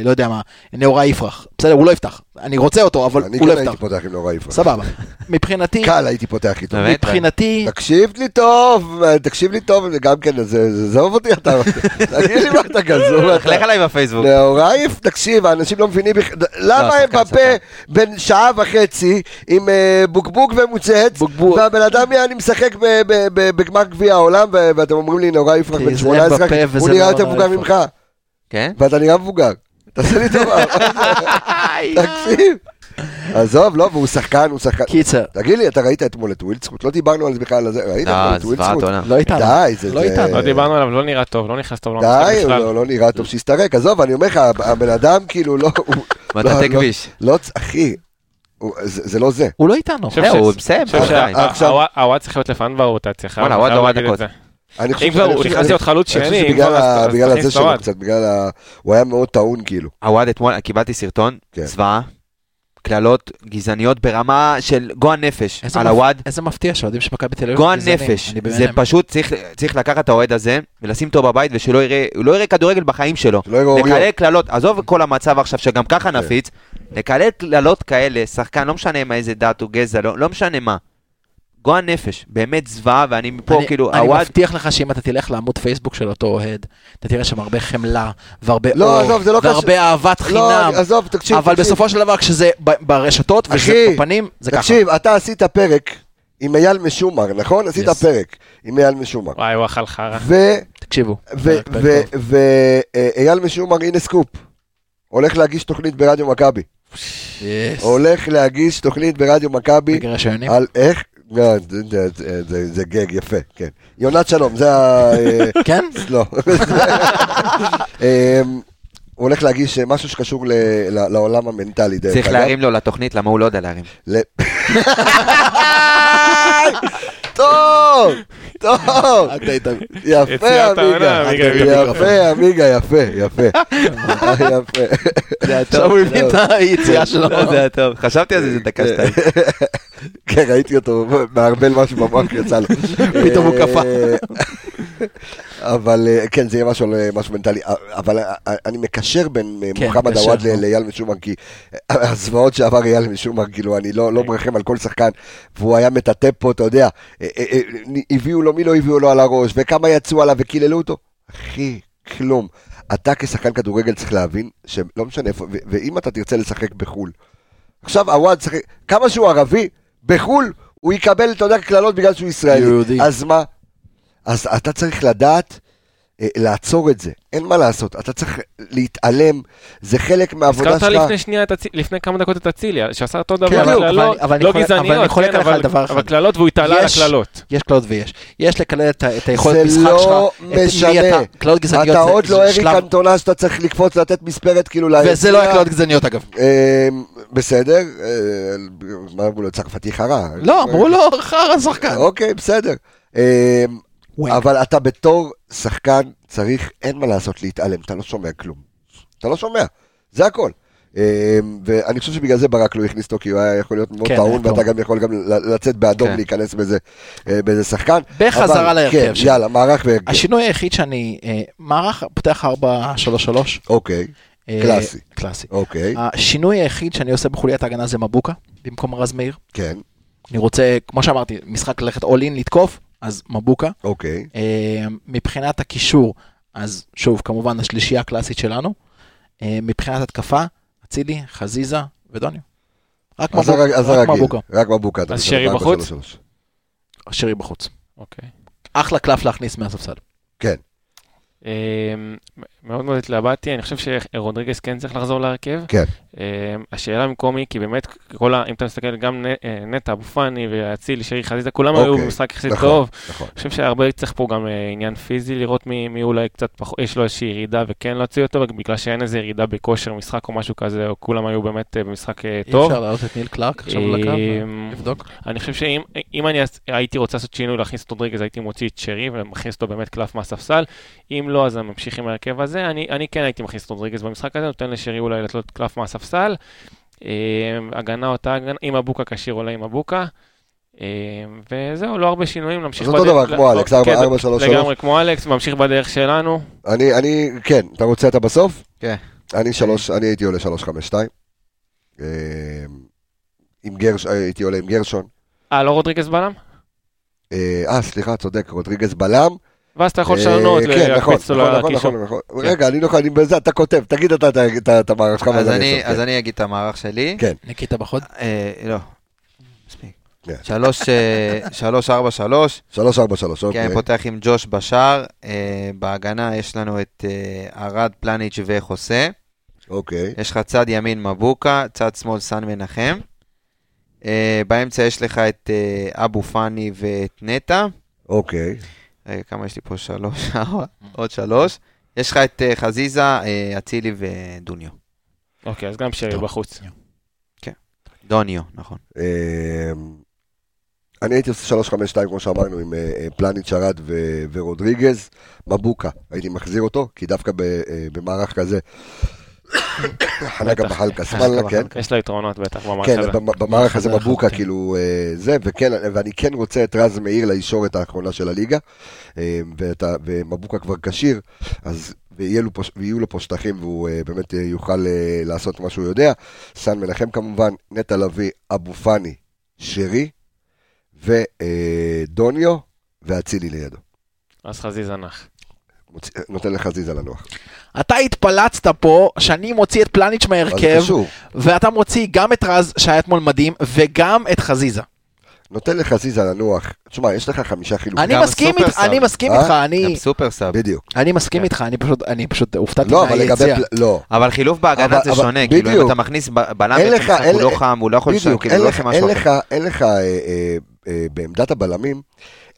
Speaker 9: לא יודע מה, נאורה יפרח. בסדר, הוא לא יפתח. אני רוצה אותו, אבל
Speaker 1: אני
Speaker 9: הוא לא
Speaker 1: כן הייתי
Speaker 9: יפתח.
Speaker 1: פותח עם נורא יפה.
Speaker 9: סבבה. מבחינתי,
Speaker 1: קל הייתי פותח איתו.
Speaker 2: באמת?
Speaker 9: מבחינתי,
Speaker 1: תקשיב לי טוב, תקשיב לי טוב, זה גם כן, זה- זה עזוב אותי אתה, תגיד לי מה אתה גזור. אתה.
Speaker 2: לך עליי בפייסבוק.
Speaker 9: לא.
Speaker 1: לאורייף, תקשיב, האנשים לא מבינים בכ- למה הם
Speaker 2: שחקן,
Speaker 1: בפה בין שעה וחצי עם אה, בוקבוק ומוצץ,
Speaker 9: בוקבוק.
Speaker 1: והבן אדם, יעני, משחק ב- ב- ב- בגמר גביע העולם, ו- ואתם אומרים לי, נורא יפרח
Speaker 9: כי
Speaker 1: בן
Speaker 9: זה
Speaker 1: 18,
Speaker 9: בפה וזה
Speaker 1: הוא נראה
Speaker 9: לא
Speaker 1: יותר
Speaker 9: נורא
Speaker 1: מבוגר
Speaker 9: יפרח.
Speaker 1: ממך,
Speaker 2: כן?
Speaker 1: ואתה נראה מבוגר. תעשה לי טובה, תקשיב. עזוב, לא, והוא שחקן, הוא שחקן.
Speaker 9: קיצר,
Speaker 1: תגיד לי, אתה ראית אתמול את ווילדסקוט? לא דיברנו על זה בכלל, על זה, ראית אתמול
Speaker 2: אה,
Speaker 1: את
Speaker 2: זוועת
Speaker 1: ווילדסקוט?
Speaker 2: עונה.
Speaker 9: לא איתנו.
Speaker 1: די, זה...
Speaker 9: לא
Speaker 1: זה-
Speaker 9: איתנו.
Speaker 3: לא דיברנו עליו, לא נראה טוב, לא נכנס טוב למשחק
Speaker 1: די, הוא
Speaker 3: בכלל.
Speaker 1: לא לא נראה טוב שיסתרק, עזוב, אני אומר לך, הבן אדם כאילו לא... הוא-
Speaker 2: מטאטא
Speaker 1: לא, לא,
Speaker 2: כביש.
Speaker 1: לא, צ- אחי, הוא- זה זה לא זה.
Speaker 9: הוא לא איתנו.
Speaker 3: חושב
Speaker 2: זהו,
Speaker 3: ש-
Speaker 2: הוא מסיים,
Speaker 3: חושב
Speaker 2: עדיין.
Speaker 1: אה, עכשיו-
Speaker 3: שהוואט הוואט צריך להיות לפניו ברוטציה. חייב-
Speaker 2: וואלה, הוואט
Speaker 3: חייב
Speaker 2: לא
Speaker 3: להגיד
Speaker 2: בדקות.
Speaker 3: את זה.
Speaker 1: אני חושב
Speaker 3: אם
Speaker 1: ש-
Speaker 3: כבר
Speaker 1: אני
Speaker 3: הוא
Speaker 1: חושב-
Speaker 3: נכנס להיות חלוץ
Speaker 1: אני חושב
Speaker 3: שני, אם
Speaker 1: שבגלל
Speaker 3: כבר,
Speaker 1: ה-
Speaker 3: אז- אז
Speaker 1: בגלל הזה
Speaker 3: תכניס את
Speaker 1: שלו
Speaker 3: הוואט.
Speaker 1: קצת, בגלל ה... הוא היה מאוד טעון כאילו.
Speaker 2: הוואד אתמול, קיבלתי סרטון,
Speaker 1: כן.
Speaker 2: זוועה, קללות גזעניות ברמה של גועל נפש
Speaker 9: איזה
Speaker 2: על
Speaker 9: מפ-
Speaker 2: הוואד.
Speaker 9: איזה מפתיע שאוהדים של מכבי תל אביב
Speaker 2: גועל
Speaker 9: גזענים.
Speaker 2: נפש,
Speaker 9: אני
Speaker 2: זה
Speaker 9: בהלם.
Speaker 2: פשוט צריך- צריך לקחת את האוהד הזה ולשים אותו בבית ושלא יראה, הוא לא יראה כדורגל בחיים שלו.
Speaker 1: שלא יראו אוריות.
Speaker 2: לקלל קללות, עזוב את כל המצב עכשיו שגם
Speaker 1: כן.
Speaker 2: ככה נפיץ, לקלל קללות כאלה, שחקן, לא משנה מאיזה דת או גזע, לא לא משנה מה. גועל נפש, באמת זוועה, ואני מפה
Speaker 9: אני-
Speaker 2: כאילו,
Speaker 9: אני
Speaker 2: הוואד,
Speaker 9: מבטיח לך שאם אתה תלך לעמוד פייסבוק של אותו אוהד, אתה תראה שם הרבה חמלה, והרבה
Speaker 1: לא,
Speaker 9: אור,
Speaker 1: עזוב, זה לא קשור.
Speaker 9: והרבה אהבת
Speaker 1: לא,
Speaker 9: חינם.
Speaker 1: אני- עזוב, תקשיב.
Speaker 9: אבל
Speaker 1: תקשיב.
Speaker 9: בסופו של דבר כשזה ב- ברשתות וזה
Speaker 1: אחי,
Speaker 9: בפנים, זה ככה.
Speaker 1: תקשיב, אתה עשית פרק עם אייל משומר, נכון? עשית
Speaker 9: Yes.
Speaker 1: פרק עם אייל משומר.
Speaker 3: וואי, הוא אכל חרא.
Speaker 1: ו-
Speaker 9: תקשיבו. אה,
Speaker 2: אה,
Speaker 9: פרק, פרק טוב.
Speaker 1: ואייל משומר, הנה סקופ. הולך להגיש תוכנית ברדיו מכבי.
Speaker 9: Yes.
Speaker 1: הולך להגיש תוכנית ברדיו מכבי.
Speaker 9: מגרש היונים.
Speaker 1: על איך... לא, זה- זה- זה- זה- זה גג, יפה, כן. יונת שלום, זה ה... אה,
Speaker 9: כן?
Speaker 1: לא. אה, הוא הולך להגיש אה, משהו שקשור ל- ל- לעולם המנטלי, דרך
Speaker 2: צריך
Speaker 1: אגב.
Speaker 2: להרים לו לתוכנית, למה הוא לא יודע להרים.
Speaker 1: ל- טוב, טוב. יפה,
Speaker 3: יציאת העונה,
Speaker 1: עמיגה.
Speaker 3: עמיגה,
Speaker 1: יפה, עמיגה, יפה, יפה. יפה.
Speaker 9: עכשיו הוא הבין את היציאה שלו.
Speaker 2: זה היה טוב, חשבתי על זה, זה דקה שתיים.
Speaker 1: אה, כן, ראיתי אותו מערבל משהו במוח, יצא לו. אה,
Speaker 9: פתאום הוא קפא.
Speaker 1: אבל אה, כן, זה יהיה משהו על, אה, משהו מנטלי. אה, אבל אה, אה, אני מקשר בין אה,
Speaker 9: כן,
Speaker 1: מוחמד
Speaker 9: מקשר,
Speaker 1: עוואד
Speaker 9: נו.
Speaker 1: ל- לאייל משומר, כי אה, הזוועות שעבר אייל משומר, כאילו, אני לא
Speaker 9: כן.
Speaker 1: לא מרחם על כל שחקן, והוא היה מטאטא פה, אתה יודע, אה, אה, אה, הביאו לו, מי לא הביאו לו על הראש, וכמה יצאו עליו וקיללו אותו. אחי, כלום. אתה כשחקן כדורגל צריך להבין שלא משנה איפה, ו- ואם אתה תרצה לשחק בחו"ל, עכשיו עוואד שחק, כמה שהוא ערבי, בחו"ל הוא יקבל, אתה יודע, קללות בגלל שהוא ישראלי.
Speaker 9: יהודי.
Speaker 1: אז מה? אז אתה צריך לדעת אה, לעצור את זה. אין מה לעשות, אתה צריך להתעלם, זה חלק מהעבודה
Speaker 3: הזכרת
Speaker 1: שלך.
Speaker 3: לפני שנייה, את הצ- לפני כמה דקות את אצילי, שעשה אותו דבר,
Speaker 9: אבל-
Speaker 3: קללות,
Speaker 9: אבל- אבל אני
Speaker 3: לא
Speaker 9: חולק- אבל אני
Speaker 3: גזעניות,
Speaker 9: חולק
Speaker 3: כן,
Speaker 9: עליך על דבר
Speaker 3: אבל
Speaker 9: אחד.
Speaker 3: אבל קללות, והוא התעלה על
Speaker 9: יש-
Speaker 3: הקללות.
Speaker 9: יש קללות ויש. יש לקלל את ה- את היכולת
Speaker 1: זה
Speaker 9: משחק שלך.
Speaker 1: לא
Speaker 9: את מי
Speaker 1: משנה.
Speaker 9: אתה- קללות גזעניות
Speaker 1: אתה
Speaker 9: זה-
Speaker 1: עוד
Speaker 9: זה
Speaker 1: לא אריק
Speaker 9: שלב-
Speaker 1: אנטונה שאתה צריך לקפוץ, לתת מספרת כאילו ליציע.
Speaker 9: וזה לא היה קללות גזעניות אגב.
Speaker 1: אה, בסדר, אה, מה אמרו לו, צרפתי חרא.
Speaker 9: לא, אמרו לו, חרא שחקן.
Speaker 1: אוקיי, בסדר. אה,
Speaker 9: וואק.
Speaker 1: אבל אתה בתור שחקן צריך, אין מה לעשות, להתעלם, אתה לא שומע כלום. אתה לא שומע, זה הכל. אה, ואני חושב שבגלל זה ברק לא הכניס אותו, כי הוא היה יכול להיות מאוד
Speaker 9: כן, היה
Speaker 1: טעון, ואתה
Speaker 9: טעון.
Speaker 1: גם יכול גם ל- לצאת באדום,
Speaker 2: כן.
Speaker 1: להיכנס באיזה- אה, באיזה שחקן.
Speaker 9: בחזרה
Speaker 1: אבל,
Speaker 9: להרכב
Speaker 1: כן,
Speaker 9: שלי.
Speaker 1: יאללה, מערך והרכב.
Speaker 9: השינוי היחיד שאני... אה, מערך פותח 4-3-3.
Speaker 1: אוקיי,
Speaker 9: אה,
Speaker 1: קלאסי.
Speaker 9: קלאסי.
Speaker 1: אוקיי,
Speaker 9: השינוי היחיד שאני עושה בחוליית ההגנה זה מבוקה, במקום רז מאיר.
Speaker 1: כן,
Speaker 9: אני רוצה, כמו שאמרתי, משחק ללכת אול אין, לתקוף, אז מבוקה.
Speaker 1: אוקיי.
Speaker 9: אה, מבחינת הקישור, אז שוב, כמובן השלישייה הקלאסית שלנו. אה, מבחינת התקפה, אצילי, חזיזה ודוניו. רק
Speaker 1: אז
Speaker 9: מבוקה.
Speaker 1: הרג- אז
Speaker 9: רק
Speaker 1: הרגיל,
Speaker 9: מבוקה.
Speaker 1: רק מבוקה. אתה
Speaker 3: אז
Speaker 1: רוצה
Speaker 3: שרי
Speaker 1: ארבע,
Speaker 3: בחוץ?
Speaker 1: שלוש, שלוש.
Speaker 9: שירי בחוץ.
Speaker 3: אוקיי.
Speaker 9: אחלה קלף להכניס מהספסל.
Speaker 3: אמ, מאוד מאוד התלבטתי, אני חושב שרודריגס כן צריך לחזור להרכב.
Speaker 1: כן.
Speaker 3: אמ, השאלה במקום היא, כי באמת, כל ה... אם אתה מסתכל, גם נ- אה, נטע, אבו פאני ואצילי, שרי חזיזה, כולם היו
Speaker 1: אוקיי,
Speaker 3: במשחק יחסית
Speaker 1: נכון,
Speaker 3: טוב.
Speaker 1: נכון.
Speaker 3: אני חושב שהרבה צריך פה גם אה, עניין פיזי, לראות מי, מי אולי קצת פחות, יש לו איזושהי ירידה וכן להוציא אותו, בגלל שאין איזו ירידה בכושר משחק או משהו כזה, או כולם היו באמת אה, במשחק אה,
Speaker 9: אי
Speaker 3: טוב.
Speaker 9: אפשר להעלות את ניל קלארק עכשיו לקו,
Speaker 3: אמ,
Speaker 9: לבדוק.
Speaker 3: אני חושב שאם אם אני אז- הייתי רוצה לעשות שינוי להכניס את רודריגז, הייתי מוציא את שרי ומכניס אותו באמת קלף מהספסל. אם לא, אז אני ממשיך עם ההרכב הזה. אני, אני כן הייתי מכניס את רודריגז במשחק הזה, נותן לשרי אולי לתלות קלף מהספסל. אה, הגנה אותה הגנה, עם אבוקה כשיר עולה עם אבוקה. אה, וזהו, לא הרבה שינויים, נמשיך
Speaker 1: אז אותו דבר
Speaker 3: לא-
Speaker 1: כמו אלכס, ארבע-
Speaker 3: כן,
Speaker 1: ארבע, שלוש, שלוש.
Speaker 3: לגמרי, כמו אלכס, ממשיך בדרך שלנו.
Speaker 1: אני, אני, כן, אתה רוצה אתה בסוף?
Speaker 2: כן.
Speaker 1: אני שלוש, אני הייתי עולה שלוש, חמש, שתיים. אה, עם גרש, הייתי עולה עם גרשון.
Speaker 3: אה, לא רודריגז בלם?
Speaker 1: אה, אה, סליחה, צודק, רודריגז בלם.
Speaker 3: ואז אתה יכול
Speaker 1: אה,
Speaker 3: לשנות,
Speaker 1: כן, נכון,
Speaker 3: להקפיץ אותו כן.
Speaker 1: נכון, נכון,
Speaker 3: לקישור.
Speaker 1: נכון, נכון. רגע, אני לא יכול, אני בזה, אתה כותב, תגיד אתה את- את- את המערך שלך.
Speaker 2: אז
Speaker 1: ואז
Speaker 2: אני-
Speaker 1: אעשה,
Speaker 2: אז
Speaker 1: כן.
Speaker 2: אני אגיד את המערך שלי.
Speaker 1: כן.
Speaker 9: ניקיטה בחוד.
Speaker 2: אה, לא, מספיק.
Speaker 1: כן.
Speaker 2: שלוש, אה, שלוש, ארבע, שלוש.
Speaker 1: שלוש, ארבע, שלוש, אוקיי.
Speaker 2: כן, פותח עם ג'וש בשער. אה, בהגנה יש לנו את אה, ערד, פלניץ' וחוסה.
Speaker 1: אוקיי,
Speaker 2: יש לך צד ימין מבוקה, צד שמאל סן מנחם. אה, באמצע יש לך את אה, אבו פאני ואת נטע.
Speaker 1: אוקיי.
Speaker 2: רגע, כמה יש לי פה? שלוש, ארבע, עוד שלוש. יש לך את אה, חזיזה, אה, אצילי ודוניו.
Speaker 3: אוקיי, אז גם שרי
Speaker 9: טוב.
Speaker 3: בחוץ.
Speaker 2: דוניו, נכון.
Speaker 1: אה, אני הייתי עושה 3-5-2, כמו שאמרנו, עם אה, אה, פלניץ' שרד ו- ורודריגז. מבוקה, הייתי מחזיר אותו, כי דווקא ב- אה, במערך כזה, חנקה
Speaker 3: בטח.
Speaker 1: בחלקה שמאללה, כן.
Speaker 3: אה, יש לו יתרונות בטח במערכת
Speaker 1: כן,
Speaker 3: הזאת.
Speaker 1: במ- במערך הזה
Speaker 9: במערך
Speaker 1: מבוקה,
Speaker 9: הזה, כן.
Speaker 1: כאילו, אה, זה, וכן, ואני כן רוצה את רז מאיר לישורת האחרונה של הליגה, אה, ואת ה- ומבוקה כבר כשיר, אז ויהיו לו פה- ויהיו לו פה שטחים, והוא אה, באמת אה, יוכל אה, לעשות מה שהוא יודע. סן מנחם כמובן, נטע לביא, אבו פאני, שרי, ודוניו, ואצילי לידו.
Speaker 3: אז חזיזה נח.
Speaker 1: מוציא- נותן לחזיזה לנוח.
Speaker 9: אתה התפלצת פה שאני מוציא את פלניץ'
Speaker 1: אבל
Speaker 9: מהרכב,
Speaker 1: זה קשור.
Speaker 9: ואתה מוציא גם את רז, שהיה אתמול מדהים, וגם את חזיזה.
Speaker 1: נותן לחזיזה לנוח. תשמע, יש לך חמישה חילוקים.
Speaker 9: אני
Speaker 2: גם
Speaker 9: מסכים איתך,
Speaker 2: סופרסאב.
Speaker 9: אני מסכים
Speaker 1: אה?
Speaker 9: איתך, אני-
Speaker 2: גם סופר סאב.
Speaker 1: בדיוק.
Speaker 9: אני מסכים איתך, אני פשוט- אני פשוט הופתעתי
Speaker 1: לא, אבל לגבי...
Speaker 9: מהיציאה.
Speaker 1: פל- לא.
Speaker 2: אבל חילוף בהגנה
Speaker 1: אבל-
Speaker 2: זה
Speaker 1: אבל-
Speaker 2: שונה, כאילו אם
Speaker 1: בדיוק.
Speaker 2: אתה מכניס ב- בלם,
Speaker 1: אין
Speaker 2: בעצם
Speaker 1: לך-
Speaker 2: משחק,
Speaker 1: אין-
Speaker 2: הוא לא חם, הוא לא יכול לשם,
Speaker 1: בדיוק,
Speaker 2: כאילו
Speaker 1: אין
Speaker 2: הוא לא
Speaker 1: לך,
Speaker 2: עושה
Speaker 1: אין
Speaker 2: משהו אחר.
Speaker 1: לך, אין לך, אה, אה, אה, בעמדת הבלמים,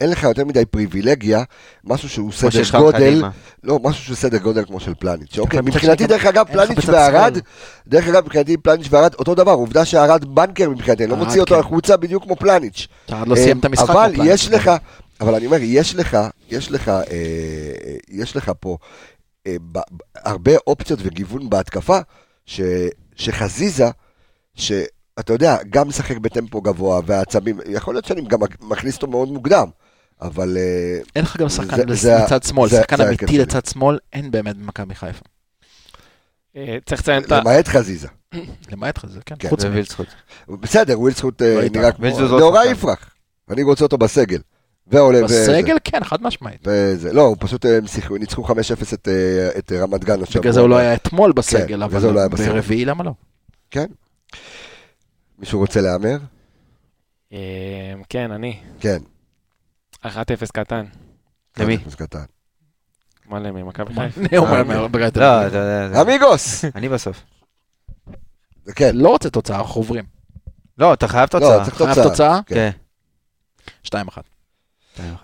Speaker 1: אין לך יותר מדי פריבילגיה, משהו שהוא
Speaker 2: כמו
Speaker 1: סדר
Speaker 2: שיש לך
Speaker 1: גודל,
Speaker 2: קדימה.
Speaker 1: לא, משהו שהוא סדר גודל כמו של פלניץ', אוקיי,
Speaker 9: מצד
Speaker 1: מבחינתי
Speaker 9: שני,
Speaker 1: דרך אגב
Speaker 9: אין לך
Speaker 1: פלניץ'
Speaker 9: בצד
Speaker 1: וערד,
Speaker 9: שמאל.
Speaker 1: דרך אגב מבחינתי פלניץ' וערד אותו דבר, עובדה שערד בנקר מבחינתי, אני לא
Speaker 2: אה,
Speaker 9: ערד,
Speaker 1: מוציא אותו
Speaker 9: כן.
Speaker 1: החוצה בדיוק כמו פלניץ',
Speaker 9: אתה עוד לא סיים את המשחק.
Speaker 1: אה,
Speaker 9: כן.
Speaker 1: אבל
Speaker 9: בפלניץ'.
Speaker 1: יש לך, אבל אני אומר, יש לך, יש לך, אה, אה, יש לך פה אה, ב- ב- הרבה אופציות וגיוון בהתקפה, ש, שחזיזה, שאתה יודע, גם משחק בטמפו גבוה, והעצבים, יכול להיות שאני גם מכניס אותו מאוד מוקדם, אבל אה,
Speaker 9: אין לך גם שחקן
Speaker 1: זה- זה ה-
Speaker 9: לצד שמאל,
Speaker 1: זה-
Speaker 9: שחקן
Speaker 1: זה ההרכב
Speaker 9: אמיתי
Speaker 1: שלי.
Speaker 9: לצד שמאל, אין באמת במכבי חיפה.
Speaker 3: אה, צריך לציין את ה...
Speaker 1: למעט חזיזה.
Speaker 9: למעט לך זה, כן.
Speaker 1: כן,
Speaker 9: חוץ מ...
Speaker 2: ווילצחוט.
Speaker 1: בסדר, ווילסקוט אה,
Speaker 9: לא איתנו.
Speaker 1: נראה כמו...
Speaker 2: וילסקוט עוד
Speaker 1: נורא
Speaker 2: שחקן.
Speaker 1: יפרח. אני רוצה אותו בסגל. ועולה וזה.
Speaker 9: בסגל, כן, חד משמעית.
Speaker 1: וזה, לא, הוא פשוט, אה, הם שיחקו- ניצחו 5-0 את, אה, את אה, רמת גן השבוע.
Speaker 9: בגלל זה הוא לא היה אתמול בסגל,
Speaker 1: בגלל זה הוא לא
Speaker 9: אבל
Speaker 1: היה בסגל.
Speaker 9: ברביעי למה לא?
Speaker 1: מישהו רוצה להמר?
Speaker 3: אה, כן, אני.
Speaker 1: כן.
Speaker 3: 1-0 קטן.
Speaker 2: למי?
Speaker 1: אפס קטן.
Speaker 3: מלא ממכבי חיפה.
Speaker 9: הוא
Speaker 1: אה, כן.
Speaker 9: מהמר בגלל תל
Speaker 2: לא,
Speaker 9: אביב.
Speaker 2: אתה יודע... זה-
Speaker 1: אמיגוס!
Speaker 2: אני בסוף.
Speaker 1: כן.
Speaker 9: לא רוצה תוצאה, אנחנו עוברים.
Speaker 2: לא, אתה חייב
Speaker 1: לא,
Speaker 2: תוצאה.
Speaker 1: צריך
Speaker 9: חייב
Speaker 1: תוצאה.
Speaker 9: תוצאה?
Speaker 1: כן.
Speaker 2: כן.
Speaker 9: 2-1.
Speaker 1: 2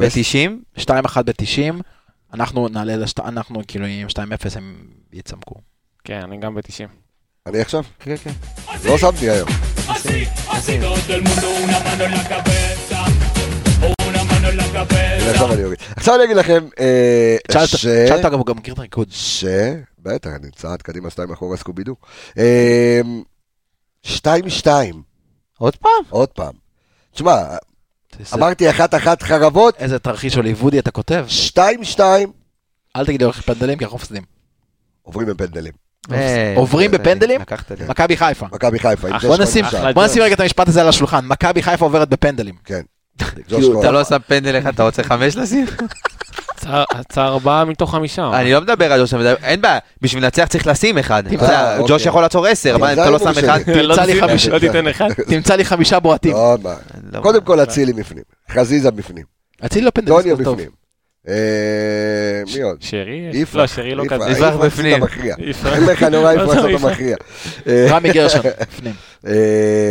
Speaker 2: ב-90?
Speaker 9: 2-1 ב-90, אנחנו נעלה לשת... אנחנו כאילו עם 2-0 הם יצמקו.
Speaker 3: כן, אני גם ב-90.
Speaker 1: אני עכשיו?
Speaker 2: כן, כן.
Speaker 1: לא שמתי היום. הנה, עכשיו אני אוריד. עכשיו אני אגיד לכם, אה,
Speaker 9: שאלת,
Speaker 1: ש...
Speaker 9: שאלת גם, הוא גם מכיר את הריקוד.
Speaker 1: ש... בטח, אני צעד קדימה, שתיים אחורה, סקובידו. אה, שתיים, שתיים,
Speaker 2: עוד פעם?
Speaker 1: עוד פעם. תשמע,
Speaker 9: זה-
Speaker 1: אמרתי אחת אחת חרבות,
Speaker 9: איזה תרחיש הוליוודי אתה כותב?
Speaker 1: שתיים, שתיים,
Speaker 9: אל תגיד לי הולך פנדלים כי אנחנו מפסידים.
Speaker 1: עוברים בפנדלים.
Speaker 2: אה,
Speaker 9: עוברים
Speaker 2: אתה-
Speaker 9: בפנדלים?
Speaker 2: לקחת
Speaker 1: לא
Speaker 2: לי.
Speaker 9: מכבי חיפה.
Speaker 1: מכבי חיפה, עם
Speaker 3: אח,
Speaker 1: ג'וש
Speaker 9: בוא נשים,
Speaker 1: כהן שם.
Speaker 3: אחלה
Speaker 9: בוא נשים רגע את המשפט הזה על השולחן. מכבי חיפה עוברת בפנדלים.
Speaker 1: כן. ג'וש
Speaker 9: כאילו,
Speaker 2: אתה
Speaker 1: כהן.
Speaker 2: לא שם פנדל אחד, אתה רוצה חמש לשים?
Speaker 3: צער- צער ארבעה מתוך חמישה.
Speaker 2: אני לא מדבר על ג'וש, אני מדבר- אין בעיה, בשביל לנצח צריך לשים אחד. אתה יודע,
Speaker 1: אוקיי.
Speaker 2: ג'וש יכול לעצור עשר,
Speaker 1: אבל
Speaker 2: מה, אם
Speaker 1: זה
Speaker 2: אתה לא
Speaker 1: ההימור
Speaker 2: שם
Speaker 1: שלי.
Speaker 2: אחד?
Speaker 3: לא
Speaker 9: תמצא לי
Speaker 3: תשים-
Speaker 9: חמישה.
Speaker 3: לא תיתן אחד.
Speaker 9: תמצא לי חמישה בועטים.
Speaker 1: לא, מה.
Speaker 2: לא.
Speaker 1: קודם כל אצילי בפנים, חזיזה בפנים,
Speaker 9: אצילי לא פנדלים.
Speaker 1: טוניו
Speaker 9: זה טוב.
Speaker 1: בפנים. אה, מי עוד?
Speaker 3: שרי?
Speaker 1: יפרח.
Speaker 3: לא, שרי לא
Speaker 1: יפרח.
Speaker 3: כזה.
Speaker 2: יפרח בפנים.
Speaker 1: אתה מכריע.
Speaker 3: יפרח.
Speaker 1: אני אומר לך, אני רואה
Speaker 3: לא
Speaker 1: יפרח
Speaker 3: צריך
Speaker 1: אותו
Speaker 3: יפרח.
Speaker 1: מכריע. אה,
Speaker 9: רמי גרשון, בפנים.
Speaker 1: אה,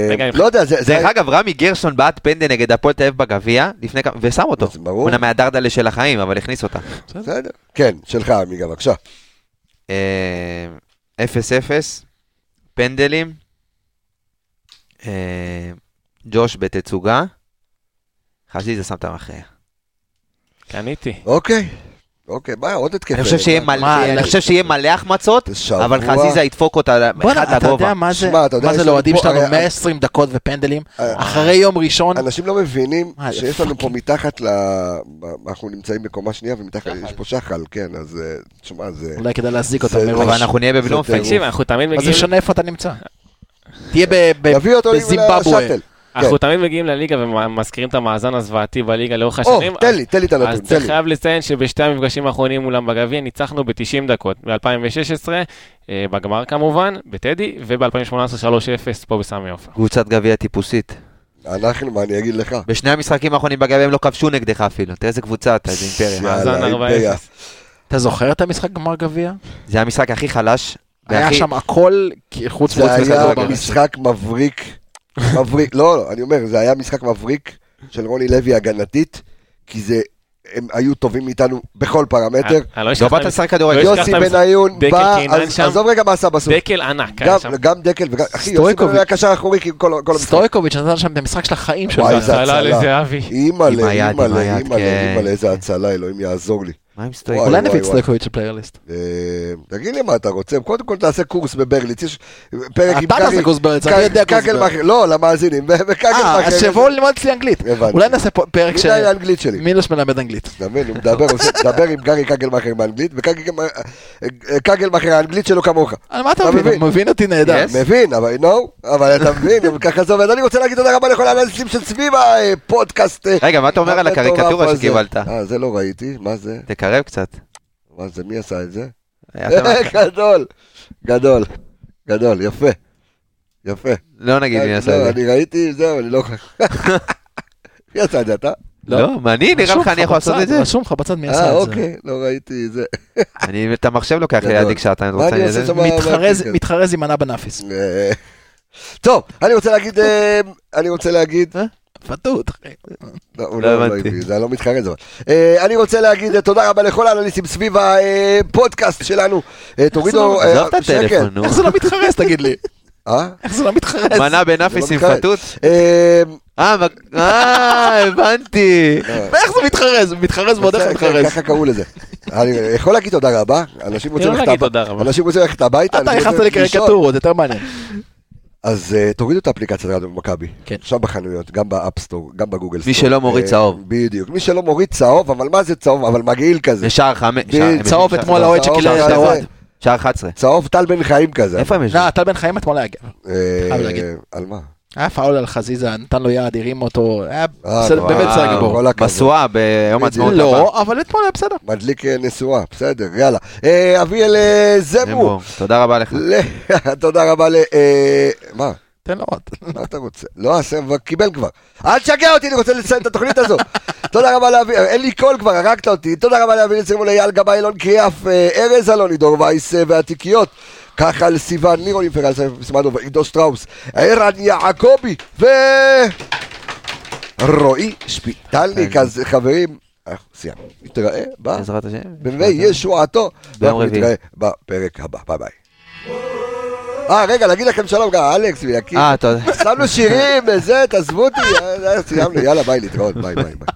Speaker 3: רגע,
Speaker 1: לא יודע, זה...
Speaker 2: דרך אגב, רמי גרשון בעט פנדל נגד הפועל תל אביב בגביע, לפני כמה- ושם אותו.
Speaker 1: זה ברור.
Speaker 2: הוא נע מהדרדלה של החיים, אבל הכניס אותה.
Speaker 1: בסדר. כן, שלך, עמיגה, בבקשה.
Speaker 2: אה, 0-0, פנדלים, אה, ג'וש בתצוגה, חזיזה שם את המכריע.
Speaker 3: קניתי.
Speaker 1: אוקיי. אוקיי, מה, עוד התקף.
Speaker 2: אני חושב שיהיה מלא-
Speaker 9: מה,
Speaker 2: אני חושב שיהיה מלא החמצות,
Speaker 1: שבוע.
Speaker 2: אבל חזיזה ידפוק אותה
Speaker 9: בואנה,
Speaker 2: אחד
Speaker 9: אתה יודע
Speaker 2: לגובה.
Speaker 9: מה זה,
Speaker 1: שמע, אתה יודע,
Speaker 9: מה
Speaker 1: יש
Speaker 9: זה
Speaker 1: לנו
Speaker 9: לאוהדים
Speaker 1: פה-
Speaker 9: שלנו
Speaker 1: הרי-
Speaker 9: 120 דקות ופנדלים,
Speaker 1: אה.
Speaker 9: אחרי יום ראשון,
Speaker 1: אנשים לא מבינים
Speaker 9: מה, זה
Speaker 1: שיש לנו פה
Speaker 9: פאקינג-
Speaker 1: מתחת ל... אנחנו נמצאים בקומה שנייה, ומתחת יש פה שחל, כן, אז אה, תשמע, זה...
Speaker 9: אולי כדאי להזיק
Speaker 1: זה- לא.
Speaker 9: אותם
Speaker 2: אבל
Speaker 9: מראש.
Speaker 2: אנחנו נהיה
Speaker 1: זה
Speaker 2: בבלומפלד.
Speaker 1: טירוף.
Speaker 3: תקשיב, אנחנו תמיד
Speaker 9: מה זה
Speaker 3: מגיעים...
Speaker 9: משנה איפה אתה נמצא? תהיה ב- ב-
Speaker 1: יביא אותו
Speaker 9: בזימבבואה.
Speaker 1: לשאטל.
Speaker 3: אנחנו תמיד מגיעים לליגה ומזכירים את המאזן הזוועתי בליגה לאורך
Speaker 1: או,
Speaker 3: השנים.
Speaker 1: תן לי, תן לי את הנתון,
Speaker 3: אז
Speaker 1: תן
Speaker 3: צריך
Speaker 1: לי.
Speaker 3: חייב לציין שבשתי המפגשים האחרונים מולם בגביע ניצחנו ב-90 דקות, ב-2016, אה, בגמר כמובן, בטדי, וב-2018 3-0 פה בסמי עופר.
Speaker 2: קבוצת גביע טיפוסית.
Speaker 1: אנחנו, מה אני אגיד לך?
Speaker 2: בשני המשחקים האחרונים בגביע הם לא כבשו נגדך אפילו. תראה איזה קבוצה אתה, איזה אימפריה.
Speaker 1: יאללה,
Speaker 3: מאזן
Speaker 1: אימפריה.
Speaker 3: 4-0.
Speaker 9: אתה זוכר את המשחק גמר גביע?
Speaker 2: זה המשחק הכי חלש.
Speaker 9: היה
Speaker 2: והכי-
Speaker 9: שם הכל כי- חוץ
Speaker 1: זה
Speaker 9: מחוץ
Speaker 1: היה
Speaker 9: לכדורגל.
Speaker 1: משחק מבריק, מבריק, לא, לא, אני אומר, זה היה משחק מבריק של רוני לוי הגנתית, כי זה, הם היו טובים מאיתנו בכל פרמטר.
Speaker 3: אני לא
Speaker 2: לא
Speaker 3: אשכח את
Speaker 2: באת
Speaker 3: המשחק.
Speaker 2: לשחק כדורגל.
Speaker 3: לא הזכרת
Speaker 1: יוסי
Speaker 3: את המשחק.
Speaker 1: בניון
Speaker 3: דקל
Speaker 1: בא,
Speaker 3: קינן
Speaker 1: אז-
Speaker 3: שם.
Speaker 1: עזוב רגע מה עשה בסוף.
Speaker 3: דקל ענק היה
Speaker 1: גם-
Speaker 3: שם.
Speaker 1: גם דקל וגם, אחי, יוסי
Speaker 9: סטויקוביץ'.
Speaker 1: בניון היה קשר אחורי כי כל כל המשחק.
Speaker 9: סטויקוביץ' נתן שם את המשחק של החיים שלו.
Speaker 1: וואי,
Speaker 3: זה
Speaker 1: איזה
Speaker 3: הצלה
Speaker 1: הצלה.
Speaker 3: לזהבי.
Speaker 1: אימא'לה,
Speaker 2: עם היד, עם
Speaker 1: אימא'לה,
Speaker 2: היד,
Speaker 1: אימא'לה,
Speaker 2: כן.
Speaker 1: אימא'לה, איזה הצלה, אלוהים יעזור לי.
Speaker 2: מה עם סטויק?
Speaker 1: וואי,
Speaker 9: אולי
Speaker 1: וואי,
Speaker 9: נביא את
Speaker 1: וואי.
Speaker 9: סטויקוביץ' של פליירליסט.
Speaker 1: אה, תגיד לי מה אתה רוצה, קודם כל תעשה קורס בברליץ, יש פרק עם
Speaker 9: אתה תעשה גוסברג, אני יודע גוסברג.
Speaker 1: קגלמכר, לא, למאזינים,
Speaker 9: אה,
Speaker 1: וקגלמכר.
Speaker 9: אז שיבואו ללמוד אצלי אנגלית.
Speaker 1: הבנתי.
Speaker 9: אולי נעשה פה פרק
Speaker 1: מי
Speaker 9: ש...
Speaker 1: די האנגלית שלי?
Speaker 9: מילוש מלמד אנגלית.
Speaker 1: אתה מבין, הוא מדבר, עושה- מדבר עם גרי קגלמכר באנגלית, וקגלמכר האנגלית שלו כמוך.
Speaker 9: על מה אתה
Speaker 1: אתה
Speaker 9: מבין?
Speaker 1: מבין?
Speaker 9: הוא מבין אותי נהדר.
Speaker 2: Yes.
Speaker 1: מבין, אבל נו, אבל אתה מבין, אבל ככה זה עובד. אני רוצה להגיד תודה רבה לכל האנליסטים שסביב הפודקאסט. אה,
Speaker 2: רגע, מה אתה אומר על
Speaker 1: המטורף
Speaker 2: הקריקטורה
Speaker 1: הזה.
Speaker 2: שקיבלת?
Speaker 1: אה, זה לא ראיתי, מה זה?
Speaker 2: תקרב קצת.
Speaker 1: מה זה, מי עשה את זה?
Speaker 2: אתה-
Speaker 1: אה, גדול, גדול, גדול, יפה. יפה.
Speaker 2: לא נגיד מי עשה
Speaker 1: לא,
Speaker 2: את זה.
Speaker 1: אני ראיתי, זהו, אני לא... מי עשה את זה, אתה?
Speaker 2: לא, מה, אני? נראה
Speaker 9: רשום
Speaker 2: לך
Speaker 9: לך
Speaker 2: אני יכול
Speaker 9: בצד,
Speaker 2: לעשות את זה?
Speaker 9: רשום לך בצד מי
Speaker 1: אה,
Speaker 9: עשה את זה.
Speaker 1: אוקיי, לא ראיתי זה.
Speaker 2: אני את המחשב לוקח
Speaker 1: גדול.
Speaker 2: לידי
Speaker 1: מה
Speaker 2: כשאתה רוצה
Speaker 1: אני
Speaker 2: אני
Speaker 1: עושה
Speaker 2: זה.
Speaker 1: שם?
Speaker 9: מתחרז-
Speaker 1: מה-
Speaker 9: מתחרז עם מנה בנאפיס.
Speaker 1: אה, טוב, אני רוצה להגיד, אה, אני רוצה להגיד,
Speaker 9: פטוט. אחי.
Speaker 1: לא, הוא
Speaker 2: אה? לא
Speaker 1: לא- לא
Speaker 2: הבנתי.
Speaker 1: הביא, זה לא מתחרז אבל. אה, אני רוצה להגיד אה, תודה רבה לכל האנליסטים סביב הפודקאסט שלנו. אה, תורידו... אה,
Speaker 2: עזוב את
Speaker 1: שקט.
Speaker 2: הטלפון, נו.
Speaker 9: איך זה לא מתחרז, תגיד לי?
Speaker 1: אה?
Speaker 9: איך זה לא מתחרז?
Speaker 2: מנה בנאפיס
Speaker 1: זה
Speaker 2: עם
Speaker 1: לא מתחרז.
Speaker 2: פתות?
Speaker 1: אה,
Speaker 2: אה, מק- אה, הבנתי.
Speaker 1: לא.
Speaker 9: ואיך זה מתחרז? מתחרז ועוד איך מתחרז.
Speaker 1: ככה קראו לזה. אני יכול להגיד תודה רבה, אנשים רוצים
Speaker 3: לא
Speaker 1: ללכת
Speaker 3: להגיד
Speaker 1: הב-
Speaker 3: תודה רבה.
Speaker 1: אנשים רוצים ללכת הביתה.
Speaker 9: אתה
Speaker 1: אנשים
Speaker 9: נכנסת
Speaker 1: רוצים לישון.
Speaker 9: לקריקטורות, יותר מעניין.
Speaker 1: אז אה, תורידו את האפליקציה רדיו מכבי.
Speaker 9: כן.
Speaker 1: עכשיו בחנויות, גם באפסטור, גם בגוגל סטור.
Speaker 2: מי שלא מוריד
Speaker 1: אה,
Speaker 2: צהוב.
Speaker 1: בדיוק. מי שלא מוריד צהוב, אבל מה זה צהוב? אבל מגעיל כזה.
Speaker 2: לשער חמש.
Speaker 1: בדיוק.
Speaker 9: צהוב אתמול האוהד
Speaker 1: צהוב,
Speaker 9: שקילל את
Speaker 1: צהוב,
Speaker 9: האוהד.
Speaker 2: שער 11.
Speaker 1: צהוב טל בן חיים כזה.
Speaker 2: איפה הם ישבו?
Speaker 9: לא, טל בן חיים אתמול היה גבר.
Speaker 1: אה,
Speaker 9: חייב להגיד.
Speaker 1: על מה?
Speaker 9: היה פאול על חזיזה, נתן לו יד, הרים אותו, היה
Speaker 1: אה,
Speaker 9: בסדר,
Speaker 1: וואו.
Speaker 9: באמת בסדר גמור.
Speaker 1: כל הכבוד.
Speaker 2: משואה ביום העצמאות הבא.
Speaker 9: לא, אבל אתמול היה בסדר.
Speaker 1: מדליק אה, נשואה, בסדר, יאללה. אה, אביאל אה, זמרו.
Speaker 2: אמרו, תודה רבה לך.
Speaker 1: ל- תודה רבה ל... אה, מה?
Speaker 9: תן לו עוד.
Speaker 1: מה אתה רוצה? לא, הסבב קיבל כבר. אל תשגע אותי, אני רוצה לסיים את התוכנית הזו. תודה רבה לאבי, אה, אין לי קול כבר, הרגת אותי. תודה רבה לאבי נצרים אייל גבאי, אילון קריאף, אה, ארז אלוני, דור וייס אה, והתיקיות. כחל סיוון, לירון אימפרל, סמדוב, עידו שטראוס, ערן יעקבי ו... רועי שפיטלניק. אז אה, חברים, אנחנו סיימנו. נתראה ב...
Speaker 2: כן. בעזרת השם.
Speaker 1: בישועתו.
Speaker 2: ביום
Speaker 1: ואנחנו
Speaker 2: רביעי.
Speaker 1: נתראה בפרק הבא. ביי ביי. אה, רגע, להגיד לכם שלום גם, אלכס ויקיר.
Speaker 2: אה, תודה.
Speaker 1: שמנו שירים, וזה, תעזבו אותי, אה, סיימנו, יאללה, אה, ביי, להתראות, ביי, ביי, ביי.